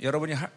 여러분이 할-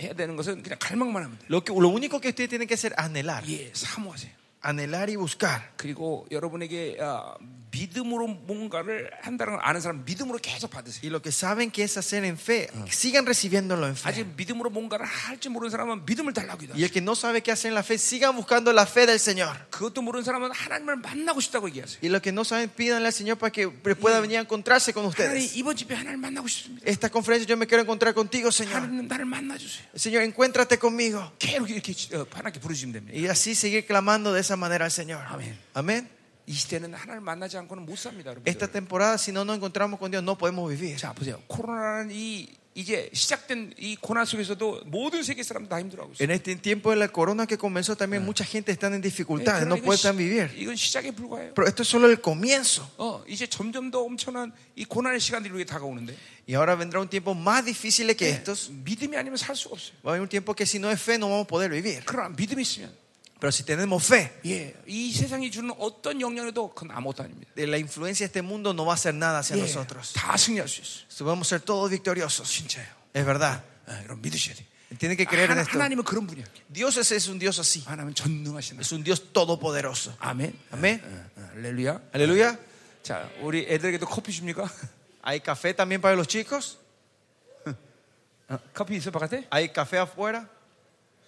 해야 되는 것은 그냥 갈망만 하면 돼요. Lo, que- lo único que usted tiene que hacer es anhelar. 예, 사모하세요. Anhelar y buscar. 그리고 여러분에게 아, 믿음으로 뭔가를 한다는 걸 아는 사람 믿음으로 계속 받으세요. Y lo que saben que es hacer en fe, sigan recibiéndolo en fe. 아직 믿음으로 뭔가를 할지 모르는 사람은 믿음을 달라고 Y 기도해요. el que no sabe qué hacer en la fe, sigan buscando la fe del Señor. 그것도 모르는 사람은 하나님을 만나고 싶다고 얘기하세요. Y los que no saben, pídanle al Señor para que pueda venir a encontrarse con 하나님 ustedes. 이번 집에 하나님 만나고 싶습니다. Esta conferencia yo me quiero encontrar contigo, Señor. 하나님 나를 만나주세요. Señor, encuéntrate conmigo. 계속 이렇게 어, 하나님께 부르시면 됩니다. Y así seguir clamando de esa manera al Señor. Amén. Amén. 이 시대는 하나님을 만나지 않고는 못 삽니다, 여러분. Esta temporada, si no nos encontramos con Dios, no podemos vivir. 자 보세요. 코로나는 이 이제 시작된 이 고난 속에서도 모든 세계 사람 다 힘들어하고 있어요. En este tiempo de la corona que comenzó, también mucha gente está en 예, dificultades, 그러나 no 이건 pueden 시- vivir. 이건 시작에 불과해요. Pero esto es solo el comienzo. 어, 이제 점점 더 엄청난 이 고난의 시간들이 우리에게 다가오는데 Y ahora vendrá un tiempo más difícil 예. que estos. 믿음이 아니면 살 수가 없어요. Va a haber un tiempo que si no es fe, no vamos a poder vivir. 그러나 믿음이 있으면 Pero si tenemos fe, 예, 이 세상이 주는 어떤 영향에도 그건 아무것도 아닙니다. de la influencia de este mundo no va a hacer nada hacia 예, nosotros. 다 승리할 수 있어요. Vamos a ser todos victoriosos. 진짜요. Es verdad. 예, 여러분 믿으셔야 돼요. Tienen que creer en 하나, esto. 하나님은 예, 그런 분이야. Dios es, es un Dios así. 하나님은 전능하신 하나님. Es un Dios todopoderoso. 아멘. 아멘. 예, 예, 할렐루야. Aleluya. 자, 우리 애들에게도 커피 줍니까? ¿Hay café también para los chicos? 어, 커피 있어 바깥에? ¿Hay café afuera?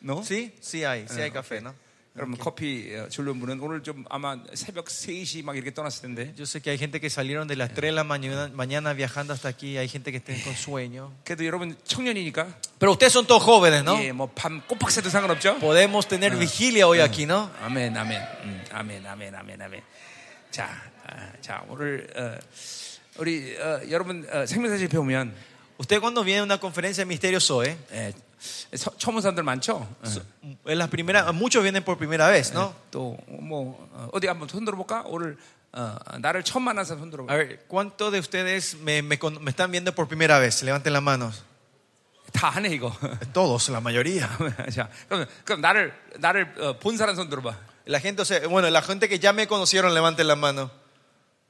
No? Sí, sí hay. Sí hay café, ¿no? 여러분 커피 어, 줄는 분은 오늘 좀 아마 새벽 3시 막 이렇게 떠났을 텐데 Yo sé que hay gente que salieron de las 3 de la mañana, mañana viajando hasta aquí. Hay gente que está con sueño. 그래도 여러분 청년이니까 Pero ustedes son todos jóvenes, ¿no? 예, 뭐 밤 꼬박 새도 상관없죠? Podemos tener vigilia hoy aquí, ¿no? 아멘, 아멘, 음, 아멘, 아멘, 아멘, 아멘. 자, 아, 자 오늘 어, 우리 어, 여러분 어, 생명사실 배우면 Usted cuando viene a una conferencia ¿eh? de misterios hoy, 예, 서- 처음 온 사람들 많죠. 예, en las primeras, muchos vienen por primera vez, ¿no? 또뭐 어, 어디 한번 손 들어볼까? 오늘 어, 나를 처음 만난 사람 손 A 들어볼까? ver, ¿cuántos de ustedes me, me con- me están viendo por primera vez? Levanten las manos. 다 하네 이거. Todos, la mayoría. 자, 그럼 그럼 나를 나를 어, 본 사람 손 들어봐. La gente, o sea, bueno, la gente que ya me conocieron, levanten la mano.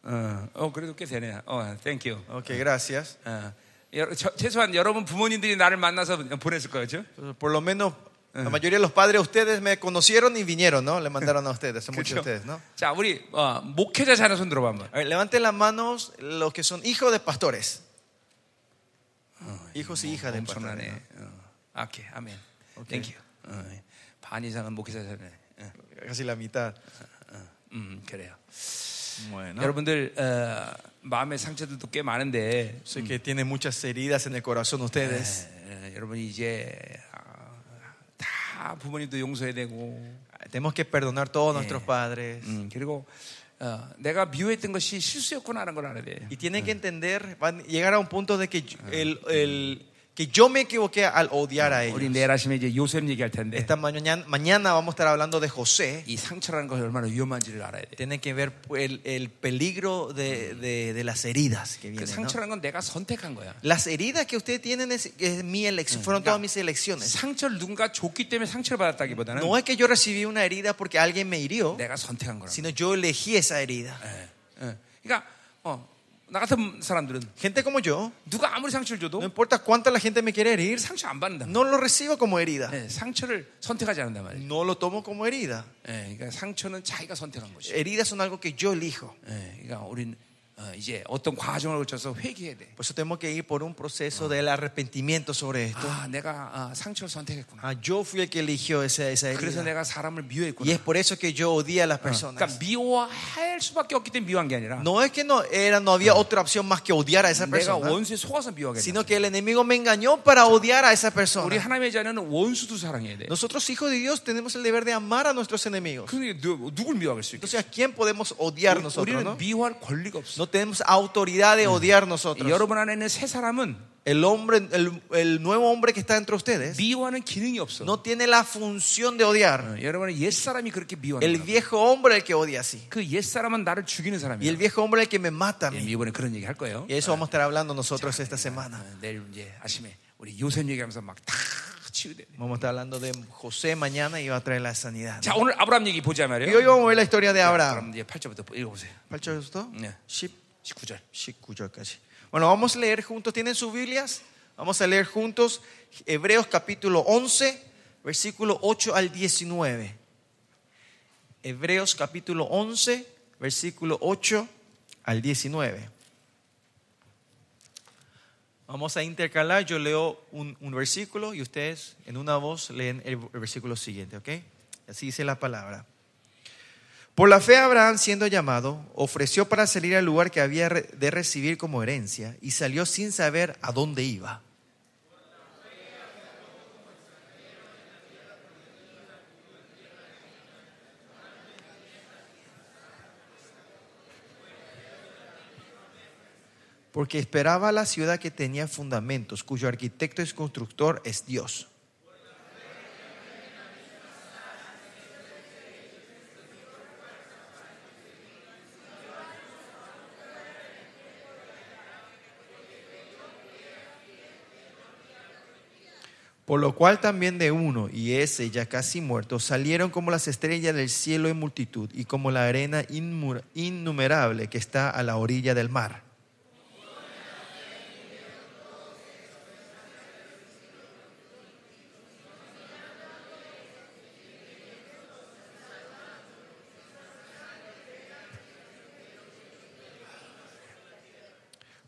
어, 어, 그래도 꽤 되네. 어, 땡큐. Ok, gracias. 어, 여러- 저- 최소한 여러분 부모님들이 나를 만나서 보냈을 거죠. Por lo menos la mayoría de los padres de ustedes me conocieron y vinieron, ¿no? Le mandaron a ustedes, son muchos de ustedes, ¿no? 자, 우리 어, 목회자 자녀 손 들어봐 한번. A ver, levanten las manos los que son hijos de pastores. Hijos y hijas de pastores. 엄청나네. 어. 아, 오케이, 아멘. 오케이. 땡큐. 어, 예. 반 이상은 목회자 자녀. 어, ¿no? Casi la mitad. 음, 그래요. Bueno. 여러분들 어, 마음의 상처들도 꽤 많은데 Sé que tienen muchas heridas en el corazón ustedes. 에, 예, 여러분이 이제 아, 다 부모님도 용서해야 되고 Tenemos que perdonar todos nuestros padres. 음, 그리고 어, 내가 미워했던 것이 실수였구나라는 걸 알아야 돼요. Y tienen que entender, van a llegar a un punto de que yo, el, el- que yo me equivoqué al odiar a 우리 ellos. 내일 아침에 예, 이제 요셉 얘기할 텐데 Esta mañana, mañana vamos a estar hablando de José. 이 상처라는 것이 얼마나 위험한지를 알아야 돼. Tienen que ver el, el peligro de, de- de las heridas que 그 vienen. ¿no? 상처라는 건 내가 선택한 거야. Las heridas que ustedes tienen es, es mi elección, fueron todas mis 네. elecciones. 상처를 누군가 줬기 때문에 상처를 받았다기보다는 No es que yo recibí una herida porque alguien me hirió, 내가 선택한 거라. sino yo elegí esa herida. Eh. 예. 그러니까 어, 나 같은 사람들은 Gente como yo, 누가 아무리 상처를 no 줘도 importa cuánta la gente me quiere herir, 상처 안 받는다. no lo recibo como herida. 예, 상처를 선택하지 않는단 말이야. No lo tomo como herida. 예, 그러니까 상처는 자기가 선택한 것이. Heridas son algo que yo elijo. 예, 그러니까 우리는 어, 이제 어떤 과정을 거쳐서 회개해야 돼. Por eso tenemos que ir por un proceso del arrepentimiento sobre esto. 아, 내가 아, 상처를 선택했구나. Ah, yo fui el que eligió esa, esa 그래서 herida. 내가 사람을 Y 미워했구나. es por eso que yo odié a las 그러니까 personas. 미워할 수밖에 없기 때문에 미워한 게 아니라 No es que no, era, no había otra opción más que odiar a esa 내가 persona, 원수에 속아서 미워하겠다. sino que el enemigo me engañó para odiar a esa 우리 persona. 하나님의 자녀는 원수도 사랑해야 돼. Nosotros, hijos de Dios, tenemos el deber de amar a nuestros enemigos. 근데 누, 누굴 미워할 수 있겠어? Entonces, ¿a quién podemos odiar nosotros? 우리는 No, 미워할 권리가 없어. No tenemos autoridad de odiar nosotros. 여러분 안에 있는 새 사람은 El, hombre, el, el nuevo hombre que está entre ustedes 미워하는 기능이 없어. no tiene la función de odiar. 어, 여러분은 옛 사람이 그렇게 미워하는 El 거야. viejo hombre el que odia así. 그옛 사람은 나를 죽이는 Y el 사람이야. viejo hombre el que me mata a 예, mí. 이번에 그런 얘기 할 거예요. Y eso vamos a estar hablando nosotros esta 어, semana. 내일 이제 아침에 우리 요셉 얘기하면서 막 다 치유돼. Vamos a estar hablando de José mañana y va a traer la sanidad. 자 오늘 아브라함 얘기 보자 Y hoy 말이에요. vamos a ver la historia de Abraham. 그럼 이제 8절부터 읽어보세요. ¿Palcho esto? 네. Ship- 19절. Shikuyo casi. Bueno, vamos a leer juntos. ¿Tienen sus Biblias? Vamos a leer juntos Hebreos capítulo 11, versículo 8 al 19. Hebreos capítulo 11, versículo 8 al 19. Vamos a intercalar, yo leo un, un versículo y ustedes en una voz leen el, el versículo siguiente, ¿ok? Así dice la palabra. Por la fe Abraham, siendo llamado, ofreció para salir al lugar que había re- de recibir como herencia y salió sin saber a dónde iba. Porque esperaba la ciudad que tenía fundamentos, cuyo arquitecto y constructor es Dios. Por lo cual también de uno, y ese ya casi muerto, salieron como las estrellas del cielo en multitud y como la arena inmu- innumerable que está a la orilla del mar.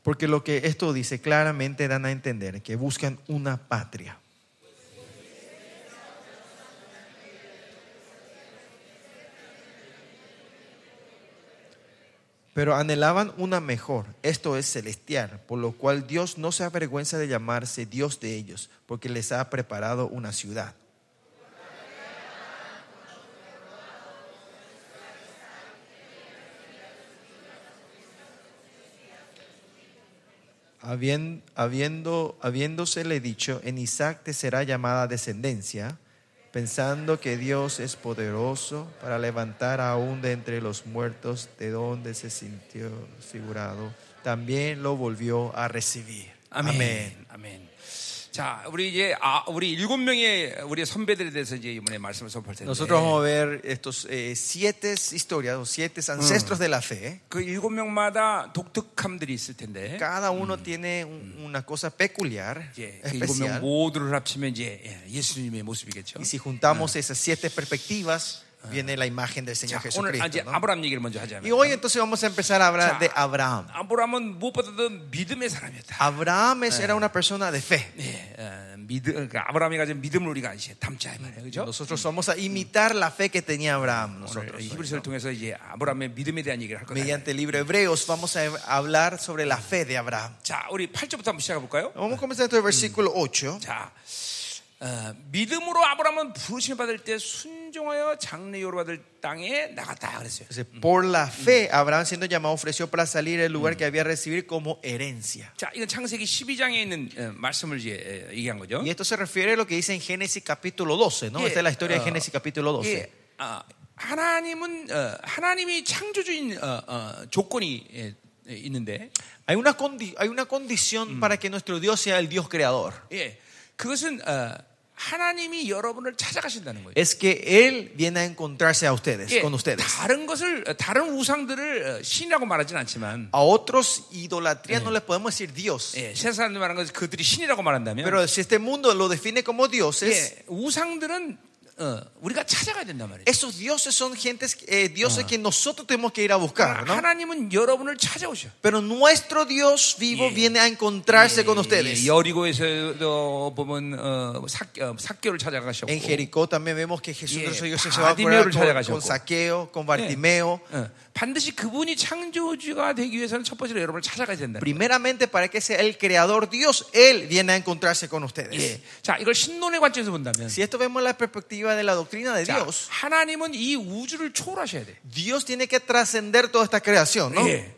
Porque lo que esto dice claramente dan a entender que buscan una patria. Pero anhelaban una mejor, esto es celestial, por lo cual Dios no se avergüenza de llamarse Dios de ellos, porque les ha preparado una ciudad. Habien- habiendo, habiéndosele dicho, en Isaac te será llamada descendencia, pensando que Dios es poderoso para levantar aún de entre los muertos de donde se sintió figurado, también lo volvió a recibir. Amén. 아멘. 아멘. 자, 우리 이제 아, 우리 일곱 명의 우리 선배들에 대해서 이제 이번에 말씀을 선포할 텐데. Nosotros vamos a ver estos eh, siete historias o siete ancestros de la fe. ¿eh? 그 일곱 명마다 독특함들이 있을 텐데. Cada uno tiene un- una cosa peculiar, 예, 그 일곱 명 especial. 모두를 합치면 이제 예, 예수님의 모습이겠죠. Y si juntamos esas siete perspectivas, viene la imagen del 자, Señor 오늘 아, 이제 Jesucristo. ¿no? 아브라함 얘기를 먼저 Y 하자면 hoy entonces vamos a empezar a hablar Ya. de Abraham. 아브라함은 무엇보다도 믿음의 사람이었다. Abraham es- era una persona de fe. 예, 어, 믿음, 그러니까 아브라함이 가진 믿음을 우리가 이제 담자 이 말이에요, 그렇죠? Nosotros vamos a imitar la fe que tenía 오늘 Abraham. Nosotros, 네. 히브리서를 통해서 이제 아브라함의 믿음에 대한 얘기를 할 거예요. mediante el libro de Hebreos, vamos a hablar sobre la fe de Abraham. 자, 우리 8절부터 한번 시작해 볼까요? Vamos a comenzar entonces el versículo 8. 자, 어, 믿음으로 아브라함은 부르심을 받을 때 순종하여 장래요로 받을 땅에 나갔다 그랬어요. Dice, Por la fe, Abraham siendo llamado ofreció para salir el lugar que había de recibir como herencia. 자, 이건 창세기 12장에 있는 어, 말씀을 이제 에, 얘기한 거죠. Y esto se refiere a lo que dice en Génesis capítulo 12, ¿no? Yeah. Esta es la historia de Ah. Génesis capítulo 12. 예, 아, 하나님은 어, 하나님이 창조주인 어, 어, 조건이 예, 예, 있는데, Hay una, condi- hay una Mm. condición para que nuestro Dios sea el Dios creador. 예, 그것은 어, 하나님이 여러분을 찾아가신다는 거예요. Es que Él viene a encontrarse a ustedes, 예, con ustedes. 다른 것을 어, 다른 우상들을 어, 신이라고 말하진 않지만, A otros idolatría Eh. no les podemos decir Dios. 예, 세상 사람들 말하는 것은 그들이 신이라고 말한다면, Pero si este mundo lo define como dioses, 예, 우상들은 어, 우리가 찾아가야 된단 말이에요. esos dioses son gentes, eh, Ah. dioses que nosotros tenemos que ir a buscar, ¿no? 하나님은 여러분을 찾아오셔. Pero nuestro Dios vivo Yeah. viene a encontrarse con ustedes. 예, 여리고에서도 보면 어, 삭, 어, 삭교를 찾아가셨고, En Jericó también vemos que Jesús Yeah. Ah, nuestro Dios se va a Bartimeo를 curar con, 찾아가셨고. con Saqueo, con Bartimeo. 어, 반드시 그분이 창조주가 되기 위해서는 첫 번째로 여러분을 찾아가야 된다. Primeramente, para que sea el creador Dios, Él viene a encontrarse con ustedes. 예. 자, 이걸 신론의 관점에서 본다면, Si esto vemos la perspectiva de la doctrina de 자, Dios, 하나님은 이 우주를 초월하셔야 돼. Dios tiene que trascender toda esta creación, ¿no? 예.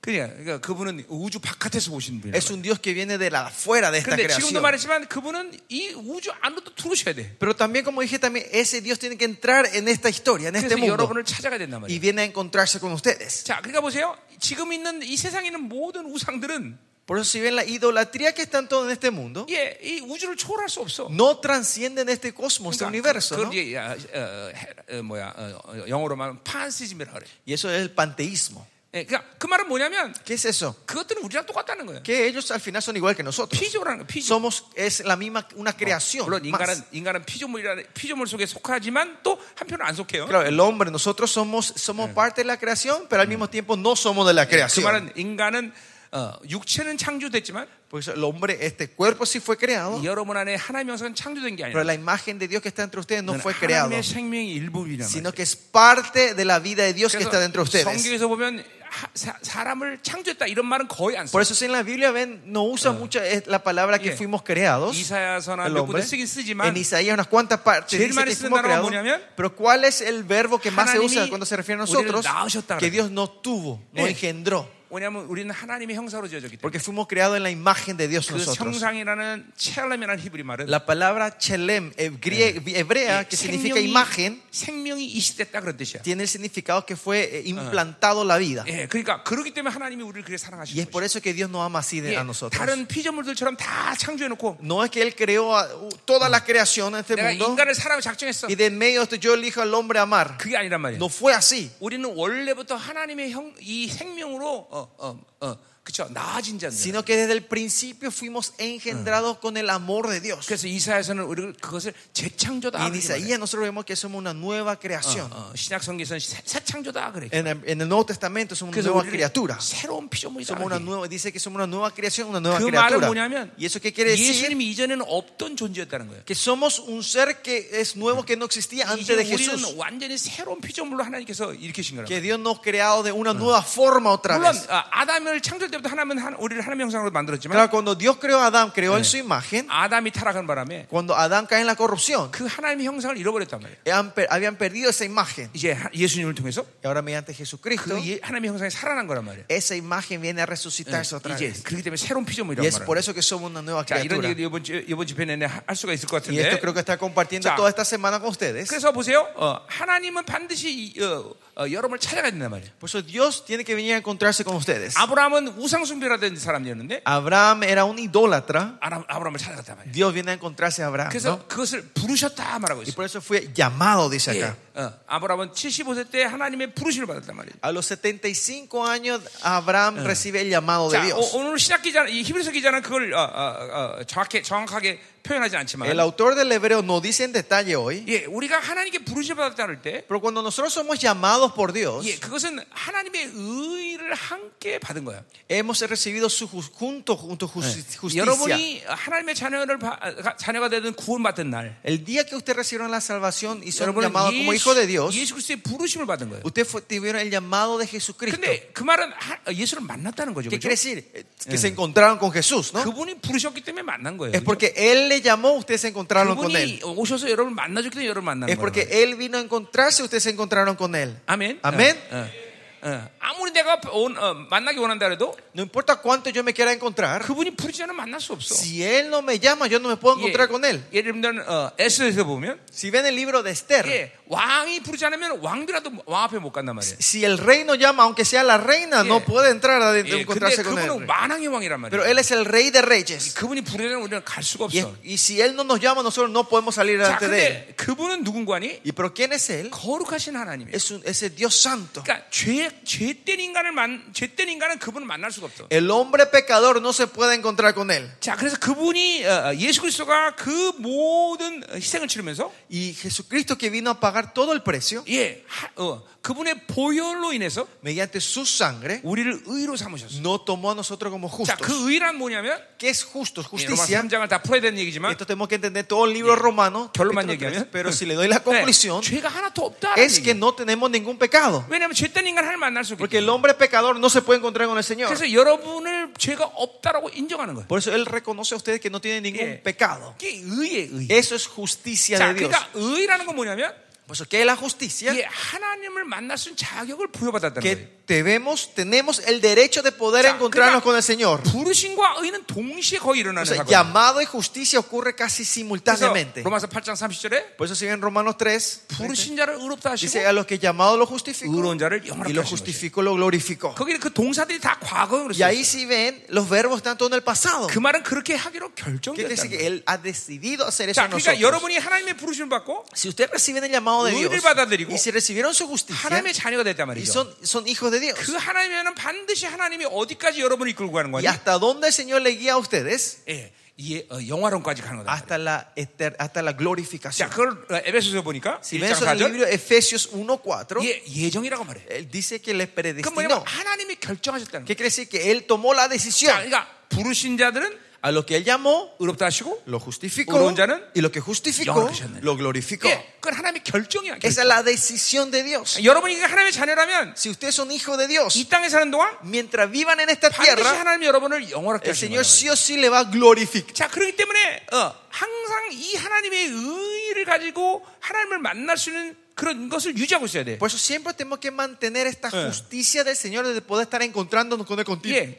그냥 그러니까 그분은 우주 바깥에서 오신 분이에요. Es un Dios que viene de la afuera de esta 그런데 지금도 creación. 말했지만 그분은 이 우주 안으로도 들어오셔야 돼. Pero también, como dije, también ese Dios tiene que entrar en esta historia, en este 그래서 mundo, 여러분을 찾아가야 된단 말이에요. y viene a encontrarse con ustedes. 자, 그러니까 보세요. 지금 있는 이 세상에 있는 모든 우상들은 Por eso, si ven la idolatría que está en todo en este mundo, 예, 이 우주를 초월할 수 없어. 그러니까 no transciende en este cosmos, este universo. 그걸 예, ¿no? 이제 야, 어, 해- 어, 뭐야 어, 어, 영어로만 판시즘이라 그래. Y eso es el panteísmo. 예, 그러니까 그 말은 뭐냐면 ¿Qué es eso? 그것들은 우리랑 똑같다는 거예요. Que ellos al final son igual que nosotros. 피조라는 거, 피조. Somos, es la misma, una creación. 물론 más. 인간은 인간은 피조물이라 피조물 속에 속하지만 또 한편은 안 속해요. Claro, el hombre, nosotros somos, somos parte de la creación, pero al mismo tiempo no somos de la 그 creación. 말은 인간은 어, 육체는 창조됐지만 Por eso el hombre, este cuerpo sí fue creado, 여러분 안에 하나님의 영성은 창조된 게 pero 아니라 la imagen de Dios que está entre ustedes no 그건 fue creado, 하나님의 생명의 일부이란 말이에요. sino que es parte de la vida de Dios que está dentro de 그래서 ustedes. 성경에서 보면 하- 사- 사람을 창조했다 이런 말은 거의 안 Por 써요. eso si en la Biblia ven, no usa mucho eh, la palabra que Yeah. fuimos creados. 이사야서나 el 몇 hombre. 군데 쓰긴 쓰지만 En Isaías unas cuantas partes 제일 dice 많이 que 쓰는 fuimos 단어가 creados. 뭐냐면 Pero ¿cuál es el verbo que más se usa 하나님이 cuando se refiere a 우리를 nosotros? 낳으셨다 Que 그래요. Dios no tuvo, no Yeah. engendró. 왜냐하면 우리는 하나님의 형사로 지어졌기 때문에 Porque fuimos creados en la imagen de Dios 그 nosotros. 형상이라는 첼렘이라는 히브리 말은 예, La palabra chelem hebrie- hebrea, eh, que significa 생명이, imagen, 생명이 이식됐다 그런 뜻이야. tiene el significado que fue eh, implantado la vida. 예, 그러니까 그렇기 때문에 하나님이 우리를 그렇게 Y 사랑하시는 es por 거죠. eso que Dios nos ama así de- 예, a nosotros. 다른 피조물들처럼 다 창조해놓고 No es que Él creó a- uh, toda la creación en este 내가 mundo 인간을 사랑을 작정했어. y de en medio de esto yo elijo al hombre a amar. 그게 아니란 말이야. No fue así. 우리는 원래부터 하나님의 형, 이 생명으로 어, 어, 어, 그쵸 나아진 자들. sino que desde el principio fuimos engendrados con el amor de Dios. 그래서 이사야서는 우리를 그것을 Y 재창조다. en 그렇게 Isaías nosotros vemos que somos una nueva creación. 말해요. 어, 신약 성경에서는 새, 새 창조다 그래. En el, en el Nuevo Testamento somos una 예, 그래서 nueva 우리를 criatura. 새로운 피조물이다. Somos una 그래. nueva, dice que somos una nueva creación, una nueva 그 말은 criatura. 뭐냐면 ¿Y eso qué quiere decir? 예수님이 이전에는 없던 존재였다는 거예요. Que somos un ser que es nuevo, que no existía antes 이제 de Jesús. 우리는 완전히 새로운 피조물로 하나님께서 일으키신 거라고. Que Dios nos ha creado de una nueva forma otra 물론 vez. 아, 아담을 창조할 때부터 하나님은 한- 우리를 하나님의 형상으로 만들었지만 Claro, cuando Dios creó a Adán, creó en su imagen. 아담이 타락한 바람에 Cuando Adán cae en la corrupción, 그 하나님의 형상을 잃어버렸단 말이에요. habían per- habían perdido esa imagen. 이제 하- 예수님을 통해서 Y ahora mediante Jesucristo, 그 예- 하나님의 형상이 살아난 거란 말이에요. 예, esa imagen viene a resucitarse otra 이제 vez. 그렇기 때문에 새로운 Y 피조물이라고 es 말합니다. por eso que somos una nueva 자, 이런 criatura. 얘기를 이번, 주- 이번 집회 내내 하- 할 수가 있을 것 Y 같은데. esto creo que está compartiendo 자, toda esta semana con ustedes. 그래서 보세요. 어, 하나님은 반드시 이- 어, 어, 여러분을 찾아가야 된단 말이에요. Por eso Dios tiene que venir a encontrarse con ustedes. 아브라함은 우상숭배라던 사람이었는데 Abraham era un idólatra. 아람- 아브라함을 찾아갔단 말이에요. Dios viene a encontrarse a Abraham. 그래서 ¿no? 그것을 부르셨다 말하고 Y 있어요. por eso fue llamado, dice 예, acá. 어, 아브라함은 75세 때 하나님의 부르심을 받았단 말이에요. A los 75 años, Abraham recibe el llamado de 자, Dios. 오, 늘 신약 기자, 이 히브리서 기자는 그걸 어, 어, 어, 정확히 정확하게 표현하지 않지만, El autor del hebreo no dice en detalle hoy, 예, 우리가 하나님께 부르심 받았다 할 때, pero cuando nosotros somos llamados por Dios, 예, 그것은 하나님의 의를 함께 받은 거예요. hemos recibido su ju- junto, junto justi- justicia. 여러분이 하나님의 자녀를 바- 가- 자녀가 되든 구원받은 날, El día que usted recibieron la salvación y son 여러분은 llamados como hijo de 예수, Dios, 예수 그리스도의 부르심을 받은 거예요. usted fue- tuvieron el llamado de Jesucristo. 근데 그 말은 하- 예수를 만났다는 거죠. ¿Qué 그죠? quiere decir? Eh, Que se encontraron con Jesús, ¿no? 그분이 부르셨기 때문에 만난 거예요. Es 그죠? porque Él le llamó, ustedes se encontraron con Él. 그분이 오셔서 여러분 만나줬기 때문에 여러분 만난 Es 거예요. porque Él vino a encontrarse, ustedes se encontraron con Él. 아멘. 아멘. 어, 어, 어. 아무리 내가 온- 어, 만나기 원한다 해도 No importa cuánto yo me quiera encontrar, 그분이 부르지 않으면 만날 수 없어. si Él no me llama, yo no me puedo encontrar con Él. 예, 예를 들면 어, 에스에서 보면 Si ven el libro de Esther, 예, 왕이 부르지 않으면 왕비라도 왕 앞에 못 간단 말이에요. si el rey no llama, aunque sea la reina, Yeah. no puede entrar a 예, 근데 encontrarse con 그분은 Él. 만왕의 왕이란 말이에요. Pero Él es el rey de reyes. 그분이 부르지 않으면 우리는 갈 수가 Y, 없어. y si Él no nos llama, nosotros no podemos salir 자, delante de 근데 Él. 그분은 누군가니? ¿Y pero quién es Él? 거룩하신 하나님이에요. Es, un- es el Dios santo. 그러니까 죄 죄된 인간을 만 죄된 인간은 그분을 만날 수가 없어. El hombre pecador no se puede encontrar con Él. 자, 그래서 그분이 어, 어, 예수 그리스도가 그 모든 희생을 치르면서 Y Jesucristo que vino a pagar todo el precio 예, 하- 어, 그분의 보혈로 인해서 mediante su sangre, 우리를 의로 삼으셨어요. no tomó a nosotros como 자, justos. 그 의란 뭐냐면 ¿Qué es justo? 예, 로마 Justicia. 3장을 다 풀어야 되는 얘기지만 Esto tenemos que entender todo el libro romano. 결론만 capítulo tres. 얘기하면? Pero si le doy la 네, conclusión, 죄가 하나도 없다라는 es que 얘기예요. no tenemos ningún pecado. 왜냐하면 죄된 인간 하나님 만날 수 있기 Porque el 때문에 hombre pecador no se puede encontrar con el Señor. 그래서 여러분을 죄가 없다라고 인정하는 거예요. Por eso Él reconoce a ustedes que no tienen ningún Yeah. pecado. 이게 의의 의. Eso es justicia 자, de Dios. 그러니까 의라는 건 뭐냐면 Por eso, ¿qué es la justicia? 예, 하나님을 mannar 수 있는 자격을 부여받았다는 que 거예요. debemos, tenemos el derecho de poder Ya, encontrarnos 그러니까- con el Señor. 부르심과 의는 동시에 거의 O 일어나는 sea, 사건. llamado y justicia ocurre casi 그래서 simultáneamente. 로마서 8장 30절에 Por eso si en Romanos 3 부르신 자를 의롭다 하시고 dice a los que llamado lo justificó 의로운 자를 영원하게 y lo 하신 justificó lo glorificó. 거기는 그 동사들이 다 과거로 Y 써 ahí 있어요. si ven los verbos están todo en el pasado. 그 말은 그렇게 하기로 Quiere 결정됐다는 거예요. decir que él ha decidido hacer eso 자, en 그러니까 nosotros. 여러분이 하나님의 부르심을 받고 Si ustedes reciben el llamado llamado de Dios 의를 받아들이고 y si recibieron su justicia 하나님의 자녀가 됐단 y 말이죠. son, son hijos de Dios. 그 하나님이면 반드시 하나님이 어디까지 여러분을 이끌고 가는 ¿Y 거냐? hasta dónde el Señor le guía a ustedes? 예, 이 어, 영화론까지 가는 거다. Hasta la, eter- hasta la 자, glorificación. 그걸 어, 에베소서 보니까 Si 일장 ven eso en el 사절, libro de Efesios 1.4, 예, 예정이라고 말해. él dice que les 그 뭐냐면 predestinó. 하나님이 결정하셨다는 ¿Qué 거예요. quiere decir? Que él tomó la 자, decisión. 그러니까 부르신 자들은 A lo que él llamó, 의롭다 하시고 lo justificó. ¿Uno ya? Y lo que justificó, 영화를 주셨네. lo glorificó. 예, 그건 하나님의 결정이야. 결정. Esa es la decisión de Dios. 여러분이 하나님의 자녀라면 Si ustedes son hijos de Dios, 이 땅에 사는 동안 mientras vivan en esta 반드시 tierra, 하나님 여러분을 영원하게 el 하시는 Señor 거예요. sí o sí le va a glorificar. 자, 그렇기 때문에 어, 항상 이 하나님의 의를 가지고 하나님을 만날 수 있는 그런 것을 유지하고 있어야 돼. Por eso siempre tenemos que mantener esta justicia del Señor de poder estar encontrándonos con Él Uh. 예, continuamente.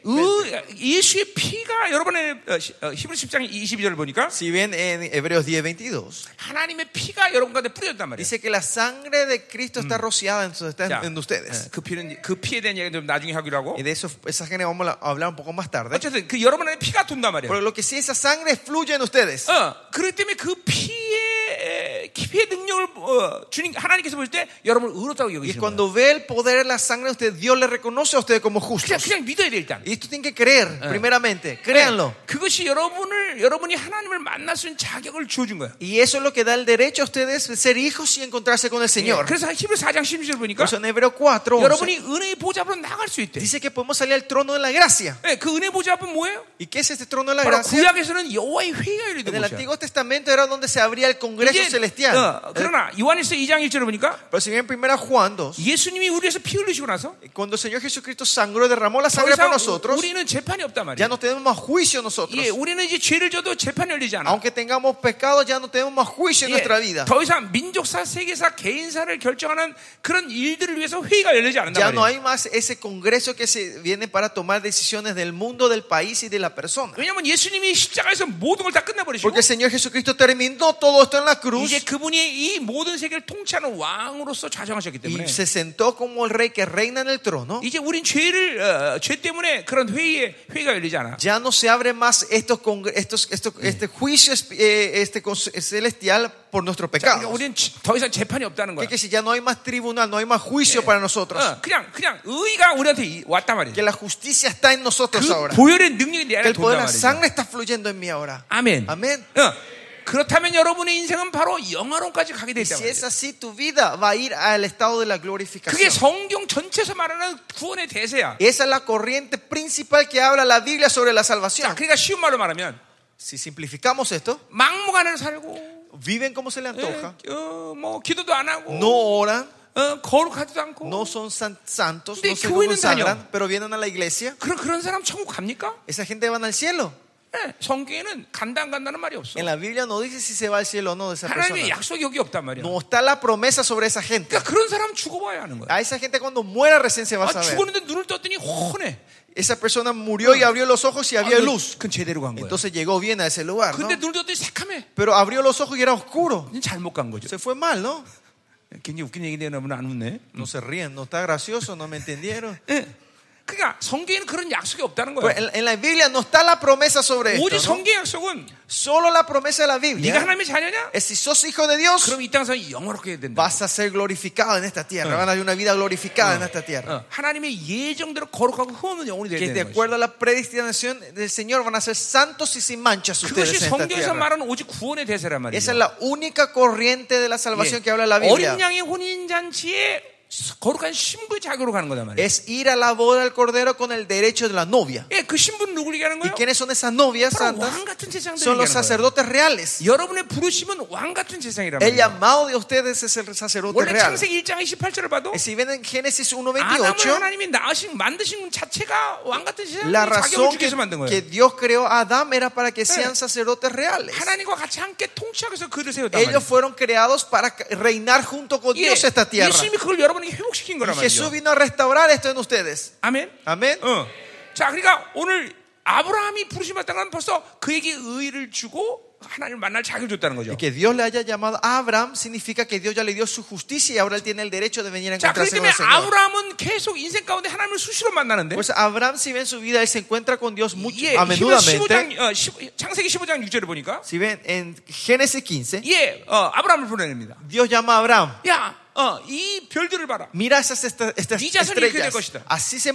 의, 예수의 피가 여러분의 어, 시- 어, 히브리 10장 22절 보니까 Si ven en Hebreos 10, 22, 하나님의 피가 여러분 가운데 뿌려졌단 말이에요. dice que la sangre de Cristo está rociada en, está en- 자, en ustedes. 예, 그 피는 그 피에 대한 얘기는 좀 나중에 하기로 하고. Y de eso, esa sangre vamos a hablar un poco más tarde. 어쨌든 그 여러분 안에 피가 돈단 말이에요. Pero lo que sí, esa sangre fluye en ustedes. 어, 그렇기 때문에 그 피의 에, 피의 능력을 어, 주님 하나님께서 볼 때 여러분을 의롭다고 Y 여기시는 거예요. cuando ve el poder de la sangre de ustedes, Dios le reconoce a ustedes como 그냥 justos. 그냥 믿어야 돼 일단. 네. Y esto tienen que creer, primeramente. Créanlo. 그것이 여러분을 여러분이 하나님을 만날 수 있는 자격을 주어준 거야. Y eso es lo que da el derecho a ustedes de ser hijos y encontrarse con el Señor. Por 그래서 히브리 4장 16절 보니까 eso en Hebreos 4, 11, 여러분이 은혜의 보좌 앞으로 나갈 수 있대. dice que podemos salir al trono de la gracia. 예, 그 은혜 보좌 앞은 뭐예요? ¿Y qué es este trono de la 바로 gracia? 구약에서는 여호와의 회의가 En 열리던 el 곳이야. Antiguo Testamento era donde se abría el Congreso 이제, Celestial. Eh, 어, 그러나 요한일서 2장 1절을 보니까 Pero si bien en 1 Juan 2, 예수님이 우리에서 피 흘리시고 나서 cuando el Señor Jesucristo sangró, derramó la 더 sangre por 이상 nosotros, 우리는 재판이 없단 ya 말이야. no tenemos más juicio nosotros. 예, 우리는 이제 죄를 져도 재판 열리지 않아. Aunque tengamos pecado, ya no tenemos más juicio en 예, nuestra vida. 더 이상 민족사, 세계사, 개인사를 결정하는 그런 일들을 위해서 회의가 열리지 않는단 Ya 말이에요. no hay más ese Congreso que se viene para tomar decisiones del mundo, del país y de la persona. 왜냐하면 예수님이 십자가에서 모든 걸 다 끝내버리시고 Porque el Señor Jesucristo terminó todo esto en la cruz 이제 그분이 이 모든 세계를 통치하는 왕으로서 좌정하셨기 때문에 y se sentó como el rey que reina en el trono. 이제 우린 죄를 어, 죄 때문에 그런 회의에 회의가 열리지 않아. Ya no se abre más estos, congre- estos, estos- este juicio esp- eh, este cons- celestial por nuestro 그러니까 pecado. 우리는 지- 더 이상 재판이 없다는 Que, 거야. que si ya no hay más tribunal, no hay más juicio para nosotros. 어, 그냥 그냥 의가 우리한테 이- 왔단 Que 말이야. la justicia está en nosotros 그 ahora. 보혈의 능력이 내 Que 안에 el poder 돈단 de la 말이야. sangre está fluyendo en mí ahora. 아멘. Amén. 어, 그렇다면 여러분의 인생은 바로 영화론까지 가게 돼 있단 Si 말이야. es así, tu vida va a ir al estado de la 그게 glorificación. 성경 전체에서 말하는 구원의 대세야. Esa es la corriente principal que habla la Biblia sobre la salvación. 그러니까 쉬운 말로 말하면 Si simplificamos esto, 막무가내로 살고 viven como se le antoja, 예, 어, 뭐 기도도 안 하고 no oran, 어, 거룩하지도 않고 no son san- santos, 근데 no se 교회는 consagran, 다녀. pero vienen a la iglesia. 그런 그런 사람 천국 갑니까? Esa gente van al cielo. 예, 성경에는 간다 안 간다는 말이 없어. En la Biblia no dice si se va al cielo o no de esa 하나님의 persona. 약속이 여기 없단 말이야. No está la promesa sobre esa gente. 그러니까 그런 사람 죽어봐야 하는 거야. A esa gente cuando muera recién se va a 아, saber. 죽었는데 눈을 떴더니 훤해. Esa persona murió y abrió los ojos y 아, había luz. 그건 제대로 간 거야. Entonces llegó bien a ese lugar. ¿no? 근데 눈을 떴더니 새카매. Pero abrió los ojos y era oscuro. 잘못 간 거죠. Se fue mal, ¿no? 굉장히 웃긴 얘기인데 너무 안 웃네. No se ríen, no está gracioso, no me entendieron. 예. 그러니까 성경에는 그런 약속이 없다는 Pero 거야. en, en la Biblia no está la promesa sobre 오직 esto. ¿no? 성경의 약속은 Solo la promesa de la 네가 Biblia 하나님의 자녀냐? es si sos hijo de Dios, 그럼 이 땅에서 영화롭게 해야 된다. vas a ser glorificado en esta tierra. Van a tener una vida glorificada en esta tierra. 어, 하나님의 예정대로 거룩하고 흠없는 영혼이 되야 que de 되는 acuerdo a la predestinación del Señor van a ser santos y sin manchas 것이. ustedes 그것이 en esta 성경에서 tierra. 말하는 오직 구원의 대세란 말이에요. 예. Esa es la única corriente de la salvación que habla la 어린 Biblia. 양의 혼인 잔치에 거룩한 신부의 자격으로 가는 거단 말이에요. Es ir a la boda del Cordero con el derecho de la novia. 예, 그 신부는 누구를 얘기하는 ¿Y 거예요? quiénes son esas novias 바로 santas? 왕 같은 Son 세상들을 los 얘기하는 거예요. sacerdotes reales. 여러분의 부르심은 왕 같은 세상이란 El 말이에요. llamado de ustedes es el sacerdote 원래 real. 창세기 1장 28절을 봐도 Si ven en Génesis 아담을 1.28, 하나님이 낳으신 만드신 것 자체가 왕 같은 세상의 la 자격을 razón 주기 que, 위해서 만든 que 거예요. Dios creó a Adán era para que Eh. sean sacerdotes reales. 하나님과 같이 함께 통치하기 위해서 그를 세웠단 말이에요. Ellos fueron creados para reinar junto con 예, Dios esta tierra. 예수님이 그걸 여러분에게 회복시킨 거란 Y 말이죠. Jesús Oh. vino a restaurar esto en ustedes. 아멘. Amén. 어. 자, 그러니까 어. 오늘 아브라함이 부르심 받다는 건 벌써 그에게 의를 주고 하나님을 만날 자격을 줬다는 거죠. Y que Dios le haya llamado a Abraham significa que Dios ya le dio su justicia y ahora él tiene el derecho de venir a 자, 그렇기 encontrarse con 때문에 el Señor. 아브라함은 계속 인생 ga운데 하나님을 수시로 만나는데 Pues Abraham, si ven su vida, él se encuentra con Dios mucho, 예, a menudamente. 15장, 어, 15 창세기 15장 6절을 보니까 Si ven en Génesis 15, 예, 어, 아브라함을 보내냅니다. Dios llama a Abraham. 야, 어, 이 별들을 봐라. Mira esas esta- estas 네 자손이 이렇게 될 estrellas. 것이다. Así se 자,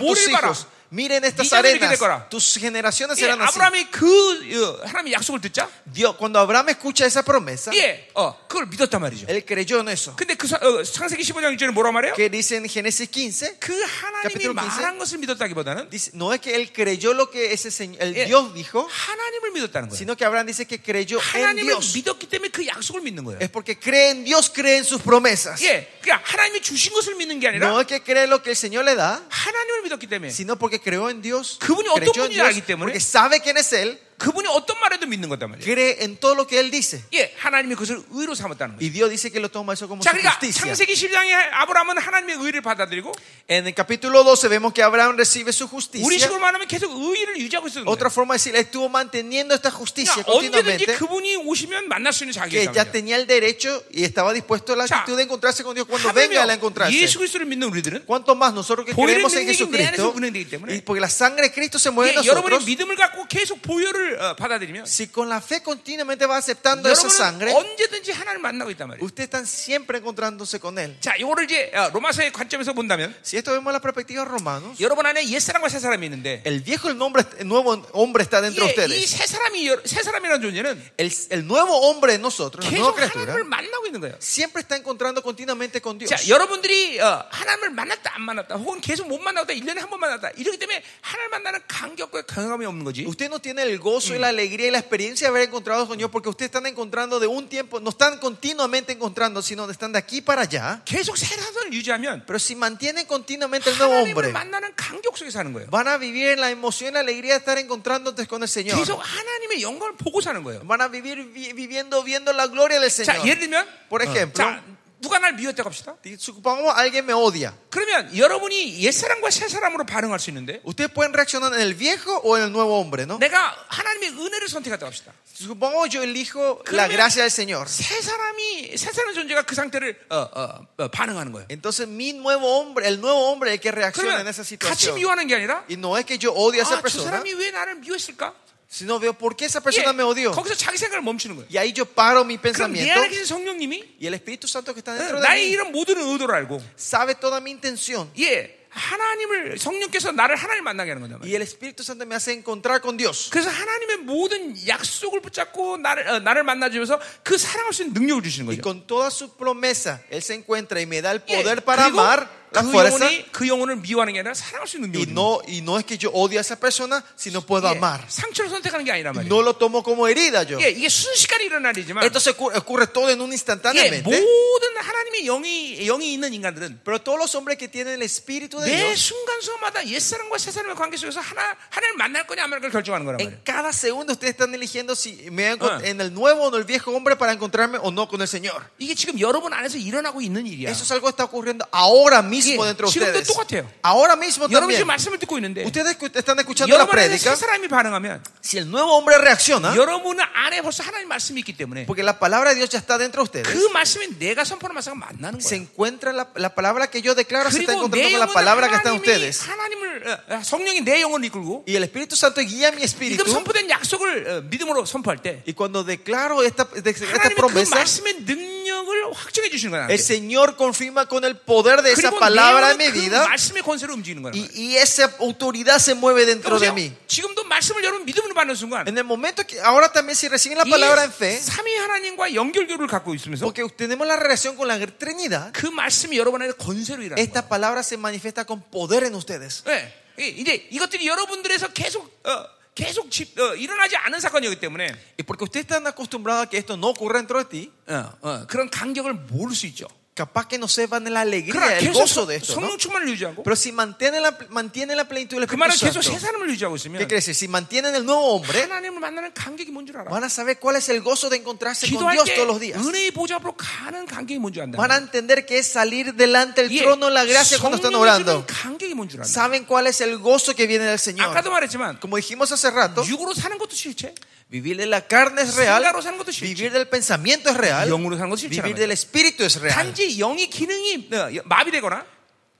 저 tus 모를 봐라. hijos. Miren estas 자손이 이렇게 될 arenas. 거라. Tus generaciones 예, serán así. 아브라함이 그 어, 하나님의 약속을 듣자, Dios, cuando Abraham escucha esa promesa, 예, 어, 그걸 믿었단 말이죠. él creyó en eso. 근데 그 사- 어, 창세기 15장 6절에 뭐라 말해요? Que dice en Génesis 15, 그 하나님이 Capítulo 15. 말한 것을 믿었다기보다는 dice, no es que él creyó lo que ese señor, el Eh. Dios dijo, 하나님을 믿었다는 거예요. sino que Abraham dice que creyó en 하나님을 Dios. 믿었기 때문에 그 약속을 믿는 거예요. Es porque cree en Dios, cree en sus promesas. 예, 그러니까 하나님이 주신 것을 믿는 게 No 아니라 es que cree lo que el Señor le da, 하나님을 믿었기 때문에 sino porque creó en Dios. 그분이 어떤 creyó en 분인지 알기 Dios, 때문에. porque sabe quién es Él, 그분이 어떤 말에도 믿는 거단 말이에요. cree en todo lo que Él dice. 예, 하나님이 그것을 의로 삼았다는 거예요. Y Dios dice que lo toma eso como su 자, 그러니까 justicia. 창세기 10장에 아브라함은 하나님의 의를 받아들이고 En el capítulo 12 vemos que Abraham recibe su 우리 justicia. 식으로 말하면 계속 의를 유지하고 있었던 거예요. Otra forma de decir, él estuvo manteniendo esta justicia 그러니까 언제든지 continuamente, 그분이 오시면 만날 수 있는 자격이 que 있단 ya 말이에요. tenía el derecho y estaba dispuesto a la 자, actitud de encontrarse con Dios cuando venga a 하물며 la encontrarse. 예수 그리스도를 믿는 우리들은 Cuanto más nosotros que 보혈의 creemos 능력이 en 내 안에서 Jesucristo, 운행되기 때문에. y porque la sangre de Cristo se mueve 예, en 여러분이 nosotros, 믿음을 갖고 계속 보혈을 어, 받아들이면 si con la fe continuamente va aceptando esa 여러분은 sangre, 언제든지 하나님을 만나고 있단 말이에요. ustedes están siempre encontrándose con Él. 자, 이거를 이제 어, 로마서의 관점에서 본다면 Si esto vemos la perspectiva de Romanos, 여러분 안에 옛 사람과 새 사람이 있는데 el viejo el nombre, el nuevo hombre está 예, dentro de ustedes. 이새 사람이 여- 새 사람이라는 존재는 El, el nuevo hombre en nosotros, la nueva 계속 criatura, 하나님을 만나고 있는 거예요. siempre está encontrando continuamente con Dios. 자, 여러분들이 어, 하나님을 만났다 안 만났다 혹은 계속 못 만났다 1년에 한 번 만났다 이러기 때문에 하나님 만나는 간격과 경험이 없는 거지. Usted no tiene el gozo y la alegría y la experiencia de haber encontrado con Dios porque ustedes están encontrando de un tiempo, no están continuamente encontrando, sino están de aquí para allá. 계속 새 사람을 유지하면 Pero si mantienen continuamente el nuevo 하나님을 hombre, 만나는 간격 속에 사는 거예요. van a vivir en la emoción y la alegría de estar encontrándote con el Señor. 계속 하나님의 영광을 보고 사는 거예요. Van a vivir vi- viviendo, viendo la gloria del 자, 예를 Señor. 들면 어, Por ejemplo, 자, 누가 날 미웠다고 합시다. supongamos alguien me odia. 그러면 여러분이 옛사람과 새사람으로 반응할 수 있는데 Ustedes pueden reaccionar en el viejo o en el nuevo hombre, ¿no? 내가 하나님의 은혜를 선택했다고 합시다. Supongo yo elijo la Créeme- gracia del Señor. 새 사람이 새 사람 존재가 그 상태를 어, 어, 어, 반응하는 거예요. Entonces mi nuevo hombre, el nuevo hombre el que reacciona en 그러면 esa 같이 situación. 미워하는 게 아니라 Y no es que yo odie a esa 아, 저 persona, 사람이 왜 나를 미워했을까? sino veo por qué esa persona 예, me odió. 거기서 자기 생각을 멈추는 거예요. Y ahí yo paro mi 그럼 내 안에 네, pensamiento 계신 성령님이 어, y el Espíritu Santo que está Eh, dentro de 나의 mí 이런 모든 의도를 알고 sabe toda mi intención. 예 하나님을 성령께서 나를 하나님 만나게 하는 거다 말이에요. Y el Espíritu Santo me hace encontrar con Dios. 그래서 하나님의 모든 약속을 붙잡고 나를 어, 나를 만나주면서 그 사랑할 수 있는 능력을 주시는 Y 거죠. con toda su promesa, Él se encuentra y me da el 예, poder para 그리고 amar, la 그 fuerza. 영혼이 그 영혼을 미워하는 게 아니라 사랑할 수 있는 Y 능력을 주는 no, y no es que yo odie a esa persona, sino puedo 거예요. amar. 예, 상처를 선택하는 게 아니란 말이에요. No lo tomo como herida yo. 예, 이게 순식간에 일어난 일이지만 Esto se ocurre, ocurre todo en un 예, instantáneamente. 모든 하나님의 영이 영이 있는 인간들은 Pero todos los hombres que tienen el Espíritu de 매 Dios, 순간순간마다 옛사람과 새사람의 관계 속에서 하나 하나를 만날 거냐 안 만날 거냐 결정하는 거란 En 말이에요. cada segundo ustedes están eligiendo si me voy a encont- Ah. en el nuevo o en el viejo hombre para encontrarme o no con el Señor. 이게 지금 여러분 안에서 일어나고 있는 일이야. Eso es algo que está ocurriendo ahora mismo Sí, dentro de sí, no, ustedes. no, 똑같아요. Ahora mismo 여러분 también. 지금 말씀을 듣고 있는데 Ustedes escu- están escuchando la 여러분 안에 새 prédica. 사람이 반응하면 Si el nuevo hombre reacciona, 여러분 안에 벌써 하나님 말씀이 있기 때문에 porque la palabra de Dios ya está dentro de ustedes, 뭐, 그 말씀이 내가 선포하는 말씀과 만나는 se 거야. encuentra la, la palabra que yo declaro, se está 그리고 내 encontrando 영혼은 con la palabra que está 하나님이 en ustedes. 하나님을 어, 어, 성령이 내 영혼을 이끌고 Y el Espíritu Santo guía mi 지금 espíritu. 선포된 약속을 어, 믿음으로 선포할 때 Y cuando declaro esta, de- esta 하나님은 그 promesa, 말씀의 능력을 확정해 주시는 거야. el 나한테. Señor confirma con el poder de esa 그리고 palabra en 내 영혼은 mi 그 vida. 말씀의 권세로 움직이는 거야. 그러니까 Y, y esa autoridad se mueve dentro de 보세요. mí. 지금도 말씀을 여러분 믿음으로 받는 순간 En el momento que ahora también si reciben la palabra en fe, 이 삼위 하나님과 연결교를 갖고 있으면서 porque tenemos la relación con la Trinidad, 그 말씀이 여러분 안에 권세로 일하는 거예요. esta palabra se manifiesta con poder en ustedes. 예. 이- 이제 이것들이 여러분들에서 계속 어, 계속 집- 어, 일어나지 않은 사건이기 때문에 Y porque ustedes están acostumbrados a que esto no ocurra dentro de ti, 어, 어, 그런 간격을 모를 수 있죠. capaz que no sepan la alegría, 그러나 el 계속 gozo 성- de esto. ¿no? 성령 충만을 유지하고 Pero si mantienen la, mantienen la plenitud del 그렇죠. 그 Espíritu 말은 계속 새 Santo, 사람을 유지하고 ¿qué 있으면 quiere decir? Si mantienen el nuevo hombre, 하나님을 그러니까 만나는 감격이 뭔 줄 알아. van a saber cuál es el gozo de encontrarse con 기도할 Dios 때 todos los días. 은혜의 보좌 앞으로 가는 감격이 뭔 줄 안다. Van a entender que es salir delante del 이게 trono de la gracia cuando están 성령을 orando. 주는 감격이 뭔 줄 안다. Saben cuál es el gozo que viene del Señor. 아까도 말했지만 Como dijimos hace rato, 육으로 사는 것도 실체, vivir de la carne es real, 생각으로 사는 것도 실체. vivir del pensamiento es real, 영으로 사는 것도 실체란 vivir 말이야. del espíritu es real. 단지 영이 기능이 어, 마비되거나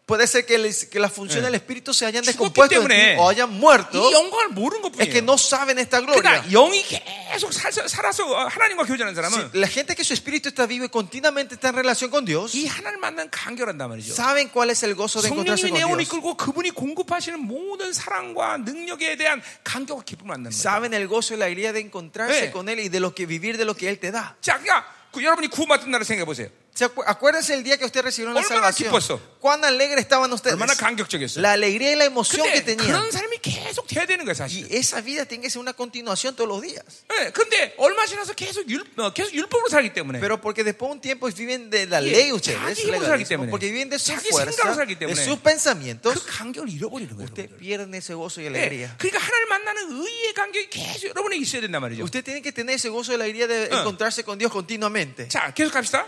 Puede ser que, les- que las funciones del espíritu se hayan 죽었기 descompuesto en ti 때문에 o hayan muerto, 이 영광을 모르는 es que 것뿐이에요. no saben esta gloria. 그러니까 영이 계속 살, 살아서 어, 하나님과 교제하는 사람은 Si la gente que su espíritu está vivo y continuamente está en relación con Dios, 이 하나님 만난 간결한단 말이죠. saben cuál es el gozo de encontrarse 성령님이 내 con 영혼을 Dios. 이끌고 그분이 공급하시는 모든 사랑과 능력에 대한 감격과 기쁨을 만나는 거예요. Saben el gozo y la alegría de encontrarse Eh. con Él y de lo que vivir de lo que Él te da. 자, 그러니까 그 여러분이 구원받은 날을 생각해 보세요. Se acu- Acuérdense el día que ustedes recibieron la Ormana salvación. 기뻤어. Cuán alegres estaban ustedes. 얼마나 감격적이었어요. La alegría y la emoción que 근데 tenían. 그런 사람이 계속 돼야 되는 거예요, 사실. Y esa vida tiene que ser una continuación todos los días. 예, 근데 얼마 지나서 계속 율, 어, 계속 율법으로 살기 때문에 Pero porque después de un tiempo viven de la Sí. ley 자기 ustedes, 힘으로 legalismo, 살기 때문에. porque viven de su 자기 fuerza, 생각으로 살기 de 때문에. sus 그 pensamientos, 간격을 잃어버리는 거예요. ustedes 여러분들. pierden ese gozo y 예, alegría. 그러니까 하나님 만나는 의의 간격이 계속 여러분에게 있어야 된단 말이죠. Usted tiene que tener ese gozo y la alegría de Ah. encontrarse con Dios continuamente. 자, 계속 갑시다.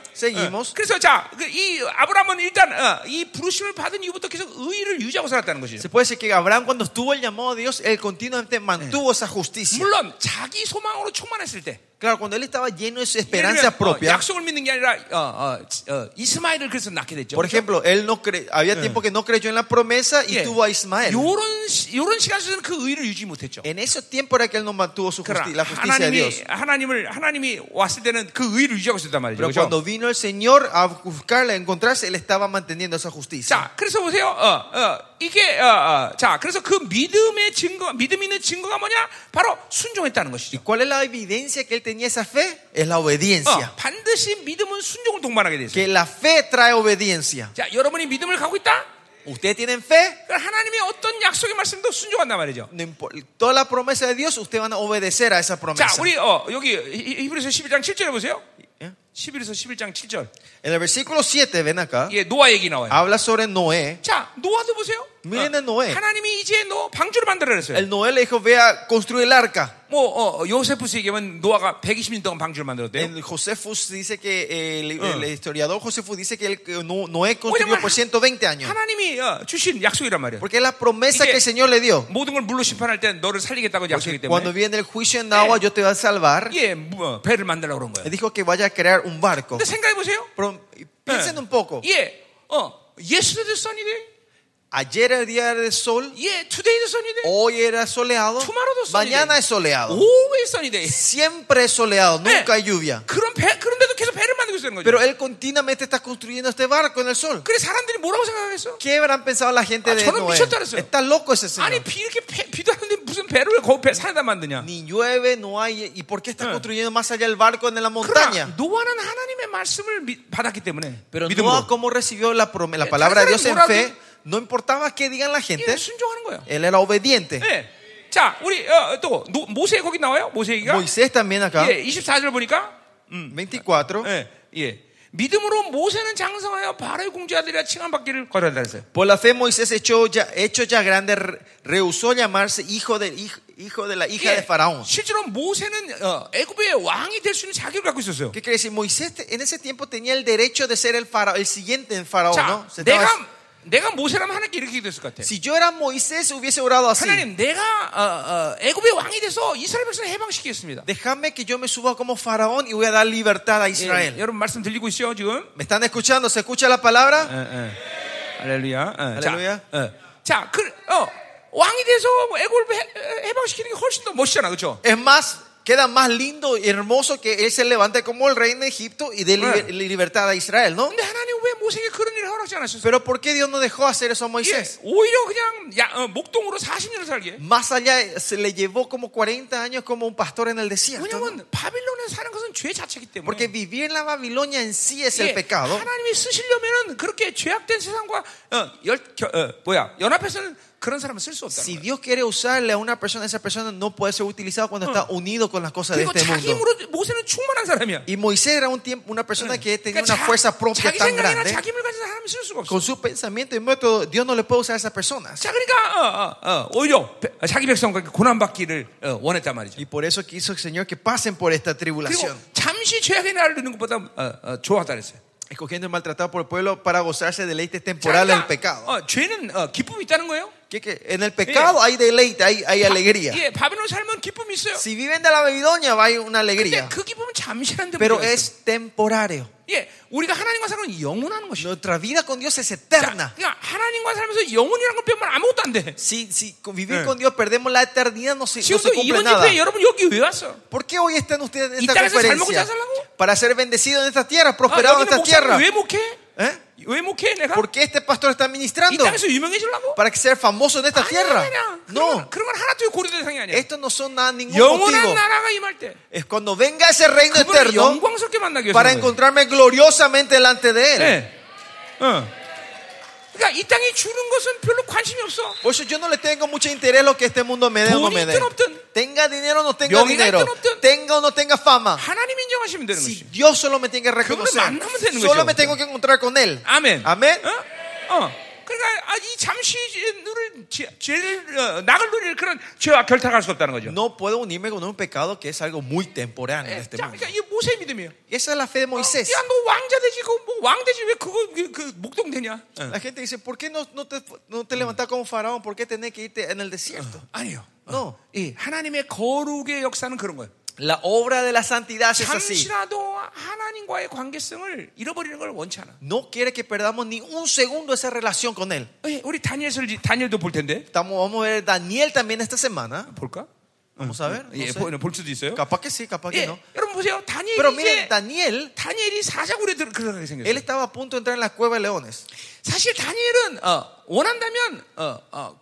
어, Seguimos. 그래서 자, 그, 이 아브라함은 일단 어, 이 부르심을 받은 이후부터 계속 의의를 유지하고 살았다는 것이죠. Se puede decir que Abraham cuando estuvo el llamado de Dios, él Eh. continuamente mantuvo esa justicia. 물론 자기 소망으로 충만했을 때 Claro, cuando él estaba lleno de su 예를 들면, esperanza 어, propia, 약속을 믿는 게 아니라 어, 어, 어, 이스마엘을 그래서 낳게 됐죠. 그렇죠? 예. por ejemplo, él no cre- había tiempo que no creyó en la promesa y tuvo a Ismael. 요런 시- 요런 시간 속에는 그 의의를 유지 못했죠. En esos tiempos era que él no mantuvo su 그러나 justi- la justicia de Dios. 하나님이 하나님을 하나님이 왔을 때는 그 의의를 유지하고 있었단 말이죠. Pero 그렇죠? cuando vino el Señor a buscarla, a encontrarse, él estaba manteniendo esa justicia. 자, 그래서 보세요. 어, 어, 이게 어, 어, 자, 그래서 그 믿음의 증거, 믿음 있는 증거가 뭐냐? 바로 순종했다는 ¿Y 것이죠. cuál es la evidencia que él tenía esa fe? Es la obediencia. 어, 반드시 믿음은 순종을 동반하게 돼 있어요. Que la fe trae obediencia. 자, 여러분이 믿음을 갖고 있다? Ustedes tienen fe, 그럼 하나님의 어떤 약속의 말씀도 순종한단 말이죠. no impor- toda la promesa de Dios, ustedes van a obedecer a esa 자, promesa. 우리 어, 여기 히- 히브리서 11장 7절에 보세요. ¿Eh? 히브리서 11장 7절. En el versículo 7, ven acá, 예, 노아 얘기 나와요. habla sobre Noé. 자, 노아도 보세요. 어, 미래는 노예. 하나님이 이제 너 방주를 만들어 냈어요. El Noé le dijo, ve a construir el arca. 뭐 어, 어, 요세프스 얘기하면 노아가 120년 동안 방주를 만들었대요. El Josefus dice que, eh, el, Ah. el historiador Josefus dice que el, que No- Noé Oye, construyó ma- por 120 años. 하나님이 어, 주신 약속이란 말이에요. Porque es la promesa Dije- que el Señor le dio. 모든 걸 물로 심판할 때 너를 살리겠다고 약속이기 Cuando 때문에 viene el juicio en agua, Eh. yo te voy a salvar. 예, 뭐, 어, 배를 만들라고 그런 Él 거예요. dijo que vaya a crear un barco. 근데 생각해 보세요. Pero piensen Eh. un poco. 예, 어, yesterday sunny day, Ayer era día de sol, 예, today is sunny day, hoy era soleado, Tomorrow es sunny mañana day. es soleado. always sunny day. Siempre es soleado, nunca Eh. hay lluvia. 그런 배, 그런데도 계속 배를 만들고 있는 거죠. Pero él continuamente está construyendo este barco en el sol. 그래 사람들이 뭐라고 생각하겠어? ¿Qué habrán pensado la gente Ah, de 저는 Noé? 미쳤다 그랬어요. Está loco ese 아니 señor. 비 이렇게 배, 비도 하는데 무슨 배를 왜 거기 배 산에다 만드냐? Ni llueve, no hay. ¿Y por qué está Eh. construyendo más allá el barco en la 그러나 montaña? 노아는 하na님의 말씀을 믿- 받았기 때문에 Pero 믿음으로 Noah, como recibió la, prom- la Eh, palabra de cada Dios en morado- fe, no importaba qué digan la gente, 예, 순종하는 거예요. él era obediente. Eh, 예. 자, 우리 어, 또 노- 모세 거기 나와요? 모세 얘기가 Moisés también acá, Mm, 예, 24절 보니까 24. 예, 예. 믿음으로 모세는 장성하여 바로의 공주아들이라 칭함 받기를 거절한다 그랬어요. Por la fe Moisés hecho ya, hecho ya grande re- rehusó llamarse hijo de, hij- hijo de la hija de 예, Faraón. 실제로 모세는 어, 애굽의 왕이 될 수 있는 자격을 갖고 있었어요. ¿Qué quiere decir? Moisés te- en ese tiempo tenía el derecho de ser el, fara- el siguiente en Faraón. 자, ¿no? Se 내가 estaba- 내가 모세라면 하나님께 이렇게 됐을 것 같아. si yo era Moisés hubiese orado así. 하나님, 내가 어, 어, 애굽의 왕이 돼서 이스라엘 백성을 해방시키겠습니다. Déjame que yo me suba como Faraón y voy a dar libertad a Israel. 예, 여러분 말씀 들리고 있어요 지금? ¿Me están escuchando? ¿Se escucha la palabra? 할렐루야. 예, 할렐루야. 자, 예. 자, 그 어, 왕이 돼서 뭐 애굽을 해- 해방시키는 게 훨씬 더 멋있잖아, 그렇죠? Es más, queda más lindo y hermoso que él se levante como el rey de Egipto y dé liber- Eh. libertad a Israel, ¿no? 근데 하나님 왜 모세에게 그런 일을 허락지 않으셨어요? Pero ¿por qué Dios no dejó hacer eso a 예, Moisés? 오히려 그냥 야, 어, 목동으로 40년을 살게. Más allá se le llevó como 40 años como un pastor en el desierto. ¿no? 왜냐면 바빌론에 사는 것은 죄 자체이기 때문에. Porque vivir en la Babilonia en sí es el 예, pecado. 하나님이 쓰시려면은 그렇게 죄악된 세상과 어, 열, 겨, 어, 뭐야 연합해서는 그런 사람은 쓸 수 없다는 Si 거예요. Dios quiere usarle a una persona, esa persona no puede ser utilizada cuando está unido con las cosas de 그리고 este 자기 mundo. 힘으로 모세는 충만한 사람이야. 예. 그러니까 Y Moisés era un tiempo, una persona que tenía una 자- fuerza propia 자기 tan 생각이나 grande. 자기 힘을 가진 사람은 쓸 수가 없어. Con su pensamiento y método, Dios no le puede usar a esas personas. 자, 그러니까 어, 어, 어, 오히려 배- 자기 백성과 고난 받기를 어, 원했단 말이죠. Y por eso quiso el Señor que pasen por esta 그리고 tribulación. 잠시 죄악의 날을 누는 것보다 어, 어, 좋았다 그랬어요. Escogiendo el maltratado por el pueblo para gozarse de deleites 자, temporales del 그러니까, pecado. 어, 죄는 어, 기쁨이 있다는 거예요. Que- que en el pecado hay deleite, hay, Ah, hay alegría. 예, 바벨론 살면 기쁨이 있어요. Si viven de la Babilonia, va a haber una 근데 alegría. 그 기쁨은 잠시라는 데 Pero 문제가 있어요. es temporario. 예, 우리가 하나님과 살면 영원하는 것이죠. Nuestra vida con Dios es 자, eterna. 그러니까 하나님과 살면서 영원이라는 걸 빼면 아무것도 안 돼. Si, si con- vivir con Dios perdemos la eternidad, no se, no se 지금도 cumple 이번 nada. 집회에 여러분 여기 왜 왔어? ¿Por qué hoy están ustedes en ¿Y esta tal vez es salmo que conferencia? se hace Ah, algo? Para ser bendecidos en esta tierra, 아, prosperados en 여기는 esta 목사를 tierra. 왜 목해? ¿Eh? 왜 목해 내가? ¿Por qué este pastor está 이 ministrando? 땅에서 유명해지려고? Para que ser famoso en esta 아니야, tierra. 아니야. 그런, No, 건- 그런 건 하나도 고려된 상이 아니야. estos no son nada, ningún motivo. 영원한 나라가 임할 때 Es cuando venga ese reino 그분을 eterno 영광스럽게 만나기 para 위해서. encontrarme gloriosamente delante de él. 네. 어. 그러니까 이 땅이 주는 것은 별로 관심이 없어. Por eso yo no le tengo mucho interés lo que este mundo me dé o no me dé. Bonito, no. Tenga dinero o no tenga Bien, dinero. no. Tenga o no tenga fama. 하나님 인정하시면 되는 Si 거지. Dios solo me tiene que Que uno reconocer, mandamos en solo nuestro. me tengo que encontrar con Él. 아멘. Amén. 어? 어. 그러니까 아, 이 잠시 누를 죄- 죄를 어, 낙을 누릴 그런 죄와 결탁할 수 없다는 거죠. No puedo unirme con un pecado que es algo muy temporáneo en 예, este 자, mundo. 그러니까 이게 모세의 믿음이에요. Y esa es la fe de Moisés. 야, 너 왕자 되지, 그거 뭐 왕되지 왜 그거 그, 그 목동되냐? La gente dice, ¿por qué no, no te, no te levantas como faraón? ¿Por qué tenés que irte en el desierto? 아니요. No. 예, 하나님의 거룩의 역사는 그런 거예요. La obra de la santidad es así. 잠시라도 하나님과의 관계성을 잃어버리는 걸 원치 않아. No quiere que perdamos ni un segundo esa relación con Él. 예, 우리 다니엘을 다니엘도 볼 텐데 Estamos, vamos a ver Daniel también esta semana. 볼까? Vamos a ver. no 예, sé. 보- 볼 수도 있어요. Capaz que sí, capaz 예, que no. 여러분 보세요. 다니엘이 Pero 이제 miren, Daniel, 다니엘이 사자굴에 들- 들어가게 생겼어요. él estaba a punto de entrar en la cueva de leones. 사실 다니엘은 어, 원한다면 어, 어,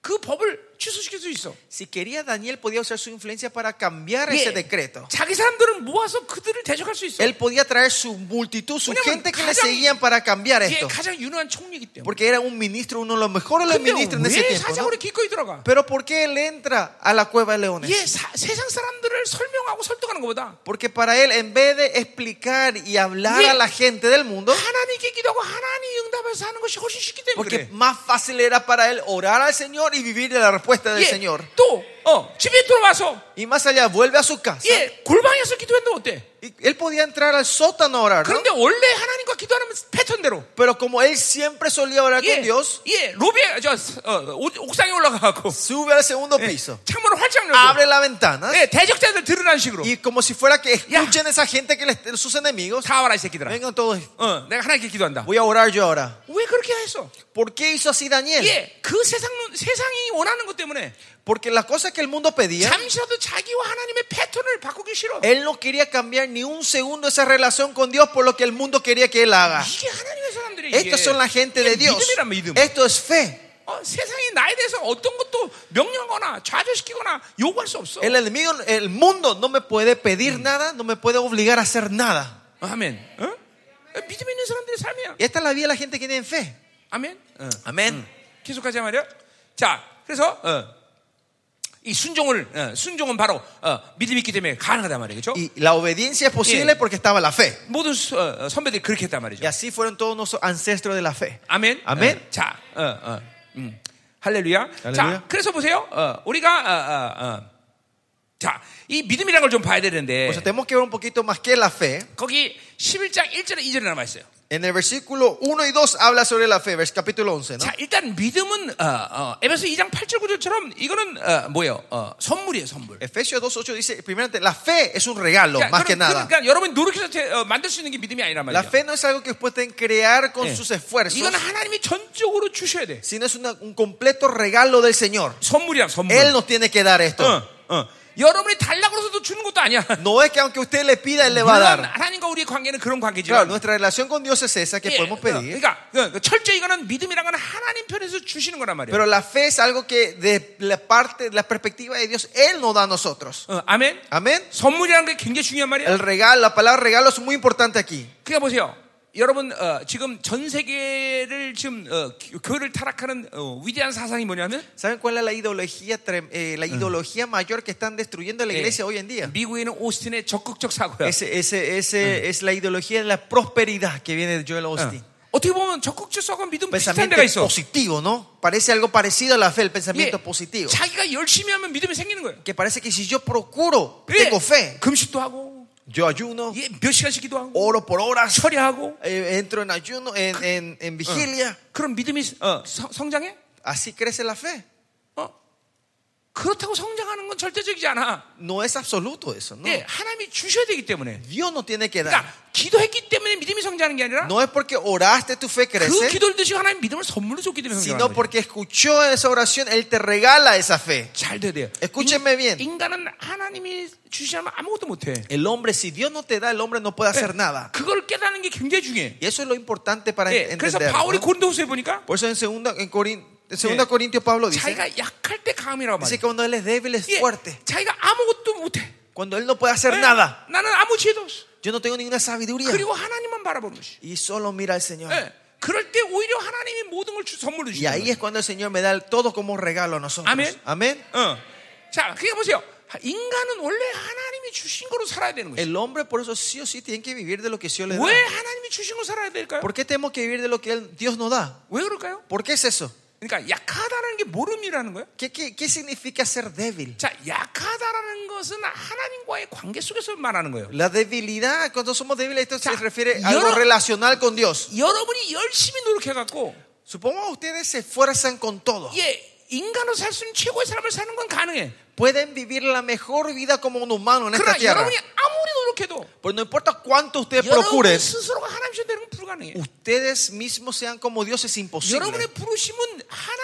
그 법을 취소시킬 수 있어. Si quería, Daniel podía usar su influencia para cambiar 예, ese decreto. 자기 사람들은 모아서 그들을 대적할 수 있어. Él podía traer su multitud, su 왜냐면 gente que le 가장- seguían para cambiar 예, esto. 가장 유능한 총리이기 때문에. Porque era un ministro, uno de los mejores 근데 ministros en ese 왜 tiempo. ¿no? 사자굴에 기꺼이 들어가? Pero ¿por qué él entra a la cueva de 예, leones? 사- 세상 사람들을 설명하고 설득하는 것보다 Porque para él, en vez de explicar y hablar Yeah. a la gente del mundo, 하나님께 기도하고 하나님 응답해서 하는 것이 훨씬 쉽기 때문에 porque 그래. más fácil era para él orar al Señor y vivir de la respuesta del 예, Señor. 또 어, 집에 돌아와서 Y más allá, vuelve a su casa. 예, 골방에서 기도했는데 어때? Y él podía entrar al sótano a orar, ¿no? 그런데 원래 하나님과 기도하는 패턴대로 Pero como él siempre solía orar 예, con Dios, 예, 로비에 저 어, 옥- 옥상에 올라가고 sube al segundo 예, piso, 창문을 활짝 열고 abre la ventana 예, 대적자들 드러난 식으로 y como si fuera que Yeah. escuchen esa gente que les, sus enemigos, 다 와라 이 새끼들아. vengan todos, 어, 내가 하나님께 기도한다. voy a orar yo ahora. 왜 그렇게 했어? ¿Por qué hizo así Daniel? 예, 그 세상 세상이 원하는 것 때문에 Porque las cosas que el mundo pedía, 잠시라도 자기와 하나님의 패턴을 바꾸기 싫어. él no quería cambiar ni un segundo esa relación con Dios por lo que el mundo quería que él haga. 이게 하나님의 사람들이 Estos son la gente de Dios. 예. 믿음이란 믿음. Esto es fe. 어, 세상이 나에 대해서 어떤 것도 명령하거나 좌절시키거나 요구할 수 없어. El enemigo, el mundo no me puede pedir nada, no me puede obligar a hacer nada. 아멘. 어? 믿음 있는 사람들의 삶이야. Esta es la vida de la gente que tiene fe. 아멘. 어. Amén. 계속하자 말이야. 자, 그래서 어, 이 순종을 어, 순종은 바로 어, 믿음이 있기 때문에 가능하단 말이죠. Y la obediencia es posible Yeah. porque estaba la fe. 모든 수- 어, 어, 선배들이 그렇게 했단 Y 말이죠. así fueron todos nuestros ancestros de la fe. 아멘. 아멘. 어, 자, 어, 어, 음. 할렐루야. 자, 할렐루야. 그래서 보세요. 어, 우리가 어, 어, 어. 자, 이 믿음이라는 걸 좀 봐야 되는데 O sea, tenemos que ver un poquito más que la fe. 거기 11장 1절에 2절에 남아 있어요. En el versículo 1 y 2 habla sobre la fe, vers capítulo 11, ¿no? 자, 일단 믿음은 어, 어, 에베소 2장 8절 9절처럼 이거는 어, 뭐예요? 어, 선물이에요, 선물. Efesios 2.8 dice, primeramente, la fe es un regalo, 그러니까 más que 그런- nada. 그러니까 여러분이 노력해서 대- 어, 만들 수 있는 게 믿음이 아니란 La 말이에요. fe no es algo que ustedes pueden crear con 예. sus esfuerzos, 이건 하나님이 전적으로 주셔야 돼. sino es una- un completo regalo del Señor. 선물이야, 선물. Él nos tiene que dar esto. 어, 어. 여러분이 달라고 해서도 주는 것도 아니야. No es que aunque usted le pida, Él le va a 물론 dar. 하나님과 우리의 관계는 그런 Claro, 관계지만 nuestra relación con Dios es esa que 예, podemos 어, pedir. 그러니까 그, 철저히 이거는 믿음이란 건 하나님 편에서 주시는 거란 말이에요. Pero la fe es algo que de la parte, de la perspectiva de Dios, Él nos da a nosotros. 어, 아멘. Amén. 선물이라는 게 굉장히 중요한 말이에요. El regalo, la palabra regalo es muy importante aquí. 그러니까 보세요. 여러분 어, 지금 전 세계를 지금 어, 교- 교회를 타락하는 어, 위대한 사상이 뭐냐면 ¿Saben cuál es la ideología, trem- eh, la ideología mayor que están destruyendo la 예, iglesia hoy en día? 미국에 있는 오스틴의 적극적 사고야. Ese, ese, ese es la ideología de la prosperidad que viene de Joel Austin. 어. 떻게 보면 적극적 사고는 믿음 비슷한 Pensamiento 데가 있어. positivo, ¿no? Parece algo parecido a la fe, el 이게 pensamiento positivo. 자기가 열심히 하면 믿음이 생기는 거예요. Que parece que si yo procuro, 예, tengo fe. 금식도 하고 Yo ayuno, 예, 몇 시간씩 기도하고 oro por horas, 철야하고 eh, entro en ayuno, en, en- en vigilia. 그럼 믿음이 어, 성- 성장해? Así crece la fe. 어? 그렇다고 성장하는 건 절대적이지 않아. No es absoluto eso, ¿no? 예, 하나님이 주셔야 되기 때문에. Dios no tiene que dar. 그러니까 기도했기 때문에 믿음이 성장하는 게 아니라 No es porque oraste tu fe 그 crece, 기도를 드시고 하나님 믿음을 선물로 줬기 때문에 sino 성장하는 거예요. porque escuchó esa oración, Él te regala esa fe. 잘 돼야 돼요. Escúchenme bien. 인간은 하나님이 주시지 않으면 아무것도 못해. El hombre, si Dios no te da, el hombre no puede hacer nada. 그걸 깨닫는 게 굉장히 중요해. Y eso es lo importante para en- 예, 그래서 entender. 바울이 ¿no? 고린도후서에 보니까 Por eso en 2 en Corin- en Sí. segunda Corintios Pablo dice, 자기가 약할 때 강함이라고 dice 말해. que cuando Él es débil es 예, fuerte. 자기가 아무것도 못해. Cuando Él no puede hacer 예, nada, 나는 아무 지혜도 없어. yo no tengo ninguna sabiduría. 그리고 하나님만 바라보는 것이. Y solo mira al Señor. 예, 그럴 때 오히려 하나님이 모든 걸 주- 선물로 Y 주시는 ahí es cuando el Señor me da el todo como regalo a nosotros. Amén. Amén. 어. 자, 그게 보세요. 인간은 원래 하나님이 주신 거로 살아야 되는 거예요. El hombre por eso sí o sí tiene que vivir de lo que Dios le da. 왜 하나님이 주신 거 살아야 될까요? ¿Por qué tenemos que vivir de lo que él- Dios nos da? 왜 그럴까요? ¿Por qué es eso? 그러니까 약하다는 게 모름이라는 거예요. ¿Qué, qué, qué significa ser débil? 자, 약하다라는 것은 하나님과의 관계 속에서 말하는 거예요. La debilidad, cuando somos débiles, esto se O sea, refiere yo a algo no- relacional con Dios. 여러분이 열심히 노력해갖고, Supongamos que ustedes se esfuerzan con todo. 예, 인간으로 살 수 있는 최고의 삶을 사는 건 가능해. Pueden vivir la mejor vida como un humano en esta 그러나 tierra. 여러분이 아무리 노력해도 Pues no importa cuánto ustedes 여러분 procuren, 스스로가 하나님이 되는 건 불가능해. ustedes mismos sean como Dios es imposible. 여러분의 부르심은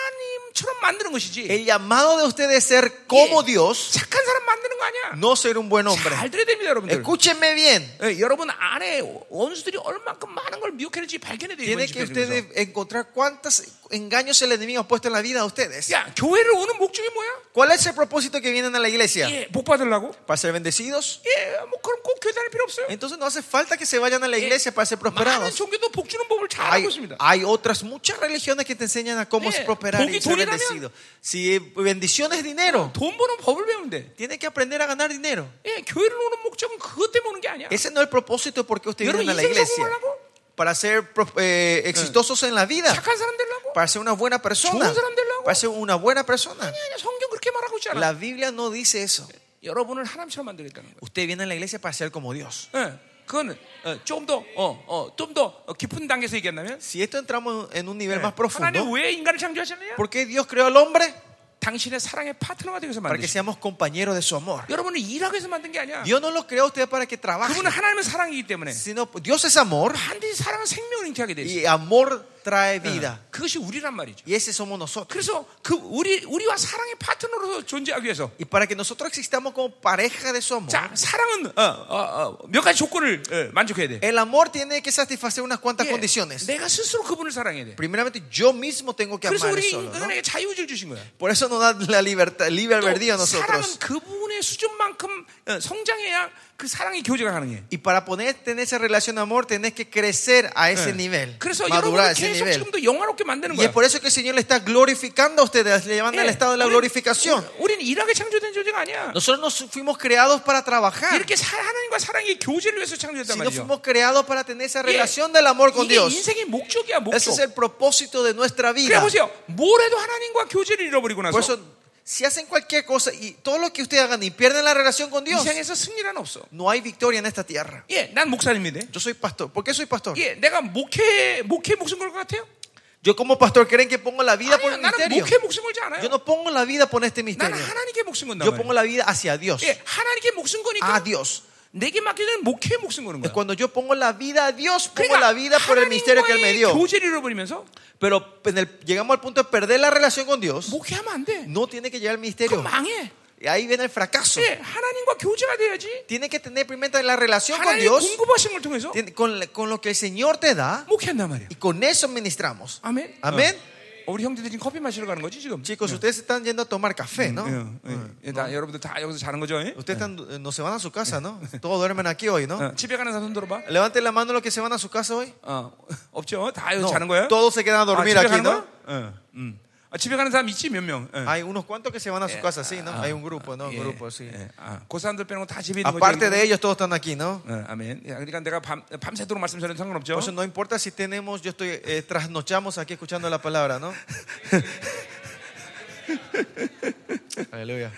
하나님처럼 만드는 것이지. El llamado de ustedes es ser como 예, Dios, 착한 사람 만드는 거 아니야. no ser un buen hombre. 잘 들어야 됩니다, 여러분들. Escúchenme bien. 예, 여러분 안에 원수들이 얼만큼 많은 걸 미혹했는지 발견해야 돼요. 이번 Tiene que 집회에서. ustedes encontrar cuántos engaños el enemigo ha puesto en la vida de ustedes. 야, 교회를 오는 목적이 뭐야? ¿Cuál es el propósito que vienen a la iglesia? 예, 복 받으려고? ¿Para ser bendecidos? 예, 뭐 그럼 꼭 교회 다닐 필요 없어요. Entonces no hace falta que se vayan a la iglesia para ser 많은 prosperados. 종교도 복 주는 법을 잘 Hay, 알고 있습니다. hay otras muchas religiones que te enseñan a cómo Yeah. prosperar Porque y ser 돈이라면- bendecido. Si eh, bendición es dinero, 돈 버는 법을 배우면 돼. tiene que aprender a ganar dinero. 예, 교회를 오는 목적은 그것 때문에 오는 게 아니야. Ese no es el propósito porque usted 여러분 viene a la 인생 iglesia. 성공하려고? Para ser pro- eh, exitosos en la vida, 착한 사람 되려고? para ser una buena persona, 좋은 사람 되려고? para ser una buena persona. 아니, 아니, 성경 그렇게 말하고 있잖아. La Biblia no dice eso. 여러분을 하나님처럼 만들겠다는 거예요. Usted viene a la iglesia para ser como Dios. 예, 그거는 어, 조금 더, 어, 어, 좀 더 깊은 단계에서 얘기한다면 어, Si esto entramos en un nivel más 하나님 profundo, 왜 인간을 창조하셨느냐? ¿por qué Dios creó al hombre? 당신의 사랑의 파트너가 되기 위해서 Para que 만드셨어요. seamos compañeros de su amor. 여러분을 일하기 위해서 만든 게 아니야. Dios no lo creó a usted para que trabaje, 그분은 하나님의 사랑이기 때문에 sino Dios es amor 반드시 사랑은 생명을 잉태하게 돼 있어요. y amor trae vida. 그것이 우리란 말이죠. Y ese somos nosotros. 그래서 그 우리 우리와 사랑의 파트너로서 존재하기 위해서 Y para que nosotros existamos como pareja de su amor, 자 사랑은 어, 어, 어, 몇 가지 조건을 어, 만족해야 돼. el amor tiene que satisfacer unas cuantas 예, condiciones. 내가 스스로 그분을 사랑해야 돼. Primeramente, yo mismo tengo que 그래서 amarle 우리 solo. ¿no? 인간에게 자유를 주신 거야. Por eso nos da la libertad, el libre 또 albedrío a 사랑은 nosotros. 그분의 수준만큼 어, 성장해야 그 사랑의 교제가 가능해. Y para poder tener esa relación de amor, tenés que crecer a ese nivel, 그래서 여러분을 madurar a ese 계속 nivel. 지금도 영화롭게 만드는 Y es 거야. por eso que el Señor le está glorificando a ustedes, le llevando al estado de la glorificación. 우리는 일하게 창조된 존재가 아니야. Nosotros nos fuimos creados para trabajar, 이렇게 사- 하나님과 사랑의 교제를 위해서 창조했단 sino 말이죠. fuimos creados para tener esa relación del amor con 이게 Dios. 인생의 목적이야 Ese 목적. es el propósito de nuestra 그래 vida. 보세요. 뭘 해도 하나님과 교제를 잃어버리고 Por 나서 eso, si hacen cualquier cosa y todo lo que ustedes hagan y pierden la relación con 이 Dios, 세상에서 승리란 없어. no hay victoria en esta tierra. 예, 난 목사님인데. Yo soy pastor. ¿Por qué soy pastor? 예, 내가 목회 목회 목숨 걸 것 같아요? Yo como pastor, ¿creen que pongo la vida por 아니요, el 나는 misterio? 목회 목숨 걸지 Yo 않아요. no pongo la vida por este 나는 misterio. 하나님께 목숨 건다. Yo pongo la vida hacia Dios. 예, 하나님께 목숨 아, 거니까 A Dios. 내게 맡겨진 목회 목숨 거는 거야. Es 그러니까 cuando yo pongo la vida a Dios, pongo la vida por el misterio que Él me dio. 교제를 잃어버리면서 Pero en el- llegamos al punto de perder la relación con Dios. 목회하면 안 돼. No tiene que llegar el 그 misterio. 망해. Y ahí viene el fracaso. 예, 하나님과 교제가 돼야지. Tiene que tener primero la relación con 하나님 Dios, 공급하신 걸 통해서 tiene- con, con lo que el Señor te da, 목회한단 네. 말이야. Ah. y con eso ministramos. 아멘. 아멘. 어. 우리 형제들 지금 커피 마시러 가는 거지 지금? Chicos, ustedes están yendo a tomar café, ¿no? 예, 예. 예, 다 여러분들 다 여기서 자는 거죠? 예? Ustedes están- eh, no se van a su casa, ¿no? Todos duermen aquí hoy, ¿no? 어, 집에 가는 사람 손 들어봐. Levanten la mano los que se van a su casa hoy. 어, 없죠? 다 여기서 No, 자는 거예요? todos se quedan a 아, dormir 집에 aquí, 가는 ¿no? 거야? 예, 음. 아, 집에 가는 사람 있지 몇 명? 예. Hay unos cuantos que se van a su casa, sí, ¿no? Hay un grupo, ¿no? Un 예, grupo, sí. 예. 아, 네. 그 사람들 빼놓고 다 집에 있는 거죠. Aparte de ellos, todos están aquí, ¿no? 어, 아멘. 야, 그러니까 내가 밤, 밤새도록 말씀 전해도 상관없죠. Por eso no importa si tenemos, yo estoy, eh, trasnochamos aquí escuchando la palabra, ¿no? Aleluya.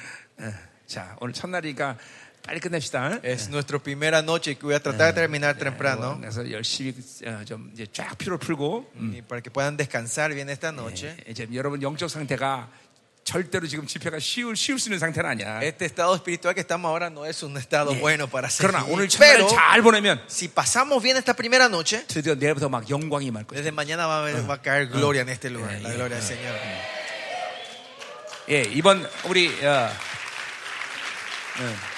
자, 오늘 첫날이니까 빨리 끝냅시다. 어, Es nuestra primera noche que voy a tratar de terminar 아, temprano. 그래서 열심히 어, 좀 이제 쫙 피로 풀고 Mm. Y para que puedan descansar bien esta noche. 예, 이제 여러분 영적 상태가 절대로 지금 집회가 쉬울 쉬울 수 있는 상태는 아니야. Este estado espiritual que estamos ahora no es un estado bueno para seguir. 그러나 오늘 첫날 Pero 잘 보내면 si pasamos bien esta primera noche, 드디어 내일부터 막 영광이 임할 거야. desde mañana va a, haber- va a caer gloria en este lugar. La gloria del Señor. 예, 이번 우리 어, 예.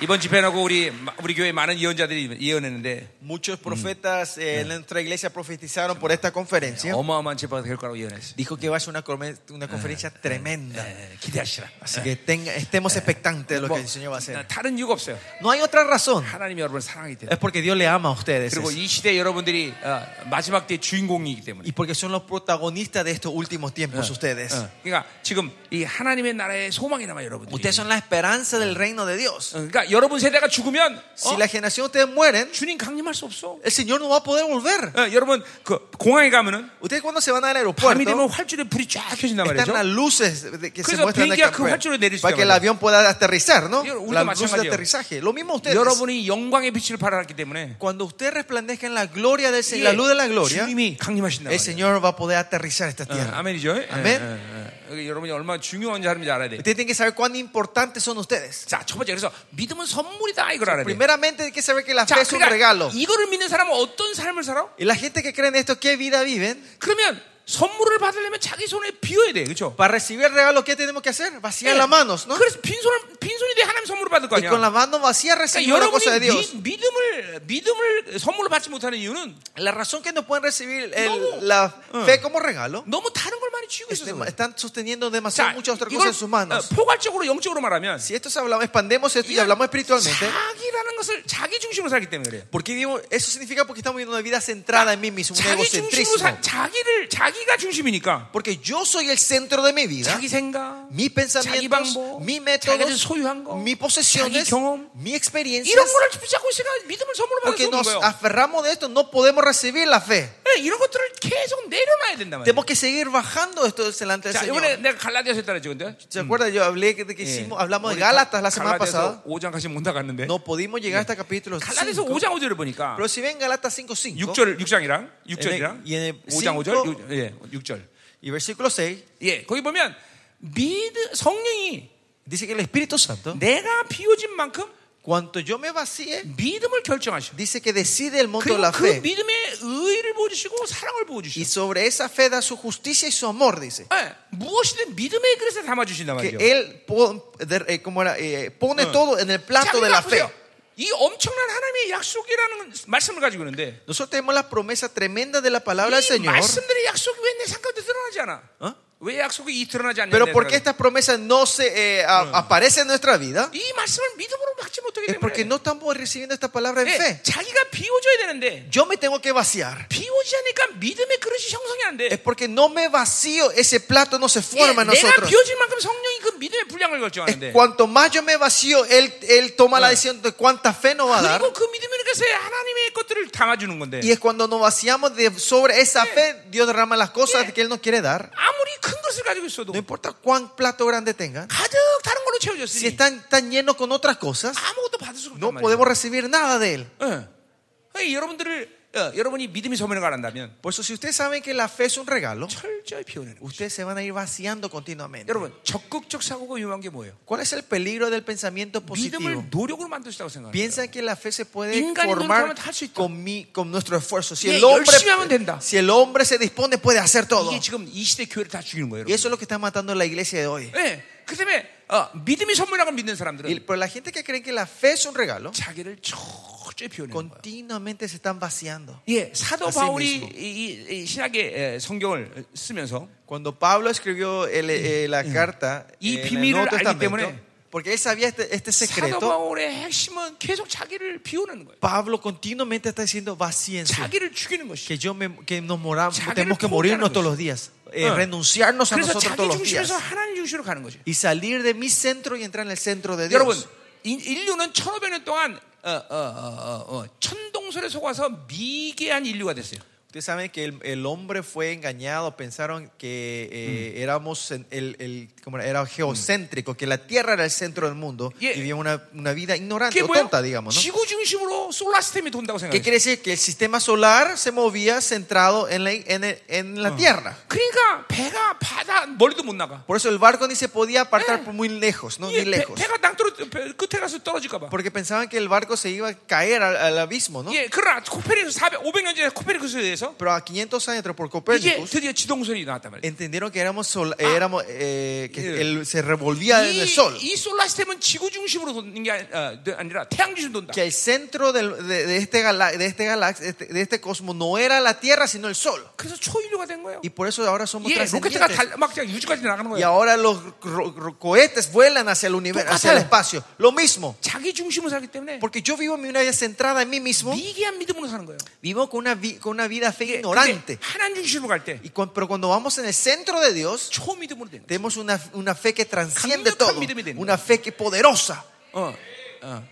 이번 집회하고 우리 우리 교회 많은 예언자들이 예언했는데 Muchos profetas eh, en nuestra iglesia profetizaron por esta conferencia. 어마어마한 집회가 될 거라고 예언했어. Dijo que va a ser una, come- una conferencia tremenda. 예, 기대하시라. Así que tenga- estemos expectantes de lo 뭐, que el Señor va a hacer. 다른 이유가 없어요. eh, No hay otra razón. 하나님이 여러분을 사랑하기 때문에. Es porque Dios le ama a ustedes. 그리고 이 시대 여러분들이 어, 마지막 때 주인공이기 때문에. Y porque son los protagonistas de estos últimos tiempos ustedes. 어, 그러니까 지금 이 하나님의 나라의 소망이 남아 여러분들. Ustedes son la esperanza del reino de Dios. 그러니까 여러분 세대가 죽으면 어, Si la generación de ustedes mueren, 주님 강림할 수 없어. 어, el Señor no va a poder volver. 여러분 그 공항에 가면은 Ustedes cuando se van al 밤이 되면 aeropuerto, 활주로 불이 쫙 켜진단 están 말이죠. las luces de- que se 그래서 muestran en el 비행기가 그 campo, 활주로 내릴 수 para que el 있단 avión pueda aterrizar, ¿no? Yo- 우리도 Las luces de 마찬가지예요. aterrizaje. Lo mismo ustedes. 여러분이 영광의 빛을 발하기 때문에 Cuando usted resplandezca en la gloria del 이게 Señor, la luz de la gloria, 주님이 강림하신다 el 말이에요. Señor va a poder aterrizar esta 어, tierra. 아멘이죠. 예, 아멘. 예, 예, 예. 여러분이 얼마나 중요한 사람인지 알아야 돼. Ustedes tienen que saber cuán importantes son ustedes. 자, 첫 번째 그래서 믿음은 선물이다 이걸 알아야 돼. Primeramente hay que saber que la 자, fe es un regalo. 그러니까 이거를 믿는 사람은 어떤 삶을 살아? Y la gente que cree en esto, ¿qué vida viven? 그러면 선물을 받으려면 자기 손에 비워야 돼, 그렇죠? Para recibir el regalo, ¿qué tenemos que hacer? Vaciar las manos, ¿no? 그래서 빈손 빈손이 돼 하나님 선물을 받을 거 Y 아니야. con las manos vacías 그러니까 recibimos la cosa de 여러분이 Dios. 미, 믿음을 믿음을 선물로 받지 못하는 이유는 La razón que no pueden recibir No. el- la fe como regalo 너무 다른 걸 많이 쥐고 Ah. es 있어서. dem- 그래. están sosteniendo demasiado 자, muchas otras 이걸 cosas en sus manos. 어, 포괄적으로 영적으로 말하면 Si esto se hablamos, expandemos esto y 이건 hablamos espiritualmente. 자기라는 것을 자기 중심으로 살기 때문에 그래요. Porque vivimos- eso significa porque estamos viviendo una vida centrada en mí mismo, un 자기 중심으로 egocentrismo. 살 자기를 자기가 중심이니까 Porque yo soy el centro de mi vida. 자기 생각, mis 자기 pensamientos, 방법, mis 자기가 지금 métodos, 소유한 거, mis 자기 posesiones, 경험 mis experiencias. 이런 거를 붙잡고 있으니까 믿음을 선물로 받을 수 Porque 없는 nos 거예요. aferramos de esto, no podemos recibir la fe. 예, 이런 것들을 계속 내려놔야 된단 말이에요. Tenemos que seguir bajando esto delante del 자, 이번에 Señor. 내가 갈라디아서 했다 그랬죠, 근데? 예. ¿Se acuerdan? Yo hablé de Eh, que hicimos, hablamos de Gálatas la semana pasada. 5장까지 못 나갔는데. No pudimos llegar hasta capítulo 갈라디아서 5. 5장 5절을 보니까 Pero si ven Gálatas 5.5 6절 6장이랑 6절이랑 얘네- 얘네 5장 5절 cinco- 6, 예, 6절. y versículo 6, 예, 거기 보면 믿 성령이 dice que el Espíritu Santo, 내가 비워진 만큼 cuanto yo me vacíe, 믿음을 결정하셔. dice que decide el mundo 그리고 la 그 fe. 믿음의 의를 보여주시고 사랑을 Y 보여주시오. sobre esa fe da su justicia y su amor, dice. 예, 무엇이든 믿음의 그릇에 담아주신단 que 말이죠. él pon- de- eh, como era, eh, pone todo en el 자, plato de 그러니까 la fe. 보세요. 이 엄청난 하나님의 약속이라는 말씀을 가지고 있는데 Nosotros tenemos la promesa tremenda de la palabra del 이 Señor. 말씀들의 약속이 왜 내 상가운데 드러나지 않아? 어? 왜 약속이 이 드러나지 않냐? Pero porque estas promesas no se eh, a- aparecen en nuestra vida, 이 말씀을 믿음으로 받지 못하기 es 때문에 porque no estamos recibiendo esta palabra en 예, fe. 자기가 비워줘야 되는데 Yo me tengo que vaciar. 비워지지 않으니까 믿음의 그릇이 형성이 안 돼. Es porque no me vacío, ese plato no se 예, forma en 내가 nosotros. 비워진 만큼 성령이 그 믿음의 분량을 Es 결정하는데 cuanto más yo me vacío, él, él toma la decisión de cuánta fe nos va a dar. 그리고 그 믿음의 그릇에 하나님의 것들을 담아주는 건데 Y es cuando nos vaciamos de, sobre esa fe, Dios derrama las cosas que Él nos quiere dar. 아무리 큰 것을 가지고 있어도 No importa cuán plato grande tengan. 가득 다른 걸로 si 채워졌으니 están tan llenos con otras cosas, 아무것도 받을 수가 no 없단 podemos 말이에요. recibir nada de Él. 예. 여러분들을 어, 여러분이 믿음이 소멸을 안 한다면 Por eso, si ustedes saben que la fe es un regalo, 철저히 비워내는 거예요. ustedes se van a ir vaciando continuamente. 여러분 적극적 사고가 위험한 게 뭐예요? ¿Cuál es el peligro del pensamiento positivo? 믿음을 노력으로 만드시다고 생각해요. Piensan que la fe se puede 인간이 formar 노력하면 할수 있다. con, mi- con nuestro esfuerzo. Si 예, el, hombre, 열심히 하면 된다. si el hombre se dispone, puede hacer todo. 이게 지금 이 시대 교회를 다 죽이는 거예요. Y eso es 여러분. lo que está matando la iglesia de hoy. 예, 그 때문에 어, 믿음이 선물이라고 믿는 사람들은 Y- pero la gente que cree que la fe es un regalo, 자기를 철저히 비워내는 거예요. continuamente se están vaciando. 예, 사도 자신 바울이 있고. 이, 이, 이 신학의 에, 성경을 쓰면서 Cuando Pablo escribió el- eh, la carta Y en el 비밀을 Nuevo 알기 Testamento, 때문에 porque él sabía este, este 사도 secreto, 바울의 핵심은 계속 자기를 비우는 거예요. Pablo continuamente está diciendo vaciencia. 자기를 죽이는 것이. Que, yo me- que nos moramos, 자기를 tenemos que 포기하는 morirnos 거죠. todos los días, eh, 어. renunciarnos a 그래서 nosotros 자기 todos los días 중심에서 하나님 중심으로 가는 거지. y salir de mi centro y entrar en el centro de 여러분, Dios. 인- 인류는 1500년 동안 어, 어, 어, 어, 어, 천동설에 속아서 미개한 인류가 됐어요. Ustedes saben que el, el hombre fue engañado, pensaron que eh, éramos en- el, el- ¿cómo era? era geocéntrico, que la tierra era el centro del mundo Yeah. y vivían una, una vida ignorante 그게 o 뭐예요? tonta, digamos. ¿no? 지구 중심으로 솔라 시스템이 돈다고 ¿Qué 생각해요. quiere decir? Que el sistema solar se movía centrado en la, en el- en la tierra. 그러니까 배가 바다 멀리도 못 나가. Por eso el barco ni se podía apartar Eh. por muy lejos, ¿no? 예, ni 배, lejos. 배가 땅으로 끝에 가서 떨어질까 봐. Porque pensaban que el barco se iba a caer al, al abismo, ¿no? 예, 그러나 코페르니쿠스 400, 500년 전에 코페르니쿠스에 의해서 Pero a 500 años por 이제 Copérnico 드디어 지동설이 나왔단 말이에요. entendieron que éramos, sol- éramos eh, que Yeah. el- se revolvía en el sol. 이, 이 솔라 시스템은 지구 중심으로 도는 게 아니- 어, 아니라 태양 중심 돈다. que el centro del- de, de este gala- de este galax- este- de este cosmos no era la Tierra sino el Sol 그래서 초인류가 된 거예요. y por eso ahora somos 예, 로켓가 trascendientes. 달, 막 그냥 유주까지 나가는 y 거예요. ahora los ro- ro- cohetes vuelan hacia el universo 똑같아요. hacia el espacio lo mismo 자기 중심으로 살기 때문에 porque yo vivo mi una vida centrada en mí mismo 미개한 믿음으로 사는 거예요. vivo con una, vi- con una vida fe 근데 ignorante 하나님 중심으로 갈 때 y cu- pero cuando vamos en el centro de Dios 초믿음으로 되는 거예요. tenemos una, una fe que transciende 강력한 todo 믿음이 되는 una fe que poderosa 어, 어.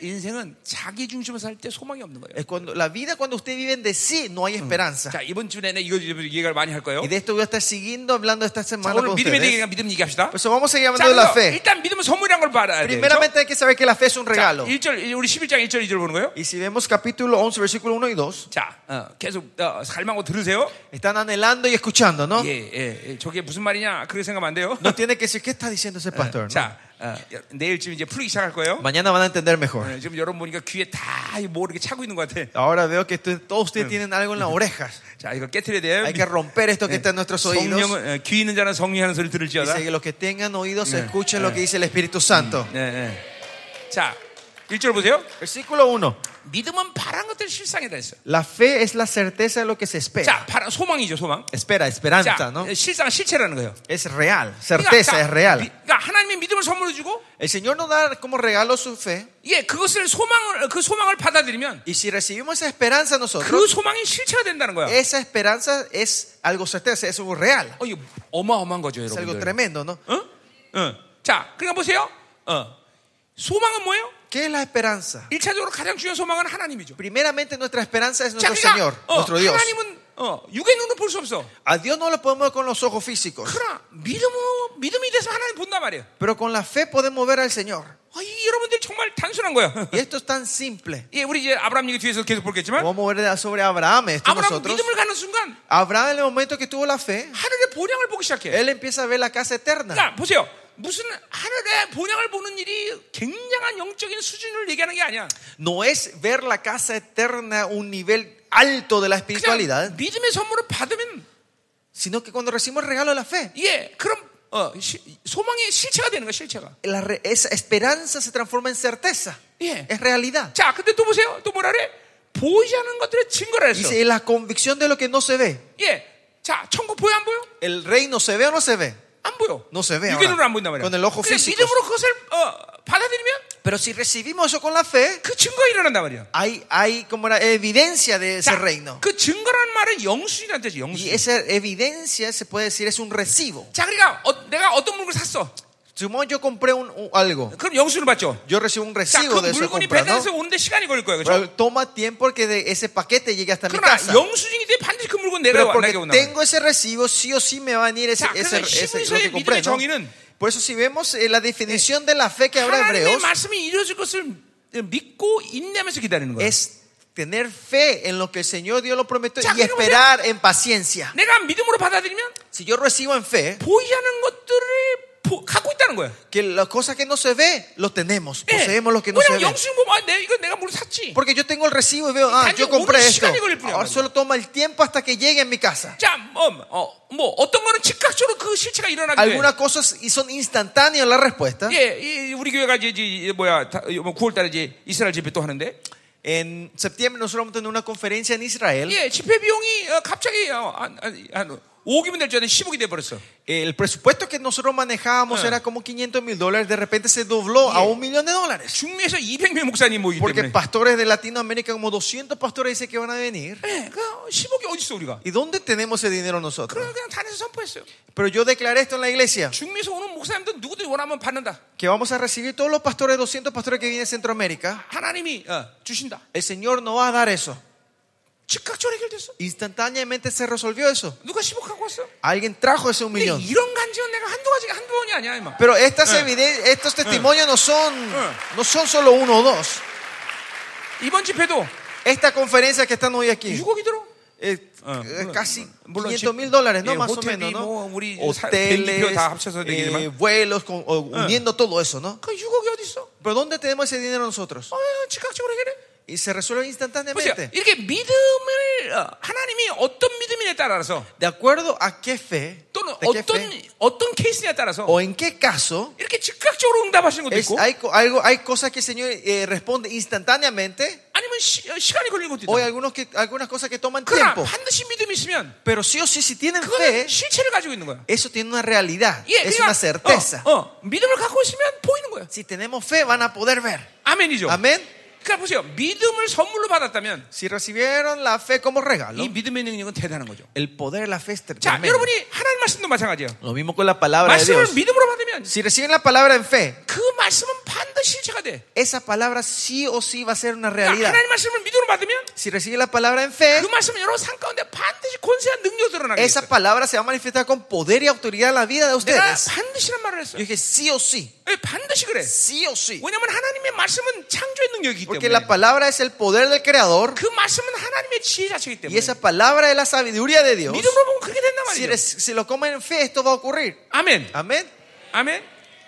인생은 자기 중심으로 살 때 소망이 없는 거예요. es cuando, la vida cuando usted vive en de sí no hay esperanza 자, 이번 주 내내 이거 이거 얘기를 많이 할 거예요. y de esto voy a estar siguiendo hablando esta 자, semana 오늘 con 믿음에 ustedes 대해 믿음 얘기합시다. Por eso vamos a seguir 자, hablando de la 그래서 fe. 일단 믿음은 선물이란 걸 알아야 돼요. 그렇죠? Primeramente hay que saber que la fe es un 자, regalo. 1절, 우리 11장 1절 2절 보는 거예요? Y si vemos capítulo 11, versículo 1 y 2, 자, 어, 계속 어, 갈망하고 들으세요. están anhelando y escuchando, ¿no? 예, 예, 예, 저게 무슨 말이냐? 그렇게 생각하면 안 돼요. No tiene que decir, ¿qué está diciendo ese pastor? no? 자, 어, 내일쯤 이제 풀기 시작할 거예요. Mañana van a entender mejor. 어, 지금 여러분 보니까 귀에 다뭐 이렇게 차고 있는 것 같아. Ahora veo que usted- todos ustedes tienen algo en las orejas. 자, 이거 깨트려야 돼요. Hay que romper esto que Em. está en nuestros oídos. 성령은 어, 귀 있는 자는 성령이 하는 소리 들을지어다. Dice que los que tengan oídos escuchen lo que dice el Espíritu Santo. 예, 예. 자, 1절 보세요. Versículo 1. 믿음은 바란 것들 실상이다 했어요. La fe es la certeza de lo que se espera. 자, 바라, 소망이죠, 소망. 자, Espera, 예, 그러니까 esperanza, ¿no? 실상 실체라는 거예요. Es real, 자, certeza es 미- real. 그러니까 하나님의 믿음을 선물로 주고 El Señor nos da como regalo su fe. 예, 그것을 소망을 그 소망을 받아들이면 Y si recibimos esa esperanza nosotros, 그 소망이 실체가 된다는 거야. esa esperanza es algo certeza, es algo real, 어, 이거 어마어마한 거죠, es algo 여러분들. tremendo, ¿no? 응? 응. 자, 그러니까 보세요. 어. 소망은 뭐예요? ¿Qué es la esperanza? 1차적으로 가장 중요한 소망은 하나님이죠. Primeramente nuestra esperanza es 자, nuestro 그러니까 어, Señor, 어, nuestro Dios. 하나님은 어, 육의 눈으로 볼 수 없어. A Dios no lo podemos ver con los ojos físicos, 그러나 믿음으로 믿음이 돼서 하나님 본단 말이에요. pero con la fe podemos ver al Señor. 어, 이 여러분들 정말 단순한 거야. Y esto es tan simple. 예, 우리 이제 아브라함 얘기 뒤에서 계속 볼겠지만 Vamos a ver sobre Abraham esto 아브라함 nosotros. 믿음을 가는 순간 Abraham en el momento que tuvo la fe, 하늘의 본향을 보기 시작해. él empieza a ver la casa eterna. 그러니까 보세요. 무슨 하늘의 본향을 보는 일이 굉장한 영적인 수준을 얘기하는 게 아니야. No es ver la casa eterna un nivel alto de la 그냥 espiritualidad, 믿음의 선물을 받으면 sino que cuando recibimos el regalo de la fe, 예, 그럼 어, 시- 소망의 실체가 되는 거야, 실체가. la re- esa esperanza se transforma en certeza. Yeah. Es realidad. 자, 근데 또 보세요. 또 뭐라 그래? 보이지 않는 것들의 증거라 했어. Dice, la convicción de lo que no se ve. 예. 자, 천국 보여 안 보여? ¿El reino se ve o no se ve? 안 보여. No se ve 육의 ahora. 눈으로 안 보인단 말이야. Con el ojo 근데 físico. 믿음으로 그것을 어, 받아들이면 Pero si recibimos eso con la fe, 그 증거가 일어난단 말이야. hay, hay como una evidencia de ese 자, reino. 그 증거라는 말은 영수이란 뜻이 영수. Y esa evidencia se puede decir es un recibo. 자, 그러니까 어, 내가 어떤 물건을 샀어. Supongo yo compré un, un- algo. 그럼 영수를 받죠. Yo recibo 자, un 그 recibo de esa 물건이 compra, ¿no? 배달해서 오는데 시간이 걸릴 거야, 그렇죠? Pero toma tiempo que de ese paquete llegue hasta mi 그러나 casa. 영수증이 때 반드시 그 물건 내가 Pero 와- porque 내게 온다. tengo ese recibo, sí o sí me va a venir ese, 자, ese, 그래서 ese- lo 히브리서의 que compré. 믿음의 ¿no? 정의는 Por eso si vemos eh, la definición de la fe que habla 하나님의 Hebreos 말씀이 이루어질 것을 믿고 인내하면서 기다리는 거야. es tener fe en lo que el Señor Dios lo prometió Ya, y pero- esperar en paciencia. 내가 믿음으로 받아들이면 Si yo recibo en fe, 보이지 않은 것들을 보- 갖고 있다는 거야. Que las cosas que no se ve, lo tenemos. 예. Poseemos lo que no se 왜냐면 ve. 영수증 보면 아, 내, 이거 내가 뭘 샀지. Porque yo tengo el recibo y veo, ah, Tanto yo compré unos esto. 시간이 걸릴 뿐이야, Ahora 말이야. solo toma el tiempo hasta que llegue en mi casa. 자, 뭐, 어, 뭐 어떤 거는 즉각적으로 그 실체가 일어나게 돼. Algunas cosas y son instantáneas las respuestas. 예, 이- 우리 교회가 이제, 이제 뭐야, 다- 뭐 9월달에 이제 이스라엘 집회 또 하는데, En septiembre nosotros vamos a tener una conferencia en Israel. 예, 집회 비용이 어, 갑자기 어, 한, 한, 한 5억이면 될 줄알았는 10억이 돼 버렸어. El presupuesto que nosotros manejábamos Ah. era como 500 mil dólares, de repente se dobló a un millón de dólares. 중미에서 200명 목사님 모이기 Porque 때문에. pastores de Latinoamérica, como 200 pastores dicen que van a venir. 예, 그 10억이 어디 있어 우리가? ¿Y dónde tenemos ese dinero nosotros? 그래 그냥 단에서 선포했어요. Pero yo declaré esto en la iglesia, 중미에서 오는 목사님들 누구든 원하면 받는다. que vamos a recibir todos los pastores, 200 pastores que vienen de Centroamérica. 하나님이 어, 주신다. El Señor no va a dar eso. 즉각적으로 해결됐어. Instantáneamente se resolvió eso. 누가 10억 갖고 왔어? Alguien trajo ese un 근데 millón. 이런 간지는 내가 한두 가지가 한두 번이 아니야, 이마. Pero estas Eh. eviden- estos testimonios no son, no son solo uno o dos. 이번 집회도 Esta conferencia que están hoy aquí, 6억이 들어. eh, Ah, eh, bueno, casi bueno, 500 mil sí. dólares, ¿no? Eh, Más o hotel menos, y ¿no? mo- muri- sa- Hoteles, peligro da 합쳐서 되겠지만. eh, vuelos, con- o Eh. uniendo todo eso, ¿no? 그 6억이 어디 있어? Pero ¿dónde tenemos ese dinero nosotros? 어, 즉각적으로 해결해. Y se resuelve 보세요. instantáneamente. 이렇게 믿음을 어, 하나님이 어떤 믿음이냐에 따라서 De acuerdo a qué fe, 또는 de qué 어떤 fe 어떤 케이스냐에 따라서 o en qué caso, 이렇게 즉각적으로 응답하시는 것도 es- 있고 hay, co- algo, hay cosas que el Señor eh, responde instantáneamente. 아니면 시, 어, 시간이 걸리는 것도 Hoy 있다. algunos que, algunas cosas que toman 그러나 tiempo. 반드시 믿음이 있으면 Pero sí o sí, si tienen fe, 그거는 실체를 가지고 있는 거야. eso tiene una realidad, 예, es 그러니까, una certeza. 어, 어, 믿음을 갖고 있으면 보이는 거야. Si tenemos fe, van a poder ver. 아멘이죠. Amén. 그러니까 보세요. 믿음을 선물로 받았다면 Si recibieron la fe como regalo, 이 믿음의 능력은 대단한 거죠. el poder de la fe es 자, tremendo. 여러분이 하나님 말씀도 마찬가지예요. Lo mismo con la palabra de 말씀을 Dios. 믿음으로 받으면 Si reciben la palabra en fe, 그 말씀은 반드시 실체가 돼. esa palabra sí o sí va a ser una 그러니까 realidad. 하나님 말씀을 믿음으로 받으면 Si reciben la palabra en fe, 그 말씀은 여러분 삶 가운데 반드시 권세한 능력이 드러나게 esa 있어요. palabra se va a manifestar con poder y autoridad en la vida de 내가 ustedes. 반드시란 말을 Yo 했어요. dije sí o sí, 예, 반드시 그래. sí o sí. 왜냐면 하나님의 말씀은 창조의 능력이기 Porque 때문에 la palabra es el poder del Creador 그 말씀은 하나님의 지혜 자체이기 y 때문에 esa palabra es la sabiduría de Dios. 믿음으로 보면 그렇게 된단 Si, 말이죠. eres- si lo comen en fe, esto va a ocurrir. 아멘. Amén. 아멘.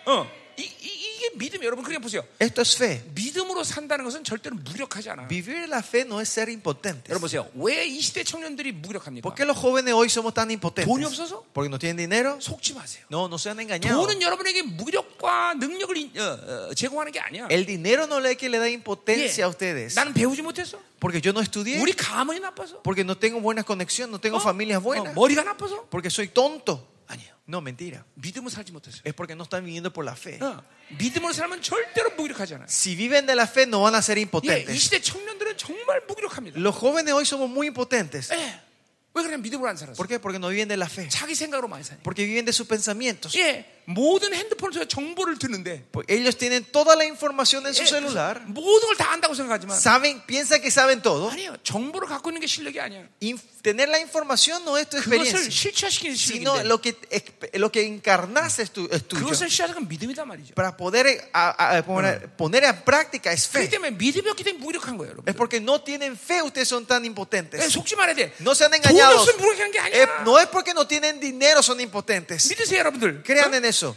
어. 이, 이, 이게 믿음 여러분 그게 보세요. Esto es fe. 믿음으로 산다는 것은 절대로 무력하지 않아. Vivir la fe no es ser impotentes. 여러분 보세요. 왜 이 시대 청년들이 무력합니까? ¿Por qué los jóvenes hoy somos tan impotentes? ¿돈이 없어서? Porque no tienen dinero. 속지 마세요. No, no sean engañados. 돈은 여러분에게 무력과 능력을 인- 어, 어, 제공하는 게 아니야. El dinero no es que le da impotencia 예. a ustedes. 나는 배우지 못했어. Porque yo no estudié. 우리 가문이 나빠서. Porque no tengo buenas conexiones, no tengo 예. 어? familias 어, buenas. 머리가 나빠서. Porque soy tonto. 아니에요. No, mentira. 믿음을 살지 못했어요. Es porque no están viviendo por la fe. 어, 믿음으로 살면 절대로 무기력하지 않아요. Si viven de la fe, no van a ser 예, 이 impotentes. 시대 예. 청년들은 정말 무기력합니다. Los jóvenes hoy somos muy impotentes. 예. 왜 그래 믿음으로 안 살았어? ¿Por qué? Porque no viven de la fe. 자기 생각으로 많이 사니까. Porque viven de sus pensamientos. 예. 모든 핸드폰을 통해서 정보를 듣는데 Pues Ellos tienen toda la información en 예, su eh, celular. 모든 걸 다 안다고 생각하지만 Saben, piensan que saben todo. 아니에요. 정보를 갖고 있는 게 실력이 아니야. Inf- tener la información no es tu 그것을 experiencia, 실체화시키는 sino 실력인데 lo que, exp- lo que encarnas es, tu, es tuyo. 그것을 실체화시키는 믿음이다 말이죠. Para poder eh, a- a- poner, poner en práctica es 그렇기 fe. 때문에 믿음이 없기 때문에 무기력한 거예요, Es 여러분. porque no tienen fe, ustedes son tan 예, impotentes. 속지 말아야 돼. No sean 돈 engañados. 없으면 무기력한 게 Eh, 아니야. no es porque no tienen dinero, son impotentes. 믿으세요, 여러분들. Crean 어? en eso. 어,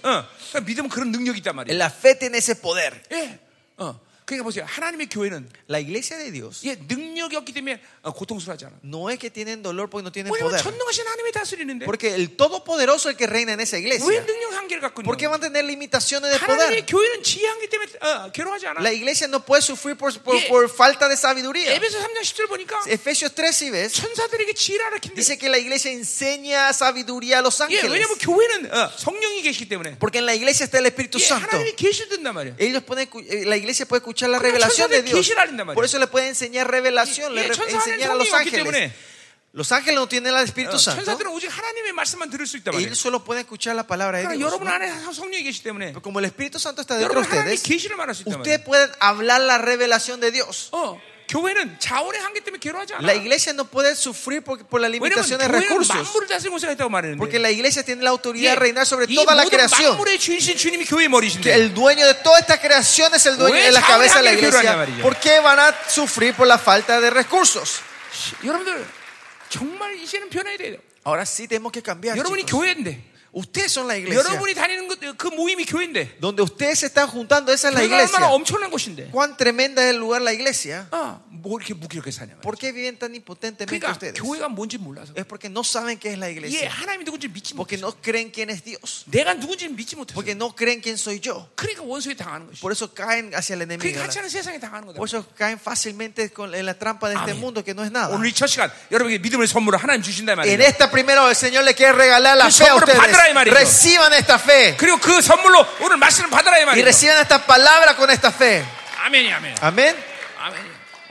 그러니까 믿음은 그런 능력이 있단 말이에요. La fe tiene ese poder. 예. 어. 그러니까 보세요. 하나님의 교회는 La iglesia de Dios 예, 능력이 없기 때문에 어, 고통스러워하지 않아. no es que tienen dolor porque no tienen 왜냐면 poder. 전능하신 하나님이 다스리는데 Porque el Todopoderoso es el que reina en esa 왜 iglesia. 능력 한계를 갖고 ¿Por qué 있는 van a tener limitaciones de 하나님의 poder? 교회는 지혜 한계 때문에 어, 괴로워하지 않아. La iglesia no puede sufrir por, por- Yeah. por falta de sabiduría. 에베소 3장 10절 보니까 Efesios 3 si ves, 천사들에게 지혜를 알았긴데 dice que la iglesia enseña sabiduría a los 예, 왜냐면 ángeles. 교회는 어, 성령이 계시기 때문에 Porque en la iglesia está el Espíritu 예, Santo. 하나님이 계시를 듣단 말이에요. Ellos pueden, escu- eh, la iglesia puede escuchar la Porque revelación de 천사들 Dios. 계시를 알린단 말이야. Por eso le puede enseñar revelación, 예, le re- 천사 안에 enseñar a los 성령이 없기 ángeles. 때문에 Los ángeles Ah, no tienen el 어, Espíritu Santo. 천사들은 오직 하나님의 말씀만 들을 수 있단 예, 말이에요. Ellos solo pueden escuchar la palabra de 그러니까 Dios. 여러분 ¿no? 안에 성령이 계시기 때문에 Pero Como el Espíritu Santo está dentro 여러분 de 하나님의 ustedes, 계시를 말할 수 있단 ustedes 말이에요. pueden hablar la revelación de Dios. 어, 교회는 자원의 한계 때문에 괴로워하지 않아. La iglesia no puede sufrir por, por la 왜냐면 limitación de 교회는 recursos. 만물을 다스리고 있다고 말했는데. Porque la iglesia tiene la autoridad 예, de reinar sobre 이 toda la 모든 creación. 만물의 주인이신 주님이 교회의 Que 머리신데. el dueño de toda esta creación es el dueño Oye, de la ¿saben cabeza de la a qué lloran, iglesia. amarillo? ¿Por qué van a sufrir por la falta de recursos? 여러분들 정말 이제는 변해야 돼요. Ahora sí tenemos que cambiar. 여러분이 chicos. 교회인데 Ustedes son la iglesia. 여러분이 다니는 그, 그 모임이 교회인데 Donde ustedes se están juntando, esa es la 교회가 iglesia. 얼마나 엄청난 곳인데 Cuán tremenda es el lugar la iglesia. 아, 뭐 이렇게 무기력하게 사냐 말이야. ¿Por qué viven tan impotentemente 그러니까 ustedes? 교회가 뭔지 몰라서 Es porque no saben qué es la 예, iglesia. 하나님이 누군지 믿지 못해 Porque no creen quién es Dios. 내가 누군지 믿지 못해서 Porque no creen quién soy yo. 그러니까 원수에 당하는 것이 Por eso caen hacia el enemigo. 그러니까 같이 하는 세상에 당하는 거다 Por eso caen fácilmente con- en la trampa de este Amén. mundo que no es nada. 오늘 이 첫 시간 여러분에게 믿음의 선물을 하나님 주신다 En 말이에요 esta primera el Señor le quiere regalar la 그 fe a 선물을 받으라, 이 말이죠. ustedes. Reciban esta fe. 그리고 그 선물로 오늘 말씀을 받아라 이 Y 말이에요 reciban esta palabra con esta fe. 아멘이 아멘 Amén. 아멘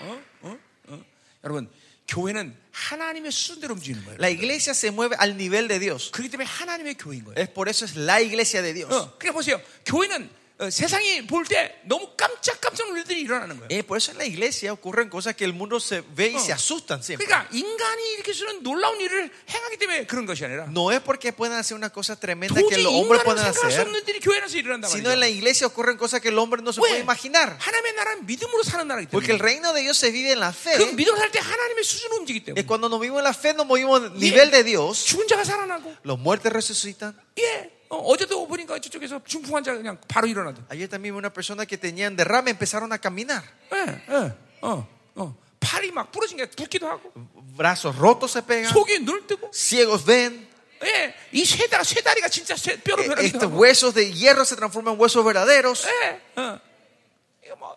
어? 어? 어? 여러분 교회는 하나님의 순대로 움직이는 거예요 La iglesia se mueve al nivel de Dios. 그렇기 때문에 하나님의 교회인 거예요 Es por eso es la iglesia de Dios. 어, 그래 보세요. 교회는 어, 세상이 볼 때 너무 깜짝깜짝 놀랄 일이 일어나는 거예요. Eh, por eso en la iglesia ocurren cosas que el mundo se ve y se asustan siempre. 그러니까 인간이 이렇게 쓰는 놀라운 일을 행하기 때문에 그런 것이 아니라 No es porque puedan hacer una cosa tremenda que 도저히 los hombres 인간은 pueden 생각할 수 hacer, 없는 일이 교회 안에서 일어난다 sino 말이죠. en la iglesia ocurren cosas que el hombre no se puede 왜? imaginar. 하나님의 나라는 믿음으로 사는 나라이기 Porque el 때문에 reino de Dios se vive en la 그 fe. 믿음으로 살 때 하나님의 수준으로 움직이기 Y 때문에 cuando nos vivimos en la fe, nos movimos al 예, nivel de Dios. 죽은 자가 살아나고 Los muertos resucitan. 예 어, 어제도 보니까 저쪽에서 중풍 환자 그냥 바로 일어나도 Ayer también vi una persona que tenían derrame empezaron a caminar. 예, 예예어어 팔이 막 부러진 게 붓기도 하고 Brazos rotos se pegan, 속이 눈 뜨고 ciegos ven. 예이 쇠다가 쇠다리가 진짜 쇠, 뼈로 Eh, 변하기도 Estos 하고 huesos de hierro se transforman en huesos verdaderos. 예, 어. 이거 뭐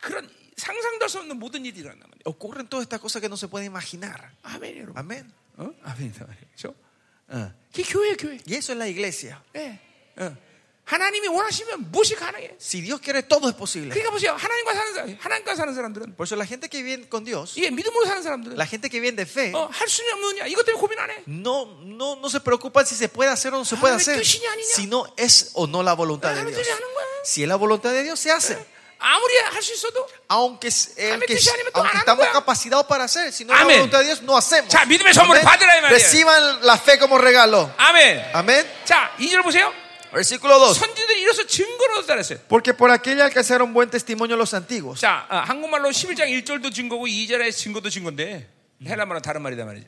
그런 상상도 할 수 없는 모든 일이 일어난단 말이에요. Ocurren todas estas cosas que no se pueden imaginar. 아멘 여러분. Amén. 어? 아멘이다 말이에요. 그렇죠? 어. 그게 교회예요, 교회. Y eso es la iglesia. 예. 어. 하나님이 원하시면 무엇이 가능해. Si Dios quiere, todo es posible. 그러니까 보세요. 하나님과 사는 사람, 하나님과 사는 사람들은 Por eso la gente que viene con Dios, 이게 믿음으로 사는 사람들은 la gente que viene de fe, 어, 할 수는 없느냐. 이것 때문에 고민 안 해. no, no, no se preocupan si se puede hacer o no se puede Ah, ¿me hacer, estoy señalando? sino es o no la voluntad de Ah, ¿me Dios. estoy señalando? Si es la voluntad de Dios, se hace. 아무리 할 수 있어도 Aunque, es- ¿me aunque, estoy señalando? aunque Ah, estamos ¿no? capacitados para hacer, si no es la Amén. voluntad de Dios, no hacemos. 자, 믿음의 선물을 Amén. 받으라 이 말이에요. Reciban la fe como regalo. 아멘. Amén. 자, 2절 보세요. Versículo 어. 2. 선지들이 이로써 증거를 얻었다 그랬어요. Porque por aquella alcanzaron buen testimonio los antiguos. 자, 어, 한국말로 11장 1절도 증거고 2절의 증거도 증거인데 헬라말은 다른 말이다 말이죠.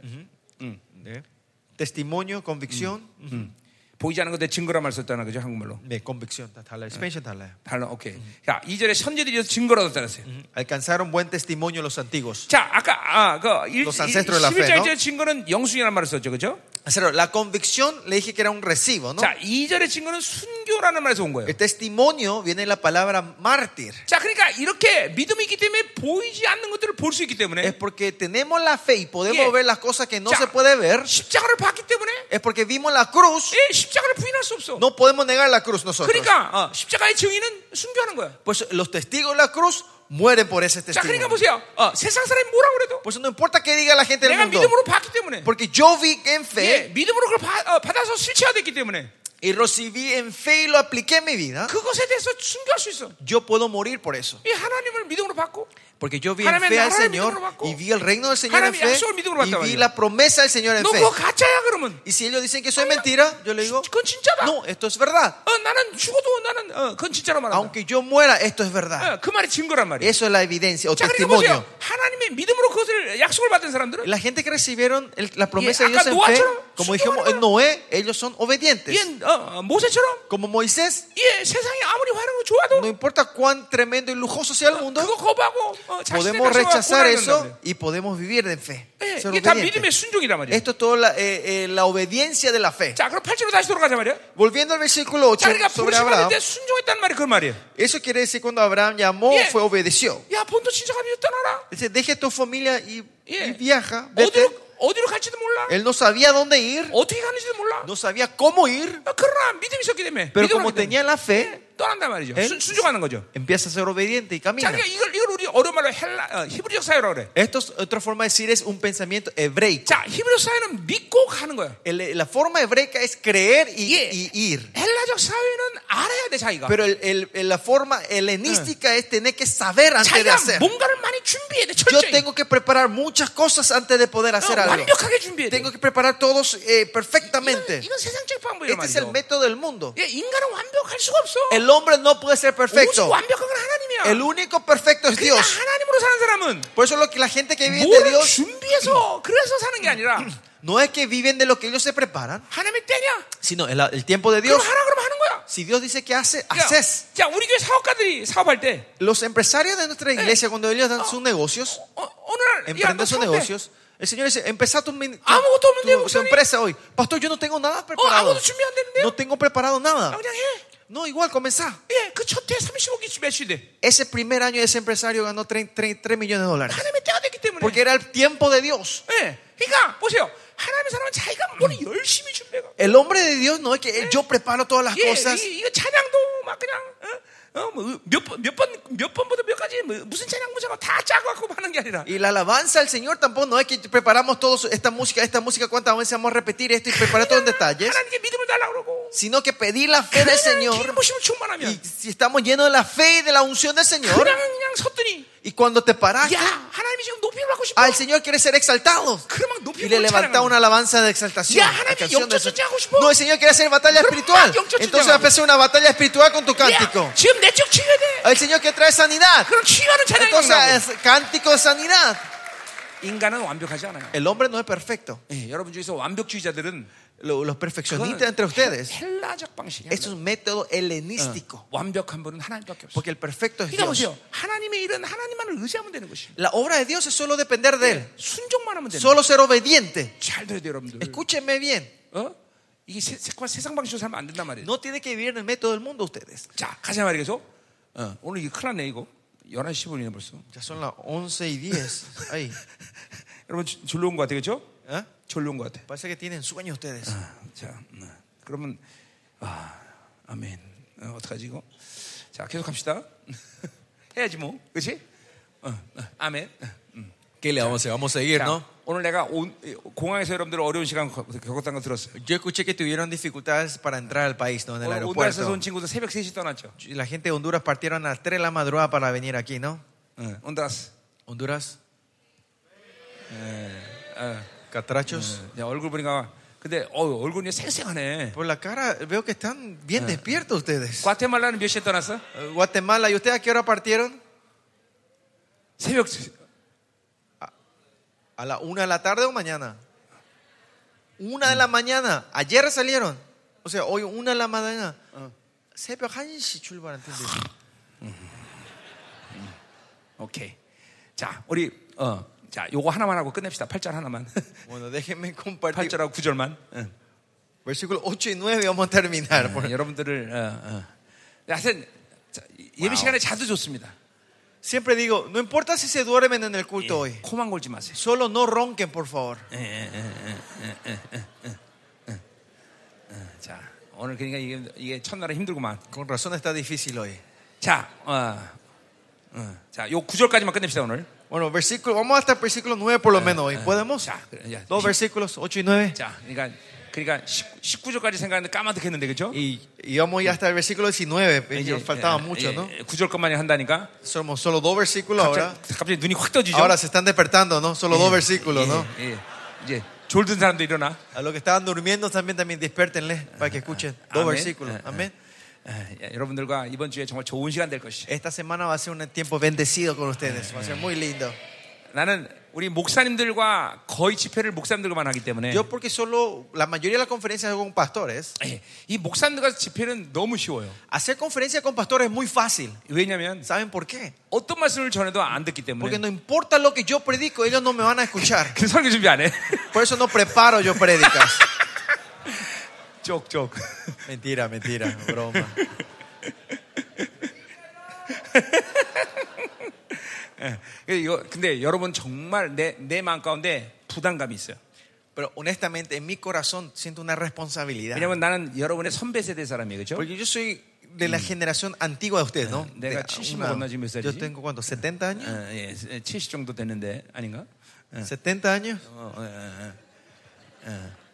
Testimonio, convicción. 보이지 않은 것에 증거란 말 썼잖아. 그죠? 한국말로. 네, convicción. 다 달라요. Expansion 달라요. 달라. 오케이. 자, 2절에 선제들이 증거를 얻었다랬어요. Alcanzaron buen testimonio los antiguos. 자, 아까 아, 그 일- 일- Los ancestros de la fe, 11절에 no? 증거는 영순이라는 말을 썼죠. 그죠? Pero La convicción le dije que era un recibo, ¿no? 자, 2절의 증거는 순교라는 말에서 온 거예요. El testimonio viene de la palabra mártir. 자, 그러니까 이렇게 믿음이 있기 때문에 보이지 않는 것들을 볼 수 있기 Es 때문에 porque tenemos la fe y podemos Yeah. ver las cosas que no Ya. se puede ver. 십자가를 봤기 때문에 Es porque vimos la cruz. 예, 십자가를 부인할 수 없어. No podemos negar la cruz nosotros. Ah, 그러니까 어, 십자가의 증인은 순교하는 거야. Pues los testigos de la cruz mueren por ese 자, 그러니까 testimonio. 보세요. 어, 세상 사람이 뭐라 그래도 Por eso no importa qué diga la gente del 내가 mundo. 믿음으로 봤기 때문에 Porque yo vi en 예, fe 믿음으로 그걸 받- 어, 받아서 실체화됐기 때문에 y recibí en fe y lo apliqué en mi vida. 그것에 대해서 순교할 수 있어. Yo puedo morir por eso. 이 하나님을 믿음으로 받고 Porque yo vi en 하나님의 fe al 나라를 Señor 믿음으로 받고, y vi el reino del Señor en 하나님의 fe 약속을 믿음으로 y 받단 vi 말이야. la promesa del Señor en 너 fe. 그거 가짜야 그러면 Y si ellos dicen que eso es mentira, yo le digo, 그건 진짜다. no, esto es verdad. 어, 나는 죽어도 나는 어, 그건 진짜로 말한다. Aunque yo muera, esto es verdad. 어, 그 말이 증거란 말이야. Eso es la evidencia o 자, 그러니까 testimonio. 보세요. 하나님의 믿음으로 그것을 약속을 받은 사람들은 La gente que recibieron el- la promesa Y de Dios acá en fe, Noa처럼 como dijimos en 순종하는 Noé, ellos son obedientes. 예, 어, 어, 모세처럼 Como Moisés, 예, 세상이 아무리 화려하고 좋아도 no importa cuán tremendo y lujoso sea el mundo, 그거 거부하고 어, 자신의 podemos rechazar eso 고 y podemos vivir en fe. 예, ser 이게 다 obedientes. 믿음의 순종이란 말이야. Esto es toda la, eh, eh, la obediencia de la fe. 자, 그럼 8절로 다시 돌아가자 말이야. Volviendo al versículo 8 자, 그러니까 sobre 부르심 받을 Abraham, 때 순종했단 말이 그런 말이야. eso quiere decir cuando Abraham llamó, Yeah. fue obedeció. 야, 본토 친척 아비도 떠나라. Dice, deje tu familia y, Yeah. y viaja. vete". 어디로 어디로 갈지도 몰라. Él no sabía dónde ir, 어떻게 가는지도 몰라. no sabía cómo ir, 어, 그러나 믿음이 있었기 때문에 pero 믿음을 como 하기 tenía la fe, 때문에 떠난단 말이죠. 에? 순, 순종하는 거죠. empieza a ser obediente y 자, camina. 그러니까 이걸 이걸 우리 어려운 말로 헬라 어, 히브리적 사회라고 그래. Esto es otra forma de decir es un pensamiento hebraico. 자, 히브리적 사회는 믿고 가는 거야. El- la forma hebreica es creer y, Yeah. y ir. 헬라적 사회는 알아야 돼 자기가. Pero el- el- el- la forma helenística es tener que saber antes de 자기가 hacer. 뭔가를 많이 준비해야 돼 Yo 철저히. tengo que preparar muchas cosas antes de poder hacer 어, algo. 완벽하게 준비해야 돼. Tengo que preparar todos eh, 이건, perfectamente. 이건 세상적 방법이란 Este es el 말이죠. método del mundo. 예, 인간은 완벽할 수가 없어. El hombre no puede ser 오직 perfecto. 완벽한 건 하나님이야. El único perfecto es 그러니까 Dios. 하나님으로 사는 사람은 Por eso lo que la gente que vive de 뭐를 Dios 준비해서 그래서 사는 게 아니라 No es que viven de lo que ellos se preparan, 하나님의 때냐? sino el, el tiempo de 그럼 Dios. 하라 그러면 하는 거야. Si Dios dice que hace, 그러니까, haces. 자, 우리 교회 사업가들이 사업할 때 Los empresarios de nuestra iglesia, cuando ellos dan sus negocios, 어, 어느 날 야, 너 emprenden sus 사업해. negocios, el Señor dice, empezá tu, min- tu- 아무것도 없는데, tu- tu 목사님. empresa hoy. Pastor, yo no tengo nada preparado. 아무것도 준비 안 됐는데요? No tengo preparado 아, nada. 그냥 해. No, igual, comenzá. 예, 그첫해 35기 몇시 돼. Ese primer año ese empresario ganó 3, millones de dólares. 하나님의 때가 됐기 때문에. Porque era el tiempo de Dios. 예, 그러니까 보세요. 하나님의 사람은 자기가 뭘 열심히 준비해가. El hombre de Dios no es que él, yo preparo todas las 예, cosas. 이, 이거 찬양도 막 그냥 어? 뭐, 어몇번몇번몇 번부터 몇 가지 뭐, 무슨 찬양 무자고 다 짜고 갖고 하는 게 아니라 Y la alabanza al Señor tampoco no es que preparamos todos esta música, esta música, cuántas veces vamos a repetir esto y preparar todos en detalles. 하나님께 믿음을 달라 그러고 Sino que pedir la fe del 그냥 Señor. 기름부심을 Y 충만하면 si estamos llenos de la fe y de la unción del Señor, 그냥 그냥 섰더니 y cuando te 야 paraste, 하나님이 지금 높임을 받고 싶어. al Señor quiere ser exaltado. 그럼 아, 막 Y 높임을 le levanta 찬양하는 una 거야. alabanza de exaltación. Ya, 하나님이 canción de 영적 전쟁하고 exaltación. 싶어. No, el Señor quiere hacer batalla espiritual. 막 영적 Entonces va a hacer una batalla espiritual con tu cántico. 야, 지금 내적 치유해야 돼. El Señor quiere traer sanidad. 그럼 치유하는 찬양이 Entonces 나오고. es cántico de sanidad. 인간은 완벽하지 않아요. El hombre no es perfecto. 예, 여러분 중에서 완벽주의자들은 Lo- Los perfeccionistas entre ustedes. 헬라적 방식이야. Es un método helenístico. 완벽한 분은 하나님밖에 없어. Porque el perfecto es 그러니까 Dios. 보세요. 하나님의 일은 하나님만을 의지하면 되는 것이. La obra de Dios es solo depender de Él. 순종만 하면 되는 거예요. Solo ser obediente. 잘 들어야 돼요, Mm. 여러분들. Escúchenme bien. 어? 이게 세, 세, 세상 방식으로 살면 안 된단 말이에요. No tiene que vivir en el método del mundo ustedes. 자, 가자 말이에요. 그래서, 어, 오늘 이게 큰일 났네, 이거. 11시 15분이네 벌써. Ya son las 11 y 10. Ahí. 여러분 주- 졸려 온것 같아요. 그렇죠? ¿Eh? 졸려 온것 같아. Parece que tienen sueño ustedes. 자, 음, 그러면 아, 아멘. 어, 어떡하지 이거? 자, 계속 합시다. 해야지 뭐. 그렇지? 어, 어, 아멘. 음. ¿Qué le vamos a hacer? Vamos a seguir, 자, ¿no? 오늘 내가 온- 공항에서 여러분들 어려운 시간 겪- 겪었다는 거 들었어요. Yo escuché que tuvieron dificultades para entrar al país, ¿no? En el 오늘 온다에서 aeropuerto. 온 친구들 새벽 3시 떠났죠. Y La gente de Honduras partieron a las 3 de la madrugada para venir aquí, ¿no? 응, 네, 온다스. Honduras, 어, Eh, ah, catrachos. 야, 얼굴 보니까 근데 어, 얼굴이 생생하네. Por la cara veo que están bien despiertos ustedes. 과테말라는 몇 시에 떠났어? Eh, Guatemala, ¿y ustedes a qué hora partieron? 새벽 ¿A la una de la tarde o mañana? Una de la mañana. Ayer salieron. O sea, hoy una de la mañana. 새벽 1시 출발 안 텐데. 오케이. 자, 우리 어, 자, 요거 하나만 하고 끝냅시다. 8절 하나만. Bueno, déjenme compartir. 8절하고 9절만. Versículo 8 y 9 vamos a terminar. Ah. por- 여러분들을 어, 어. 하여튼 자, 예배 시간에 자도 좋습니다. Siempre digo, no importa si se duermen en el culto hoy. 코만 골지 마세요. Solo no ronquen, por favor. 자, 오늘 그러니까 이게, 이게 첫날에 힘들구만. Con razón está difícil hoy. 자, 어, 어, 자, 요 9절까지만 끝냅시다 오늘. Bueno, versículo, vamos hasta el versículo 9 por lo menos hoy. ¿Podemos? 자, 그래, 야, Dos versículos, 8 y 9. 자, 그러니까 그러니까 19, 절까지 생각하는데 까마득했는데 그죠? Y, y vamos ya hasta el versículo 19. eh, 이제, nos faltaba 예, mucho, ¿no? 예, 구절 것만이 한다니까 Somos solo dos versículos ahora. 갑자기, 갑자기 눈이 확 떠지죠. Ahora se están despertando, ¿no? Solo dos versículos, 예, ¿no? 예. 이제 졸든 사람도 일어나. eh, A los que estaban durmiendo también, también despiértenles para que escuchen. Dos Amén. versículos. Ah, Amén. 예, 예, 여러분들과 이번 주에 정말 좋은 시간 될 것이. Esta semana va a ser un tiempo bendecido con ustedes. Va a ser muy lindo. 나는 우리 목사님들과 거의 집회를 목사님들과만 하기 때문에 Yo porque solo la mayoría de las conferencias hago con pastores. 예, 이 목사님들과 집회는 너무 쉬워요. Hacer conferencias con pastores es muy fácil. 왜냐하면 ¿Saben por qué? 어떤 말씀을 전해도 안 듣기 Porque 때문에. no importa lo que yo predico, ellos no me van a escuchar. 그 설교 준비 안 해. Por eso no preparo yo prédicas. 쪽쪽. Mentira, mentira, broma. 이거 근데 여러분 정말 내 내 마음 가운데 부담감이 있어요. Pero honestamente, en mi corazón siento una responsabilidad. 왜냐면 나는 여러분의 선배 세대 사람이에요, 그렇죠? Porque yo soy de la generación antigua de ustedes, ¿no? 내가 70 먹었나, 지금 몇 yo 살이지? tengo cuánto, 70 años. 예, 70 정도 됐는데 아닌가? 70 años. 어, 어, 어, 어. 어.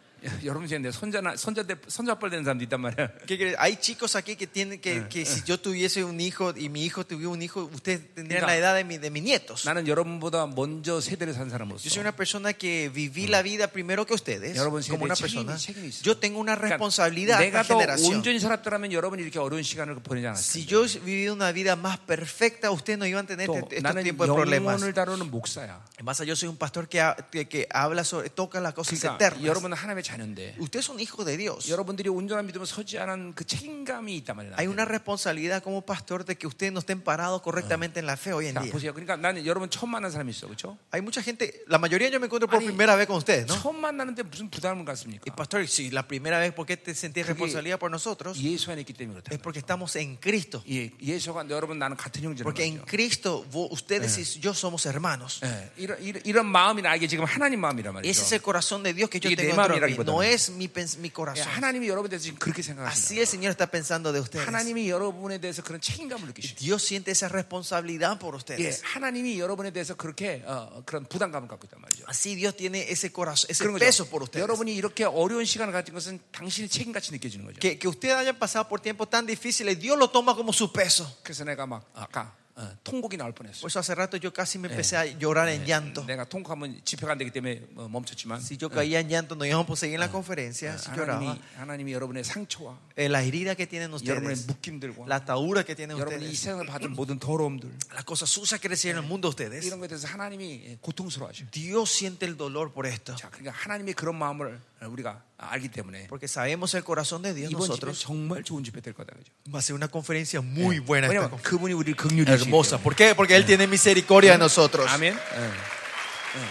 여러분 이제 내 손자나 손자 때 손자뻘 되는 사람도 있단 말이야. ¿Qué quiere? Hay chicos aquí que tienen que, que si yo tuviese un hijo y mi hijo tuviera un hijo, ustedes tendrían la edad de, mi- de mis nietos. 나는 여러분보다 먼저 세대를 산 Yo soy 사람으로서 una persona que viví la vida primero que ustedes, 여러분 como 세대 una 책임이 persona. 책임이 있어. Yo tengo una 그러니까 responsabilidad a 내가 esta 더 generación. 온전히 살았더라면 여러분이 이렇게 어려운 시간을 보내지 않았을 Si yo he vivido una vida más perfecta, ustedes no iban a tener 또 este, este 나는 tipo de problemas. 영혼을 다루는 목사야. Más allá, yo soy un pastor que, ha- que, que habla sobre, toca las cosas 그러니까 eternas. 여러분은 하나님의 자녀인데 Ustedes son hijos de Dios. 여러분들이 온전한 믿음을 서지 않은 그 책임감이 있단 말이야. Hay 나한테는. una responsabilidad como pastor de que ustedes no estén parados correctamente en la fe hoy en 자, día. 보세요. 그러니까 나는 여러분 처음 만난 사람이 있어, 그렇죠? Hay mucha gente, la mayoría yo me encuentro por Ay. primera vez con ustedes, ¿no? 처음 만나는데 무슨 부담을 갖습니까? Y pastor, si la primera vez, ¿por qué te sentís responsabilidad por nosotros? 예수 안에 있기 때문에 Es 그렇다. porque estamos en Cristo. 예, 예수가 여러분 나는 같은 형제라는 Porque en 거죠. Cristo vos- ustedes y yo somos hermanos. 예, 이런, 이런 이런 마음이 나에게 지금 하나님 마음이란 Ese es 말이죠. el corazón de Dios que yo Y de tengo dentro de mí. mamira기보다는. No es mi, pens- mi 예, corazón. 하나님이 여러분에 대해서 지금 그렇게 Así 생각하신다. el Señor está pensando de ustedes. 하나님이 여러분에 대해서 그런 책임감을 느끼시죠. Dios siente esa responsabilidad por 예, ustedes. 하나님이 여러분에 대해서 그렇게 어, 그런 부담감을 갖고 있단 말이죠. Así Dios tiene ese corazón, ese 그런 peso 거죠. por ustedes. 여러분이 이렇게 어려운 시간을 가진 것은 당신의 책임같이 느껴지는 거죠. Que, que ustedes hayan pasado por tiempos tan difíciles, Dios lo toma como su peso. 그래서 내가 막 아까 어, 통곡이 나올 뻔했어. Por eso hace rato yo casi me empecé a llorar en llanto. 내가 통곡하면 집회가 안 되기 때문에 어, 멈췄지만 Si yo caía en llanto, no íbamos a seguir en la conferencia, si lloraba. 하나님이, 하나님이 여러분의 상처와 Eh, la herida que tienen 여러분의 ustedes, 묶임들과 la atadura que tienen 여러분이 이 ustedes, 세상을 받은 모든 더러움들 las cosas sucias que reciben en el mundo ustedes, 이런 것에 대해서 하나님이 예, 고통스러워하셔. Dios siente el dolor por esto. 자, 그러니까 하나님의 그런 마음을 우리가 알기 때문에 Porque sabemos el corazón de Dios 이번 집회 nosotros. 정말 좋은 집회 될 거다 그죠. Va a ser una conferencia muy buena. esta 왜냐면 예, conferencia. 그분이 우리를 긍휼히 Hermosa. ¿Por qué? Porque Él tiene misericordia de nosotros. 아멘. 예. 예.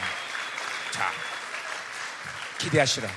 자, 기대하시라.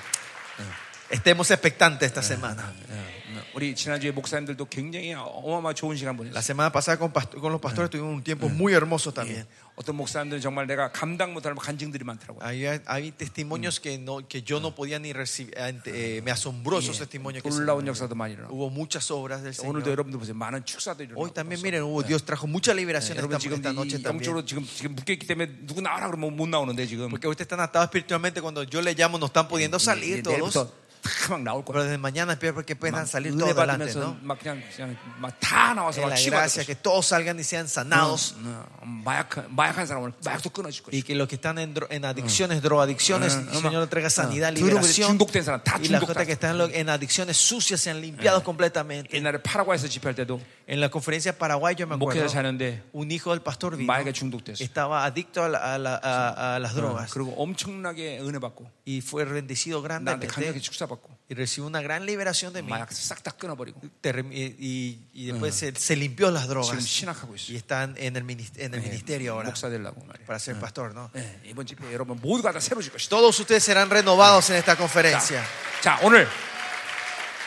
Estemos expectantes esta semana. 예. 우리 지난주에 목사님들도 굉장히 어마어마 좋은 시간 La 보냈어요. semana pasada con, pasto- con los pastores tuvimos un tiempo muy hermoso también. 어떤 목사님들은 정말 내가 감당 못할 간증들이 많더라고요. Hay, hay testimonios que, no, que yo no podía ni recibir. ante- eh, me asombró esos testimonios que se- 놀라운 역사도 많이 일어나고 Hubo muchas obras del 오늘도 Señor. 여러분들 보세요. 많은 축사도 Hoy 일어나고 también, miren, hubo- Dios trajo mucha liberación 여러분 esta, 지금 esta noche 이 también. 영적으로 지금 지금 묶여 있기 때문에 누구 나와라 그러면 못 나오는데 지금 Porque ustedes están atados espiritualmente. Cuando yo les llamo, no están pudiendo 이제 salir todos. 예, 내일부터 다막 나올 거야. Pero desde mañana espero que puedan salir 은혜 todos adelante, 받으면서 ¿no? 막 그냥 그냥 막 다 나와서 En 막 la 치료받을 gracia, que todos salgan y sean sanados. 어, 마약한 마약한 사람은 마약도 끊어질 Y 것이고. que los que están en, dro- en adicciones, drogadicciones, el Señor le traiga sanidad, 응. liberación. 어, 중독된 사람 다 Y las 중독 gente que están en lo- en adicciones sucias sean limpiados completamente. 옛날에 파라과이에서 집회할 때도 En la conferencia paraguay yo me 목회자 acuerdo, 자는데 un hijo del pastor vino, 마약에 중독됐어. estaba adicto a, la- a la- a- a las drogas 그리고 엄청나게 은혜 받고 y fue bendecido 나한테 예. 강력히 grandemente 축사 받고 y recibió una gran liberación de mí 마약 싹 다 끊어버리고 Terri- y, y- y después se, se limpió las 지금 drogas 신학하고 있어. 예, y están en el, minis- en el ministerio ahora 목사 되려고 말이야. para ser pastor, ¿no? 예, 이번 집회 여러분 모두가 다 새로질 것이다. Todos ustedes serán renovados en esta conferencia. 자 오늘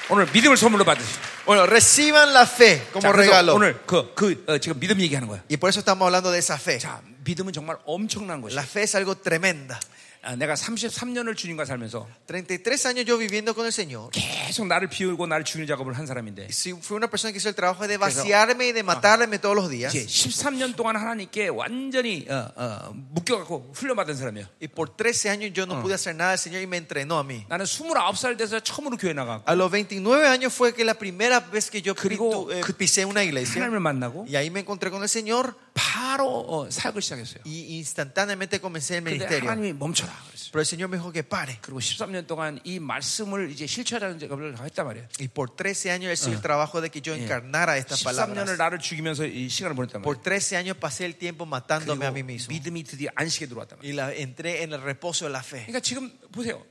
오늘 믿음을 선물로 받으시. Bueno, reciban la fe como 자, 그래서 regalo. 오늘 그, 그 어, 지금 믿음 얘기하는 거야. Y por eso estamos hablando de esa fe. 자, 믿음은 정말 엄청난 것이야. La fe es algo tremenda. 아, 내가 33년을 주님과 살면서 33 años yo viviendo con el Señor. 계속 나를 비우고 나를 죽이는 작업을 한 사람인데 si fui una persona que hizo el trabajo de vaciarme y de matarme todos los días. 이제 13년 동안 하나님께 완전히 어, 어, 묶여갖고 훈련받은 사람이에요. Y por 13 años yo no pude hacer nada, el Señor y me entrenó a mí. 나는 29살 돼서 처음으로 교회 나가고 A los 29 años fue que la primera vez que yo 그리고 pitu- eh, 그- pisé una iglesia. 하나님을 만나고 Y ahí me encontré con el Señor 바로 어, 사역을 시작했어요. y instantáneamente comencé el 근데 ministerio. 하나님이 멈춰라 그랬어요. Pero el Señor me dijo que pare. 그리고 13년 동안 이 말씀을 이제 실천하는 작업을 했단 말이에요. Y por 13 años él hizo el trabajo de que yo encarnara estas 13년을 palabras. 나를 죽이면서 이 시간을 보냈단 말이에요. Por 13 años pasé el tiempo matándome a mí 그리고 mismo. 믿음이 드디어 안식에 들어왔단 말이에요. Y la, entré en el reposo de la fe. 그러니까 지금 보세요.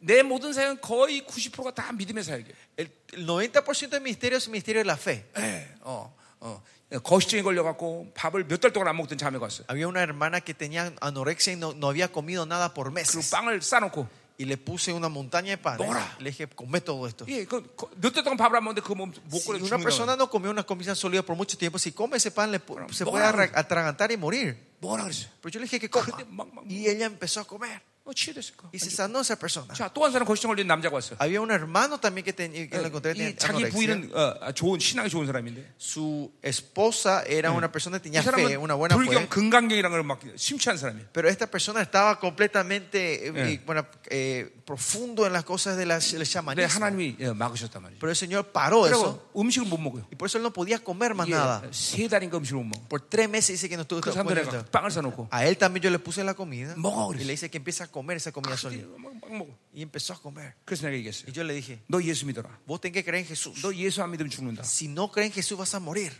내 모든 사역은 거의 90%가 다 믿음의 사역이에요. El el 90% del ministerio es el ministerio de la fe. 예, 어, 어. 거시증에 걸려갖고 밥을 몇 달 동안 안 먹던 자매가 왔어요. Había una hermana que tenía anorexia y no, no había comido nada por 그리고 meses. 빵을 싸놓고 Y le puse una montaña de pan. ¿eh? Dora. Le dije, come todo esto. 예, 그몇달 동안 밥을 안 먹는데 그몸못 Si 걸어 una persona 죽는다. no comió una comida sólida por mucho tiempo, si come ese pan, le pu- ¿eh? Bueno, se Dora. puede arra- atragantar y morir. 뭐라 그랬어요? Pero yo le dije que coma. Gente, man- man- Y ella empezó a comer. 어, 치유됐을까? Y se sanó esa persona. 자, 또 한 사람 거시증 걸린 남자가 왔어요. Había un hermano también que, tenía que lo encontré 아, 이 tenía 자기 anorexia. 부인은 어, 아, 좋은 신앙이 좋은 사람인데 Su esposa era Mm. una persona que 이 tenía fe, 사람은 una buena 불경, fe. 금강경이라는 걸 막 심취한 사람이에요. Pero esta persona estaba completamente eh, Eh. bueno, eh, profundo en las cosas del del 근데 chamanismo. 하나님이 예, 막으셨단 말이죠. Pero el Señor paró eso 그리고 음식을 못 먹어요. 아, y eh, por eso él no podía comer más 이게 nada. 세 달인가 음식을 못 먹어. Por tres meses dice que no estuvo 그 comiendo 사람들에게 esto. 빵을 사놓고 A él también yo le puse la comida Mogo, y 그랬어. le dice que empieza a comer esa comida sólida. 막, 막 먹어. Y empezó a comer. 그래서 내가 Y 얘기했어요. yo le dije, 너 예수 믿어라. vos tenés que creer en Jesús. 너 예수 안 믿으면 죽는다. Si no crees en Jesús vas a morir.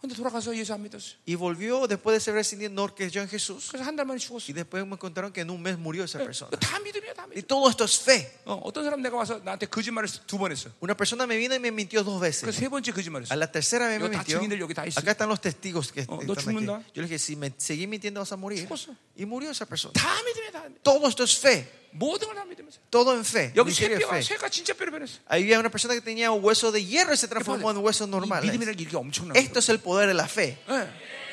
근데 돌아가서 예수 안 믿었어요. Y volvió después de ser rescindido, no creyó en Jesús. 그래서 한 달 만에 죽었어요. Y después me contaron que en un mes murió esa persona. 다 믿음이야, 다 Y 믿음. todo esto es fe. 어, 어떤 사람 내가 와서 나한테 거짓말을 두 번 했어. Una persona me vino y me mintió dos 그 veces. 세 번째 거짓말했어. A la tercera vez me Yo, 다 mintió. 증인들 여기 다 있어. Acá están los testigos que 어, 너 están aquí. 죽는다. Yo le dije, si me seguís mintiendo vas a morir. 죽었어. Y murió esa persona. 다 믿음이야, 다 믿음. Todo esto es fe. 모든 걸 다 믿으면서. Todo en fe. 여기 Ministerio 새 de 뼈가 fe. 새가 진짜 뼈로 변했어. Ahí había una persona que tenía un hueso de hierro y se transformó en huesos 이 normales. 믿음이라는 게 이게 엄청난 거예요. Esto es el poder de la fe.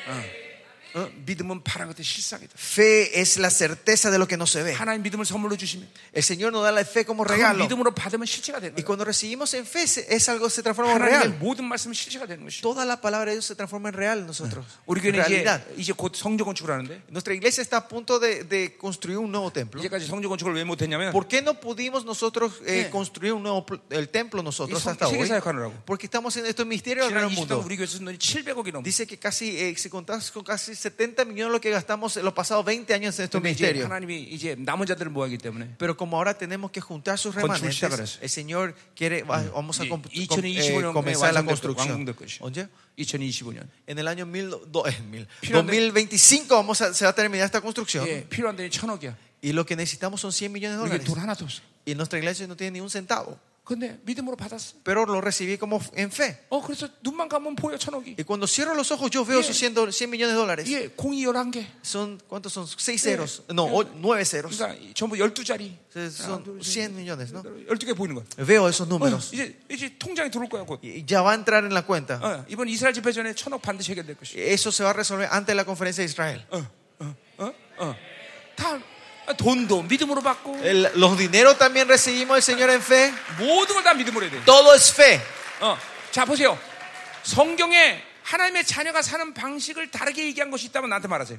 예, 예. 어, 믿음은 파란 것의 실상이다. Fe es la certeza de lo que no se ve. 하나님 믿음을 선물로 주시면 El Señor nos da la fe como 그 regalo. 믿음으로 받으면 실체가 되는 Y 거예요. cuando recibimos en fe, se- es algo se transforma en 하나님의 real. 모든 말씀은 실체가 되는 것이죠. Toda la palabra de Dios se transforma en real en nosotros. 우리 En 교회는 realidad. 이제 이제 곧 성전 건축을 하는데 Nuestra iglesia está a punto de, de construir un nuevo templo. 이제까지 성전 건축을 왜 못했냐면 ¿Por qué no pudimos nosotros eh, Sí. construir un nuevo pl- el templo nosotros Sí, hasta sigue hoy? sacanu라고. Porque estamos en estos misterios del 지난 gran 20년 mundo. 우리 교회에서 돈이 700억이 넘어. Dice que casi, eh, si contás con casi 70 millones lo que gastamos en los pasados 20 años en estos 근데 이제 misterios. 하나님이 이제 남은 자들을 모아기 때문에 Pero como ahora tenemos que juntar sus Construir ya remanentes, parece. el Señor quiere, va- vamos a Mm. Y- com- y com- eh, 2025 comenzar la 완성될 거- construcción. 완공될 것이야. Oye, 2025년 En el año mil do- do- eh, mil- Filón de- 2025 vamos a, se va a terminar esta construcción 예, 필요한 돈이 1000억이야. y lo que necesitamos son 100 millones de 우리 dólares. 돈 하나도 없어. Y nuestra iglesia no tiene ni un centavo, 근데 믿음으로 받았어. pero lo recibí como f- en fe. 어 그래서 눈만 감으면 보여 1000억이. Y cuando cierro los ojos yo veo Yeah. esos 100, do- 100 millones de dólares. 예, 공이 11개. Son, ¿Cuántos son? 6 Yeah. ceros, no, Yeah. 9 ceros. 그러니까 이- 전부 12자리. Se- Son 100 millones, ¿no? 12개 보이는 거야. Veo 어, esos números. 이제 이제 통장에 들어올 거야 곧. Y ya va a entrar en la cuenta. 어, 이번 이스라엘 집회 전에 천억 반드시 해결될 어, 것이. Eso se va a resolver antes de la conferencia de Israel. 어. 다 돈도 믿음으로 받고 El- los dineros también recibimos del Señor en fe. 모든 걸 다 믿음으로 해야 돼. Todo es fe. 어, 자 보세요. 성경에 하나님의 자녀가 사는 방식을 다르게 얘기한 것이 있다면 나한테 말하세요.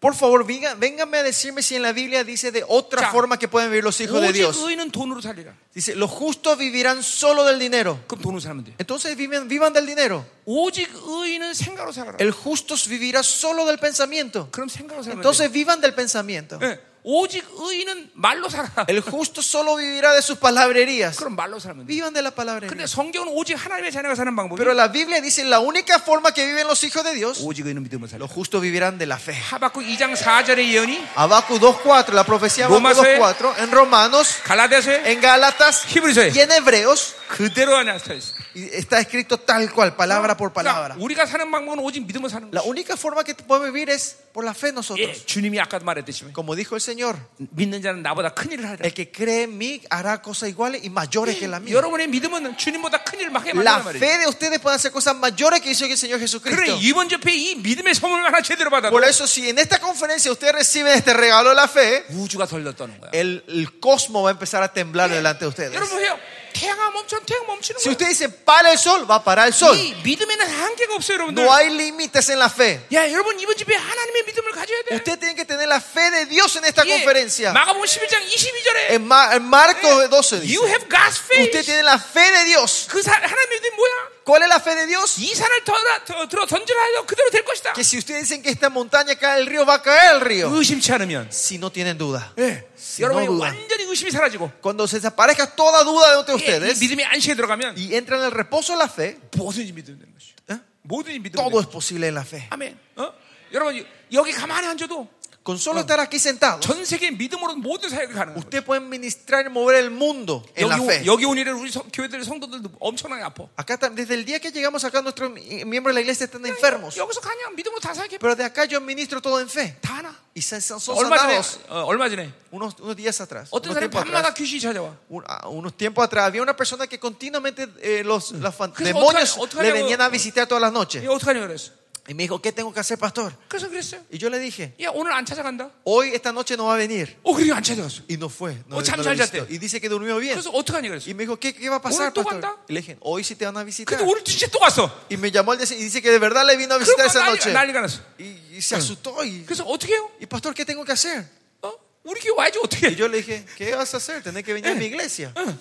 Por favor, venga- vénganme a decirme si en la Biblia dice de otra Ya. forma que pueden vivir los hijos de 오직 Dios. 의는 돈으로 살리라. Dice, los justos vivirán solo del dinero. 그럼 돈으로 살면 돼. Entonces viven, vivan del dinero. 오직 의는 생각으로 살아라. El justo vivirá solo del pensamiento. 그럼 생각으로 살면 Entonces vivan del pensamiento. 돼. 예, 오직 의는 말로 살아라. El justo solo vivirá de sus palabrerías. 그럼 말로 살면 돼. Vivan de la 근데 palabrería. 성경은 오직 하나님의 자녀가 사는 방법이 Pero la Biblia dice, la única forma que viven los hijos de Dios, 오직 의는 믿음으로 살라. los justos vivirán de la fe. 하박국 2장 4절의 예언이 Habacuc 2.4, la profecía Habacuc Romanos 2.4, en Romanos, 갈라디아서에 en Gálatas Hebreos에. y en Hebreos 그대로 하나 써 있어. y está escrito tal cual, palabra por 그러니까 palabra. 우리가 사는 방법은 오직 믿음으로 사는 La 거지. única forma que podemos vivir es por la fe 예, nosotros. 주님이 아까도 말했듯이 Como dijo el Señor, 믿는 자는 나보다 큰 일을 하리라. el que cree en mí hará cosas iguales y mayores que la mía. 여러분의 믿음은 주님보다 큰 일을 막 해. La 만든단 말이에요. fe de ustedes puede hacer cosas mayores que hizo el Señor 그래 Jesucristo. 이번 접해 이 믿음의 선물 하나 제대로 받아. Por eso, si en esta conferencia ustedes reciben este regalo de la fe, 우주가 덜렸다는 거야. el, el cosmos va a empezar a temblar delante de ustedes. 여러분 해요. 태양아 멈춰, 태양 멈추는 Si 거야. ustedes dicen para el sol, va a parar el sol. 이 믿음에는 한계가 없어요, 여러분들. No hay límites en la fe. 야, 여러분 이번 집에 하나님의 믿음을 가져야 돼. Usted tiene que tener la fe de Dios en esta 예, conferencia. 마가복음 11장 22절에 En, Mar- en Marcos 12 dice, You have God's usted faith. tiene la fe de Dios. 그 사, 하나님의 믿음 뭐야? ¿Cuál es la fe de Dios? 이 산을 더, 더, 들어 던지라 해도 그대로 될 것이다. Que si ustedes dicen que esta montaña cae el río, va a caer el río. 의심치 않으면 Si no tienen duda. 예, Si no 여러분이 dudan. 완전히 의심이 사라지고 Cuando se desaparezca toda duda de 예, 이 ustedes 믿음의 안식에 들어가면 y entran en el reposo de la fe, 뭐든지 믿으면 되는 것이. ¿eh? 뭐든지 믿으면 되는 todo es 것이. posible en la fe. 아멘. 어? 여러분 여기 가만히 앉아도 Con solo estar aquí sentado, 전 세계 믿음으로 모든 사역이 가능한 거예요. usted puede ministrar y mover el mundo en la 여기, 온- fe. 여기 온 이래 우리 성- 교회들 성도들도 엄청나게 아파. Acá, tam- desde el día que llegamos acá, nuestros mi- miembros de la iglesia están enfermos. 여기서 그냥 믿음으로 다 사역해. Pero de acá yo ministro todo en fe. 다 하나. Y se- son son 얼마 전에 sanados. 어, 얼마 전에 Unos, unos días atrás. 어떤 Unos 사람이 tiempos 밤마다 atrás, 귀신이 찾아와. un- ah, unos tiempos atrás había una persona que continuamente eh, los, los fan- ¿Qué- demonios otra- otra- le venían a visitar todas las noches. 이거 어떡하냐 그랬어. Y me dijo, ¿qué tengo que hacer, pastor? 그래서 그랬어요. Y yo le dije, 야 오늘 안 찾아간다. hoy, esta noche no va a venir. 어 그리고 안 찾아갔어. Y no fue. No, Oh, no cham- le cham- visitó. cham- y dice que durmió bien. 그래서 어떡하냐 그랬어. Y me dijo, ¿qué, qué va a pasar, ¿Hoy tú pastor? anda? Y le dije, hoy sí te van a visitar. 근데 오늘 진짜 또 갔어. Y me llamó el día siguiente y dice que de verdad le vino a visitar 그러면 esa 난리, noche. 난리가 났어. Y, y se asustó. Y, 그래서 어떻게 해요? y, pastor, ¿qué tengo que hacer? 어? 우리 교회 와야지 어떻게 Y yo le dije, ¿qué vas a hacer? Tenés que venir a mi iglesia. 어?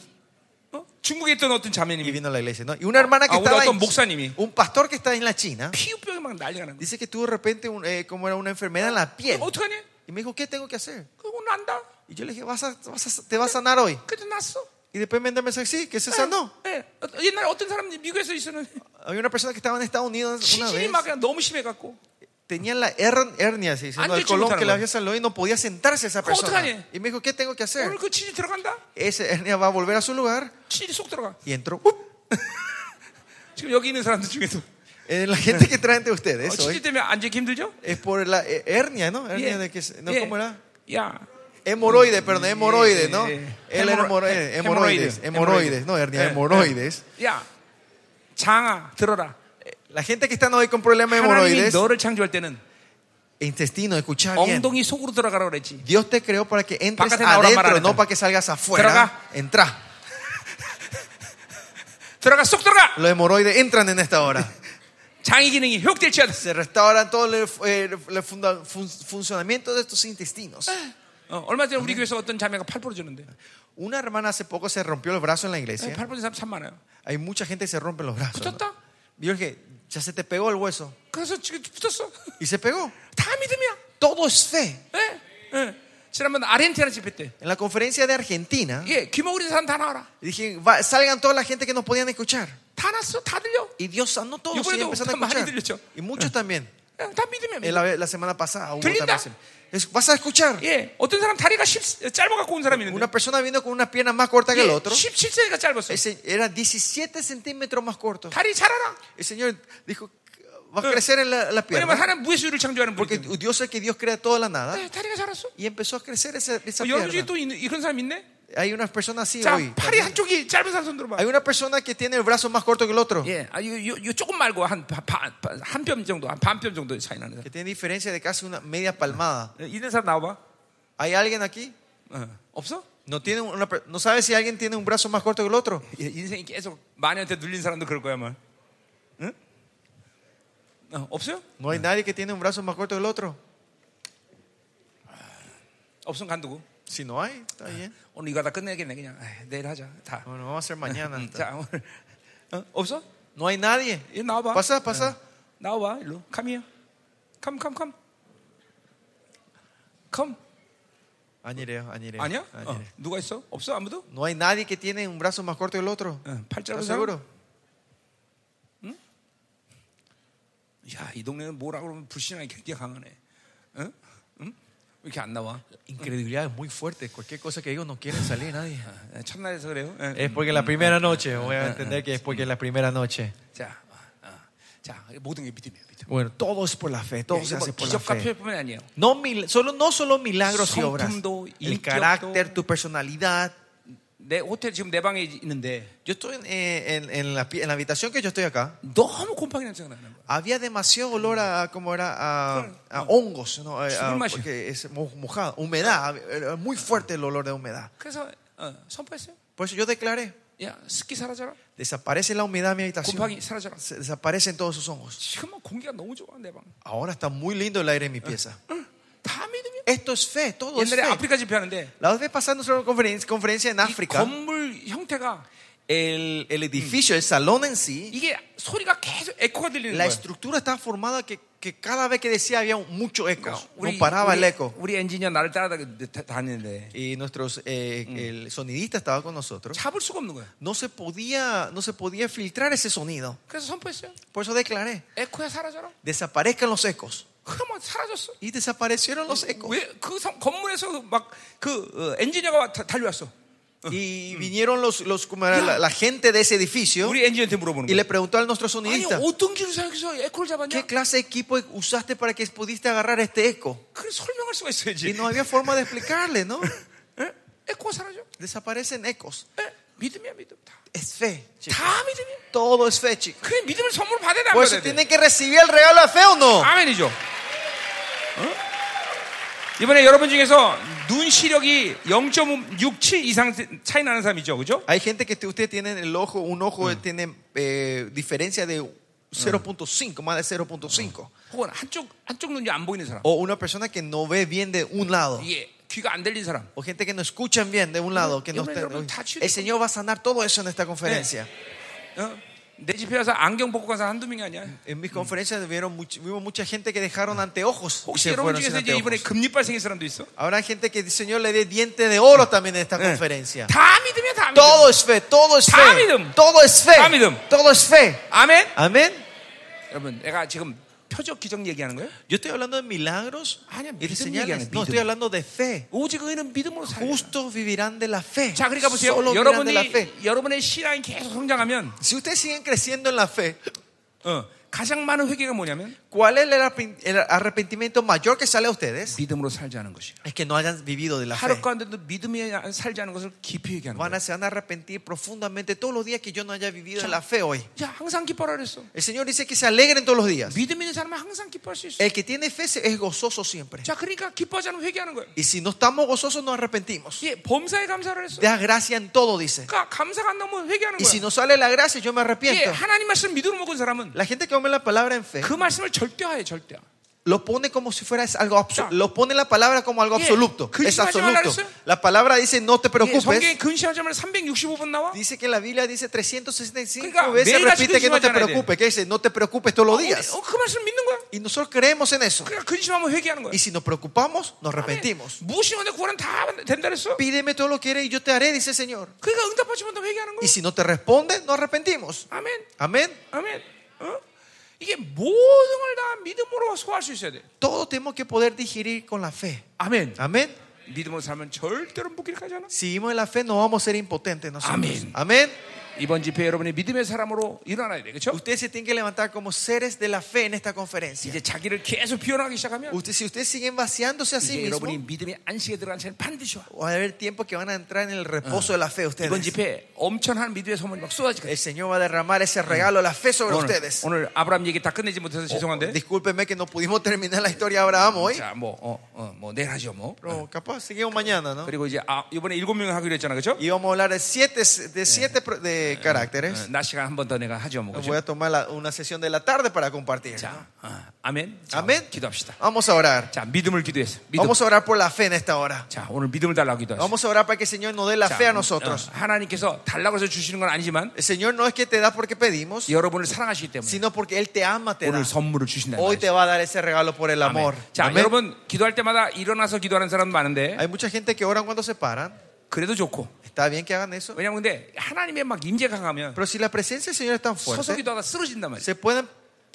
중국에 있던 어떤 Y 자매님이 vino a la iglesia. ¿no? Y una hermana que Ah, estaba un en, 목사님이. un pastor que está en la China, 피부병이 막 난리가 난 거야 dice que tuvo de repente un, eh, como era una enfermedad en la piel. 어떡하니? Y me dijo, ¿qué tengo que hacer? 그거 난다 Y yo le dije, vas a, vas a- te vas a sanar hoy. 그래도 났어 Y después me mandó un mensaje, sí, Eh. que se sanó. 예. 어, 아, 옛날에 어떤 사람이 미국에서 있었는 Había una persona que estaba en Estados Unidos una 치질이 vez. 막 그냥 너무 심해갖고 Tenía la her- hernia, se dice, Ah, ¿no? el yo chico colon que tarde. le había salido y no podía sentarse esa ¿Cómo tarde? persona. Y me dijo, ¿qué tengo que hacer? 오늘 그 치질 들어간다 Esa hernia va a volver a su lugar. 치질이 쏙 들어가 Y entró. ¡up! 지금 여기 있는 사람들 중에서 어, Eh, la gente que traen de ustedes 치질 hoy 때문에 앉기 힘들죠? es por la eh, hernia, ¿no? Hernia de que, se- ¿no? 예. ¿Cómo era? 야 Hemorroide, perdón, hemorroide, ¿no? 예, Él 예. era 헤모로이드. hemorroide, hemorroides, hemorroides, no hernia, 예, hemorroides. 예. 야 장아 들어라 La gente que está hoy con problemas de 하나님이 hemorroides, e 너를 창조할 때는 intestino, escucha bien. 엉덩이 속으로 들어가라 그랬지 Dios te creó para que entres Pácate ahora, adentro, Margarita. no para que salgas afuera. Traga. Entra. 들어가 쏙 들어가 Los hemorroides entran en esta hora. 장의 기능이 회복될지어다 Se restauran todo el, eh, el funda- fun- funcionamiento de tus intestinos. 어, 얼마 전에 우리 교회에서 어떤 자매가 8% 주는데 Una hermana hace poco se rompió el brazo en la iglesia. 8% 사람 참 많아요 Hay mucha gente que se rompe los brazos. ¿no? 붙었다 Yo le dije, ya se te pegó el hueso. 그래서 지금 붙었어 Y se pegó. 다 믿음이야 Todo es fe. 예? 예. 지난번 아르헨티나 집회 때 En la conferencia de Argentina, 예, 귀 먹으린 사람 다 나와라 dije, "Va- salgan toda la gente que nos podían escuchar. 다 났어 다 들려 Y Dios sanó todos Yo por y eso tan empezaron a mal escuchar. derecho. Y muchos también. 예, 다 믿음이야 Eh, 믿음. La, la semana pasada hubo ¿Tulinda? también. Es- Vas a escuchar. 예, 어떤 사람 다리가 십- 짧아갖고 온 사람이 있는데 Una persona vino con una pierna más corta que el 예, otro. 17cm가 짧았어 Ese era 17 centímetros más corto. 다리 자라라 El Señor dijo, va a crecer en la, la 왜냐면 pierna. 하나님 무의수를 창조하는 Porque 분이거든 Dios es que Dios crea toda la nada. 예, 다리가 자랐어 Y empezó a crecer esa, esa 어, 여러분 중에 pierna. 또 있는- 이런 사람 있네 Hay una persona así 자, hoy. 팔이 한쪽이 짧은 사람 손 들어봐. Hay una persona que tiene el brazo más corto que el otro. 예, 아, 이거, 이거, 이거 조금 말고 한한뼘 정도, 한 반뼘 정도 차이 나는 사람. Que tiene diferencia de casi una media palmada. 예, 있는 사람 나와봐. ¿Hay alguien aquí? 어, 없어? No, tiene una, per- no sabe si alguien tiene un brazo más corto que el otro. 예, 인생이 계속 마녀한테 눌린 사람도 그럴 거야, 말. 응? 어, 없어요? No hay nadie que tiene un brazo más corto que el otro. 없으면 간두고. Si no hay, está bien. 오늘 이거 다 끝내겠네, 그냥. 에이, 내일 하자. 다. Bueno, vamos a hacer mañana. 음, 자, 오늘 어, 없어? No hay nadie. 예, 나와봐. Pasa, pasa. 나와봐, 일로. 컴이야. 컴, 컴, 컴. 컴. Añireo, añireo, 아니야? añireo. 어, 누가 있어? 없어? 아무도? No hay nadie que tiene un brazo más corto que el otro. 어, 팔자로 ¿Estás seguro? 야, 이 동네는 뭐라 그러면 불신앙이 굉장히 강하네. 응? 응? 왜 이렇게 안 나와? Incredulidad es muy fuerte. Cualquier cosa que digo no quiere salir nadie. Ah, 예, 첫날에서 그래요. 예. Es porque la primera noche. Voy a entender que es porque la primera noche. 자, 어, 어. 자, 모든 게 믿음이에요. 믿음. Bueno, todo es por la fe. Todo se 이게 뭐 hace por la 기적과 fe. 표현뿐이 아니에요. No, mil- solo, no solo milagros y obras. 성품도, El 인격도. carácter, tu personalidad. 내 호텔 지금 내 방에 있는데 Yo estoy en, eh, en- en la, pi- en la habitación que yo estoy acá. 너무 곰팡이 냄새가 나는 거야. Había demasiado olor a, como era, a, a hongos, ¿no? Eh, a- Super macho. porque es mo- mojado, humedad, era muy fuerte el olor de humedad. 그래서 어, 선포했어요. Por eso yo declaré, 야, 습기 사라져라. desaparece la humedad de mi habitación, 곰팡이 사라져라. Se- desaparecen todos esos hongos. 지금 은 공기가 너무 좋아 내 방. Ahora está muy lindo el aire en mi pieza. 다 믿음이야. Esto es fe, todo es 옛날에 fe. 아프리카 집회하는데 La vez pasada nosotros una conferen- conferencia en 이 África, 건물 형태가 el, el edificio, el salón en sí, 이게 sound가 계속 에코가 들리는 La 거야. estructura estaba formada que, que cada vez que decía había un- mucho eco. No 우리, paraba el 우리, eco. 우리 엔지니어 나를 따라다니는데 Y nuestros, eh, el sonidista estaba con nosotros. 잡을 수가 없는 거야. No se, podía, no se podía filtrar ese sonido. 그래서 선포했어요. Por eso declaré, 에코야 사라져라. desaparezcan los ecos. 그러면 사라졌어. Y desaparecieron los ecos. 왜그 건물에서 막 그 엔지니어가 와- 다- 달려왔어. Y vinieron los, los, como era la, la gente de ese edificio 우리 엔지니어한테 물어보는 y 거야. le preguntó a nuestro 아니 sonidista, 어떤 기술 사용해서 에코를 ¿qué 잡았냐? clase de equipo usaste para que pudiste agarrar este eco? 그걸 설명할 수가 Y 있어야지. no había forma de explicarle, ¿no? 에? 에코가 사라져. Desaparecen ecos. 에? 믿음이야 믿음 다. Es fe. chicos. 다 믿음이야. Todo es fe, chicos. 그래 믿음을 선물 받아야 돼. 안 Por eso 받아야 돼? tienen que recibir el regalo de fe o no. 아멘이죠. 어? 이번에 여러분 중에서 눈 시력이 0.67 이상 차이 나는 사람 있죠, 그죠? Hay gente que t- ustedes tienen el ojo, un ojo Ah. tiene eh, diferencia de 0.5, más de 0.5. Ah. 혹은 한쪽 한쪽 눈이 안 보이는 사람. O una persona que no ve bien de un lado. 예, 귀가 안 들린 사람. O gente que no escuchan bien de un lado, que Yo no me estén- lo Eh. tacho. el Señor va a sanar todo eso en esta conferencia. 어? 내 집에 와서 안경 벗고 가서 한두 명이 아니야. En mis conferencias vieron much- vimos mucha gente que Ah. dejaron anteojos. y 혹시 se 여러분 fueron sin 중에서 이제 이번에 anteojos. 금리 발생인 사람도 있어? Habrá gente que el Señor le dé diente de oro también en esta conferencia. 다 믿음이야, 다 믿음. Todo es fe, todo es fe, 다 믿음. todo es fe, 다 믿음. todo es fe. 아멘. Amén. 여러분, 내가 지금 표적 기적 얘기하는 거예요? Yo estoy hablando de milagros 아니야, y de 믿음 señales. 얘기하는 No, 믿음. estoy hablando de fe. 오직 의는 믿음으로 살아요. Justos vivirán de la fe. 자, 그러니까 보세요. Solo vivirán de la fe. 여러분이 여러분의 신앙이 계속 성장하면 Si ustedes siguen creciendo en la fe, 어, 가장 많은 회개가 뭐냐면 ¿cuál es el arrepen- el arrepentimiento mayor que sale a ustedes? 믿음으로 살자는 것이에요. Es que no hayan vivido de la fe. 하루 가운데도 믿음에 살자는 것을 깊이 얘기하는 Van 거예요. a, se van a arrepentir profundamente todos los días que yo no haya vivido de la fe hoy. 자, 항상 기뻐라 그랬어. El Señor dice que se alegren todos los días. 믿음 있는 사람은 항상 기뻐할 수 있어. El que tiene fe se- es gozoso siempre. 자, 그러니까 기뻐하지 않으면 회개하는 거예요. Y si no estamos gozosos, nos arrepentimos. 예, 범사에 감사를 했어. Da gracia en todo, dice. 그러니까 감사가 안 나오면 회개하는 Y si 거야. no sale la gracia, yo me 예, arrepiento. 하나님 말씀 믿음으로 먹은 사람은 La gente que come la palabra en fe 그 말씀을 절대화해, 절대화. lo pone como si fuera algo absoluto. Lo pone la palabra como algo Yeah. absoluto. Es Cristo absoluto. hace hablar eso. La palabra dice: No te 예, 성경에 preocupes. 근시하자면 365번 나와. Dice que la Biblia dice 365 Kika, veces 매일같이 repite que no te 근심하지 않아야 preocupes. Que dice: No te preocupes todos los 우리, días. 어, 그 말씀 믿는 거야. Y nosotros creemos en eso. 그러니까 근심하면 회개하는 거야. Y si nos preocupamos, nos arrepentimos. 무신원의 구원은 다 된다 그랬어. Pídeme todo lo que quieres y yo te haré, dice el Señor. 그러니까 응답하지 못하면 회개하는 거야. Y si no te responde, nos arrepentimos. 아멘. Amén. 아멘. 어? 이게 모든 걸 다 믿음으로 소화할 수 있어야 돼. Todos tenemos que poder digerir con la fe. 아멘. Amén. 믿음으로 살면 절대로 묶일 가지 않아. Si vivimos en la fe, no vamos a ser impotentes nosotros. Amén. Amén. 이번 집회 여러분이 믿음의 사람으로 일어나야 돼. 그렇죠? Ustedes se tienen que levantar como seres de la fe en esta conferencia. 이제 자기를 계속 비워나기 시작하면 Usted, si ustedes siguen vaciándose a sí 이제 여러분이 mismos, 믿음의 안식에 들어간 채는 반드시 와. va a haber tiempo que van a entrar en el reposo de la fe 이번 ustedes. 집회 엄청난 믿음의 선물이 막 쏟아질 거예요. El Señor va a derramar ese regalo de la fe sobre 오늘, ustedes. 오늘 아브라함 얘기 다 끝내지 못해서 죄송한데. Discúlpenme que no pudimos terminar la historia de Abraham hoy. 자, 뭐, 어, 어, 뭐 내일 하죠, 뭐. Pero capaz seguimos mañana, ¿no? 그리고 이제 아, 이번에 일곱 명 하기로 했잖아, 그렇죠? Y vamos a hablar de siete, de siete pro- de caracteres. 어, 낮 시간 한 번 더 내가 하죠, 예. 뭐. 그죠? Voy a tomar la- una sesión de la tarde para compartir. ¿no? 자, 어, 아멘. 자, 아멘. 기도합시다. Vamos a orar. 자, 믿음을 기도했어. 믿음. Vamos a orar por la fe en esta hora. 자, 오늘 믿음을 달라고 기도했어. Vamos a orar para que el Señor nos dé la fe a Ah. nosotros. 어, 하나님께서 달라고 해서 주시는 건 아니지만 El Señor no es que te da porque pedimos, 여러분을 사랑하시기 때문에 sino porque Él te ama, te da. 오늘 선물을 주신다. Hoy te va a dar ese regalo por el amor. 자, Amén. 여러분 기도할 때마다 일어나서 기도하는 사람 많은데 Hay mucha gente que oran cuando se paran. 그래도 좋고. Está bien que hagan eso. 왜냐면 근데 하나님의 막 임재가 강하면 Pero si la presencia del Señor es tan 서서 fuerte, 기도하다 쓰러진단 말이야. se pueden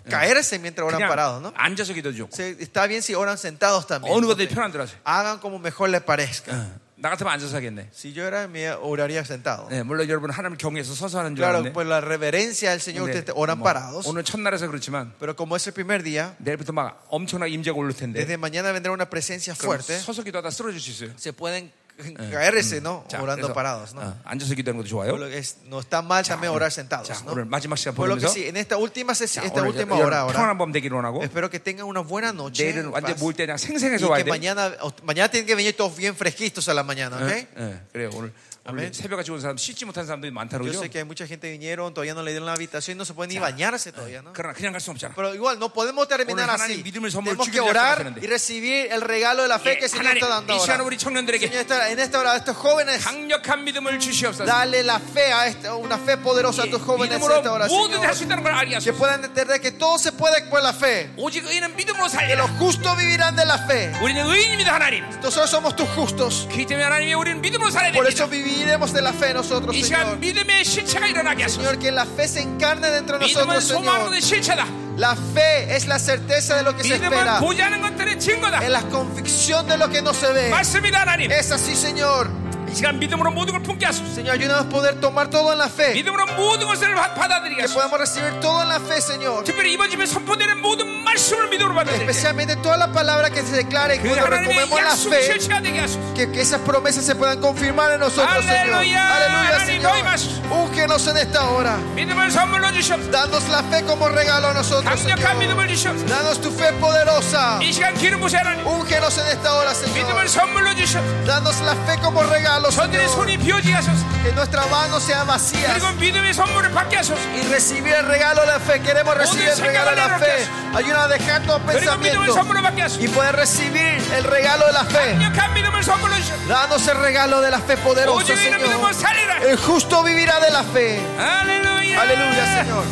caerse mientras oran parados, 그냥 ¿no? 앉아서 기도도 좋고. Se- está bien si oran sentados 어느 것들이 también. 편한 대로 하세요. Hagan como mejor les 어, parezca. 나 같으면 앉아서 하겠네. Si yo era, me oraría sentado. 네, 물론 여러분 하나님 경외해서 서서 하는 줄 Claro, 알았는데. por la reverencia del Señor, 근데 ustedes oran 뭐, parados. 오늘 첫날에서 그렇지만 Pero como es el primer día, 내일부터 막 엄청나게 임재가 오를 텐데. desde mañana vendrá una presencia 그럼 fuerte. 서서 기도하다 쓰러질 수 있어요. Se pueden caerse, ¿no? 자, Orando 그래서, parados, ¿no? 어, 앉아서 기도하는 것도 좋아요. Por lo que es- no está mal también orar 자, sentados, ¿no? 오늘 마지막 시간 Por lo que 보면서 sí, en esta última, ses- 자, esta 오늘 última 여러분 hora ahora, 평안한 밤 되기를 원하고 espero que tengan una buena noche. 내일은 paz. 완전 모일 때 그냥 y 생생해서 와야 que 돼. mañana, o- mañana tienen que venir todos bien fresquitos a la mañana, ¿ok? 예, 예, 그래요. 오늘, 오늘 아멘. 새벽 같이 온 사람 씻지 못한 사람들이 많다고 Yo 그러죠. sé que hay mucha gente que vinieron, todavía no le dieron la habitación y no se pueden ni bañarse todavía, ¿no? 그러나 그냥 갈 수 없잖아. Pero igual, no podemos terminar 오늘 하나님 así. 믿음을 선물로 Tenemos que 주기를 orar 약속하셨는데. y recibir el regalo de la fe 예, que el Señor 하나님 está dando 이 시간 ahora. 우리 청년들에게 Señor, esta- en esta hora, a estos jóvenes, 강력한 믿음을 주시옵소서. 예, dale la fe a esta, una fe poderosa a estos jóvenes en esta hora, 믿음으로 뭐든지 할 수 Señor. 있다는 걸 알게 Que 하소서. puedan entender que todo se puede con la fe. 오직 의인은 믿음으로 Que los 살리라. justos vivirán de la fe. 우리는 의인입니다, 하나님. Nosotros somos tus justos. 그렇기 때문에 하나님이 우리는 믿음으로 살아야 Por 됩니다. eso viviremos de la fe nosotros, 이 Señor. 시간 믿음의 실체가 일어나게 하소서. Señor, que la fe se encarne dentro de 믿음은 nosotros, 소망하는 Señor. 것의 실체다. La fe es la certeza de lo que se 믿음은 espera. 보지 않은 것들의 증거다. Es la convicción de lo que no se ve. 맞습니다, 하나님. Es así, Señor. 이 시간 믿음으로 모든 걸 품게 하소서. Señor, ayúdanos a poder tomar todo en la fe. 믿음으로 모든 것을 받- 받아들이게 Que 하소서. podamos recibir todo en la fe, Señor. 특별히 이번 집에 선포되는 모든 말씀을 믿음으로 받아들이게 Especialmente toda la palabra que se declare 그 cuando 하나님의 recomemos la 약속이 fe. 실체가 되게 하소서. Que, que esas promesas se puedan confirmar en nosotros, Señor. Aleluya. Aleluya, Aleluya, Señor. Aleluya. Úngenos en esta hora. 믿음을 선물로 주시옵소서. Danos la fe como regalo a nosotros, 강력한 믿음을 Señor. 주시옵소서. Danos tu fe poderosa. 이 시간 기름 부세 하나님. Úngenos en esta hora, 믿음을 Señor. 선물로 주시옵소서. Danos la fe como regalo, 저들의 Señor. 손이 비어지게 하소서. Que nuestra mano sea vacía. 그리고 믿음의 선물을 받게 하소서. Y recibir el regalo de la fe. Queremos recibir el regalo de la fe. Ayúdanos a dejar todo 그리고 믿음을 pensamiento. 선물로 받게 하소서. Y poder recibir el regalo de la fe. 강력한 믿음을 선물로 주셨다. Danos el regalo de la fe poderosa, 오직 이는 믿음으로 Señor. 살리라. El justo vivirá de la fe. 네. 할렐루야. Eh. Aleluya, Señor.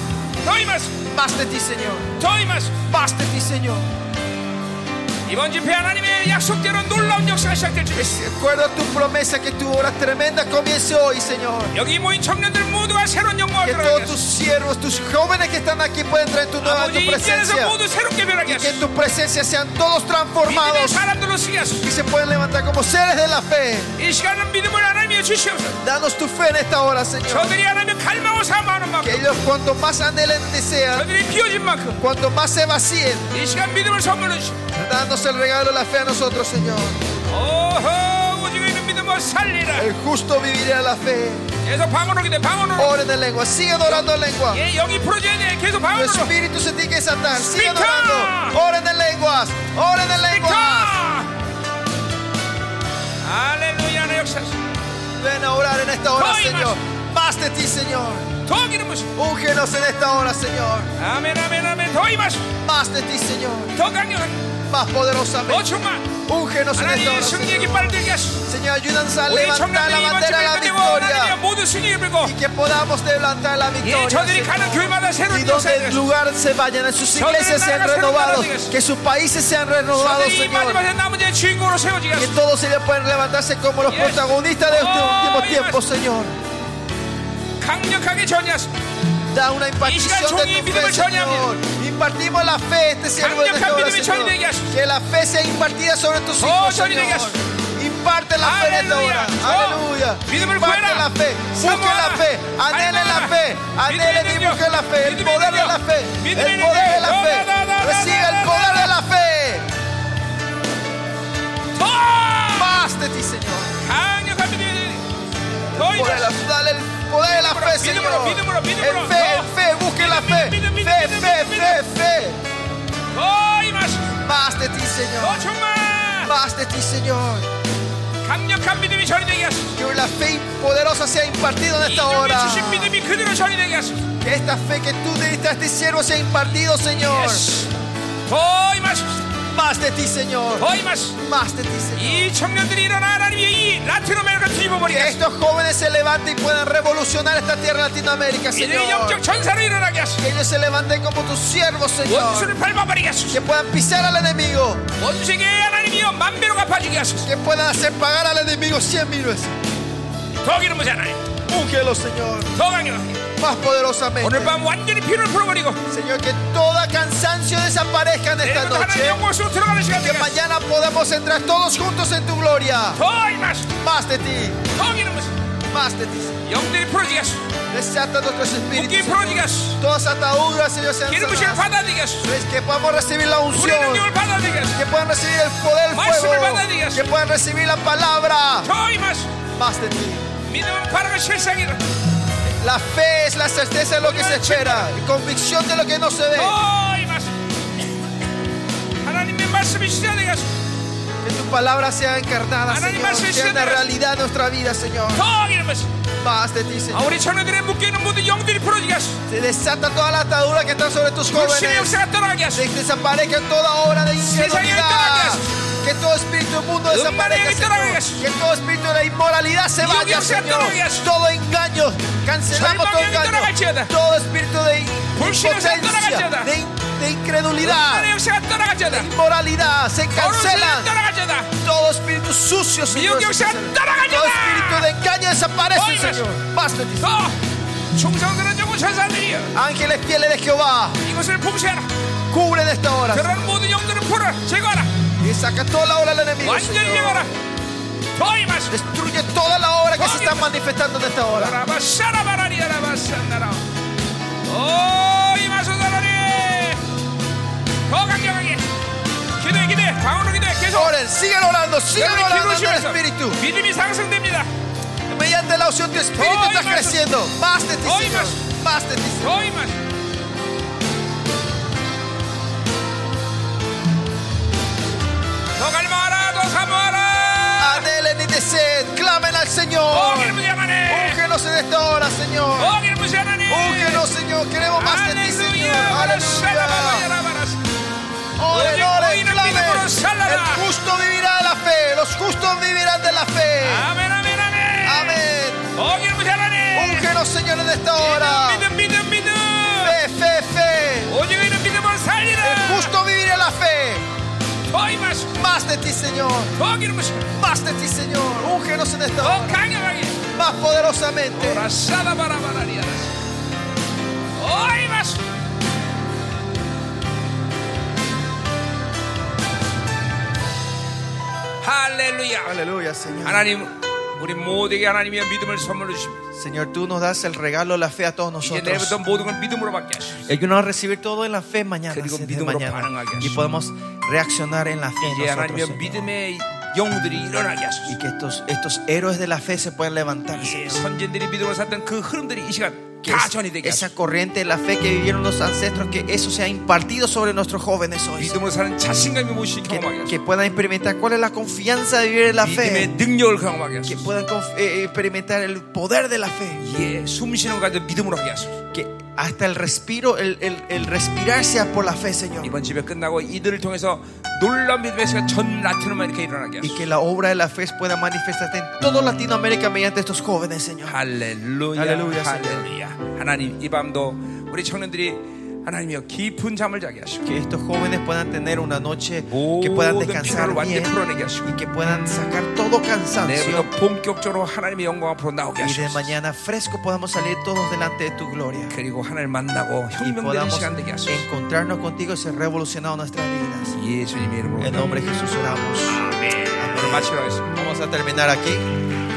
더 임하소. Más de ti, Señor. 더 임하소. Más de ti, Señor. 이번 집회 하나님의 약속대로 놀라운 역사가 시작될 줄 믿습니다. Recuerda tu promesa que tu obra tremenda comience hoy, Señor. 여기 모인 청년들 모두가 새로운 영광을 Que 드러나게 todos 하소서. tus siervos, tus jóvenes que están aquí puedan traer tu nueva 아버지 tu 입장에서 presencia. 모두 새롭게 변하게 Y que 하소서. en tu presencia sean todos 믿음의 transformados 사람들로 쓰게 하소서. y se puedan levantar como seres de la fe. 이 시간은 믿음을 하나님이 주시옵소서. Danos tu fe en esta hora, Señor. 저들이 하나님을 갈망하고 사모하는 만큼, Que ellos cuanto más anhelen, desean, 저들이 비워진 만큼, cuanto más se vacíen, 이 sigan 믿음을 선물로 주시오. danos el regalo de la fe a nosotros, Señor. 오호, 오직 이는 믿음을 살리라. El justo vivirá la fe. 계속 방언으로 기대, 방언으로. Oren en lengua, sigan orando en lengua. 예, 여기 프로젝트에 계속 Tu 방언으로. espíritu se tiene que desatar. Speak Sigan orando. up. Oren en lenguas. Oren en lenguas. 가! 할렐루야, 내 역사. Ven a orar en esta hora, Soy Señor. Más de ti, Señor. 더 기름 부시. Úngenos en esta hora, Señor. 아멘, 아멘, 아멘. 더 임하시. Más de ti, Señor. 더 강력한, Más 더 poderosamente. 충만. Úngenos en 하나님의 esta hora. 승리의 Señor. 깃발을 들게 하시. Señor, ayúdanos a 우리 levantar la 청년들이 이번 bandera de la 집회 끝내고 하나님의 victoria. 모든 승리를 불고 Y que podamos levantar la 예, victoria. 저들이 Señor. 가는 교회마다 Y 새로운 donde 역사를 el lugar se vayan, en sus iglesias sean renovados. Que sus países sean renovados, 저들이 이 Señor. 마지막에 남은 자의 주인공으로 세워지게 Que 하소서 todos ellos puedan levantarse como los Yes. protagonistas de este Oh, último yes. tiempo, Señor. 강력하게 전이하소서 Da una 이 시간 impartición 종이 de tu 믿음을 fe, Señor. 전이합니다. Impartimos la fe a este siervo de 강력한 esta hora, 믿음의 Señor. 전이 되게 하소서. Que la fe sea impartida sobre tus 더 hijos, 전이 되게 Señor. 하소서. Imparte la fe en esta 할렐루야. hora. Oh, Aleluya. 더 믿음을 Imparte 구해라. la fe. Busque 사모하라. la fe. Anhelen la fe. 할렐루야. Anhelen y 믿음의 busquen la fe. El 능력. poder de la fe. 믿음의 El poder de la 능력. fe. 더, 더, 더, 더, Recibe el 더, 더, poder 더. de la fe. 더 Más de ti, Señor. 강력한 믿음이 더 Por 임하소서 el- dale el poder de la fe, Señor. 믿음으로, 믿음으로, En 믿음으로. fe, en fe. Busque la fe. 믿음, 믿음, 믿음, Fe, 믿음, fe, 믿음, fe, fe. 더 임하소서 Más de ti, Señor. 더 충만 Más de ti, Señor. 강력한 믿음이 전이되게 하소서 Que la fe poderosa sea impartida en esta 이종에 hora. 주신 믿음이 그대로 전이되게 하소서 Que esta fe que tú diste a este siervo sea impartido, Señor. 예스. 더 임하소서 Más de ti, Señor. 더 임하소서 Más de ti, Señor. 이 청년들이 일어나 하나님의 이 라틴 아메리카 뒤집어버리게 Que 하소서 estos jóvenes se levanten y puedan revolucionar esta tierra Latinoamérica, 이들의 영적 Señor. 전사로 일어나게 하소서 Que ellos se levanten como tus siervos, Señor. 원수를 밟아버리게 하소서 Que puedan pisar al enemigo. 원수에게 하나님이여 만배로 갚아주게 하소서 Que puedan hacer pagar al enemigo cien mil veces. 더 기름 부자 하나님 Úngelo, Señor. 더 강력하게 Más poderosamente. 오늘 밤 완전히 피로를 풀어버리고 Señor, que todo cansancio desaparezca en esta 내일부터 하나님 noche. 영광으로 들어가는 시간 되게 Que 하소서 mañana podamos entrar todos juntos en tu gloria. 더 임하소서 Más de ti, 더 기름 부자 más de ti. Señor. 영들이 풀어지게 하소서 Desata nuestros espíritus. 묶임 Señor. 풀어지게 하소서 Todas ataduras, Señor, sean 기름 부심을 sanadas. 받아들이게 하소서 Pues Que podamos recibir la 우리의 unción. 능력을 받아들이게 하소서 Que puedan recibir el poder del 말씀을 fuego. 받아들이겠습니다. Que puedan recibir la palabra. 더 임하소서 Más de ti. 믿음은 바로 실상이라 La fe es la certeza de lo que se espera. y Convicción de lo que no se ve. 더 임하소서 하나님의 말씀이 시작되게 하소서 Que tu palabra sea encarnada, Señor. Sea una realidad de nuestra vida, Señor. 더 기름 부자 Más de ti, 아, Señor. 우리 청년들의 묶여있는 모든 영들이 풀어지게 하소서 Se desata toda la atadura que está sobre tus 불신의 jóvenes. 역사가 떠나게 하소서 Que desaparezca toda obra de incredulidad. Que todo espíritu del mundo desaparezca, Señor. Que todo espíritu de la inmoralidad se vaya, Señor. Todo engaño, cancelamos todo engaño. Todo espíritu de impotencia, de, in- de 불신의 incredulidad, 역사가 떠나가자다 inmoralidad, se 거룩사가 cancela. 떠나가자다 Todo espíritu sucio, Señor. 미혹의 se 역사가 cancela. Todo espíritu 떠나가자다 de engaño desaparece, Señor. Basta, de ti. 더 충성들은 영구 천사들이여 Ángeles fieles de Jehová, 이것을 봉쇄하라 cubren esta hora. 그런 모든 영들을 풀어라 제거하라 Y saca toda la obra del enemigo. 완전히 Señor. 제거하라 더 임하소서 Destruye toda la obra que se está manifestando en esta hora. 라바샤라바라리아라바산나라. 오, 이마소다라리. 더 강력하게. 기도해, 기도해. 방으로 기도해. 계속. Oren, sigan orando, sigan 여러분의 orando 기도를 en el 쉬면서 Espíritu. 믿음이 상승됩니다. Mediante la opción tu Espíritu Hoy estás más. creciendo. Más de ti, Hoy Señor. Más de ti, Señor. 더 이마. 더 갈망하라, 더 사모하라. Anhelen y deseen, clamen al Señor. 더 기름을 향하네. Úngenos en esta hora, Señor. 더 기름을 향하네. Úngenos, Señor. Queremos más de ti, Señor. 할렐루야. Aleluya. 바라샤라바라리아라바라스. Oren, oren, clamen. 살라라. El justo vivirá de la fe. Los justos vivirán de la fe. 아멘 아멘 아멘. Amén. 어기름 잘하네. Úngenos, Señor, en esta hora. 믿음 믿음 믿음. Fe, fe, fe. 오직 이런 믿음은 살리라. El justo vivirá de la fe. 더이 마시. Más de ti, Señor. 더 기름 부시. Más de ti, Señor. Úngenos en esta 더 hora. 강력하게. Más poderosamente. 오라사다 바라바라리야. 어이 마시. 할렐루야. Aleluya, Señor. 하나님 우리 모두에게 하나님의 믿음을 선물로 주십니다. Señor, tú nos das el regalo de la fe a todos 이제 내일부터 nosotros. 모든 걸 믿음으로 받게 하십시오. El que nos va a recibir todo en la fe mañana, 그리고 desde 믿음으로 mañana. 반응하게 Y 하시고. podemos reaccionar en la fe 이제 nosotros, 하나님의 Señor. 믿음의 영웅들이 일어나게 Y 하소서. que estos, estos héroes de la fe se puedan levantar, 예, Señor. 선진들이 믿음으로 샀던 그 흐름들이 이 시간 Que 다 es- 전이 되게 하소서. esa corriente de la fe que vivieron los ancestros, que eso sea impartido sobre nuestros jóvenes hoy. Señor. 믿음으로 사는 자신감이 무엇이 Que, 경험하게 하소서. que puedan experimentar cuál es la confianza de vivir en la 믿음의 fe. 능력을 경험하게 Que 하소서. puedan conf- eh, experimentar el poder de la fe. 예, 숨쉬는 것까지 믿음으로 하게 하소서. Que hasta el respiro, el, el, el respirar sea por la fe, Señor. 이번 집회 끝나고 이들을 통해서 놀라운 믿음의 시간 전 라틴어만 이렇게 일어나게 Y 하소서. que la obra de la fe pueda manifestarse en toda Latinoamérica mediante estos jóvenes, Señor. 할렐루야, 할렐루야, 할렐루야. 하나님 이 밤도 우리 청년들이 하나님이여 깊은 잠을 자게 하시고 Que estos jóvenes puedan tener una noche que puedan 모든 피로를 descansar 완전히 bien 풀어내게 하시고 y que puedan sacar todo cansancio. 내일부터 본격적으로 하나님의 영광 앞으로 나오게 Y de 하소서. mañana fresco podamos salir todos delante de tu gloria. 그리고 하나님 만나고 Y 혁명되는 podamos 시간 되게 하소서. encontrarnos contigo y ser revolucionados nuestras vidas. 예수님의 이름으로. En nombre de Jesús oramos. 아멘. 오늘 마치도록 하겠습니다. Vamos a terminar aquí.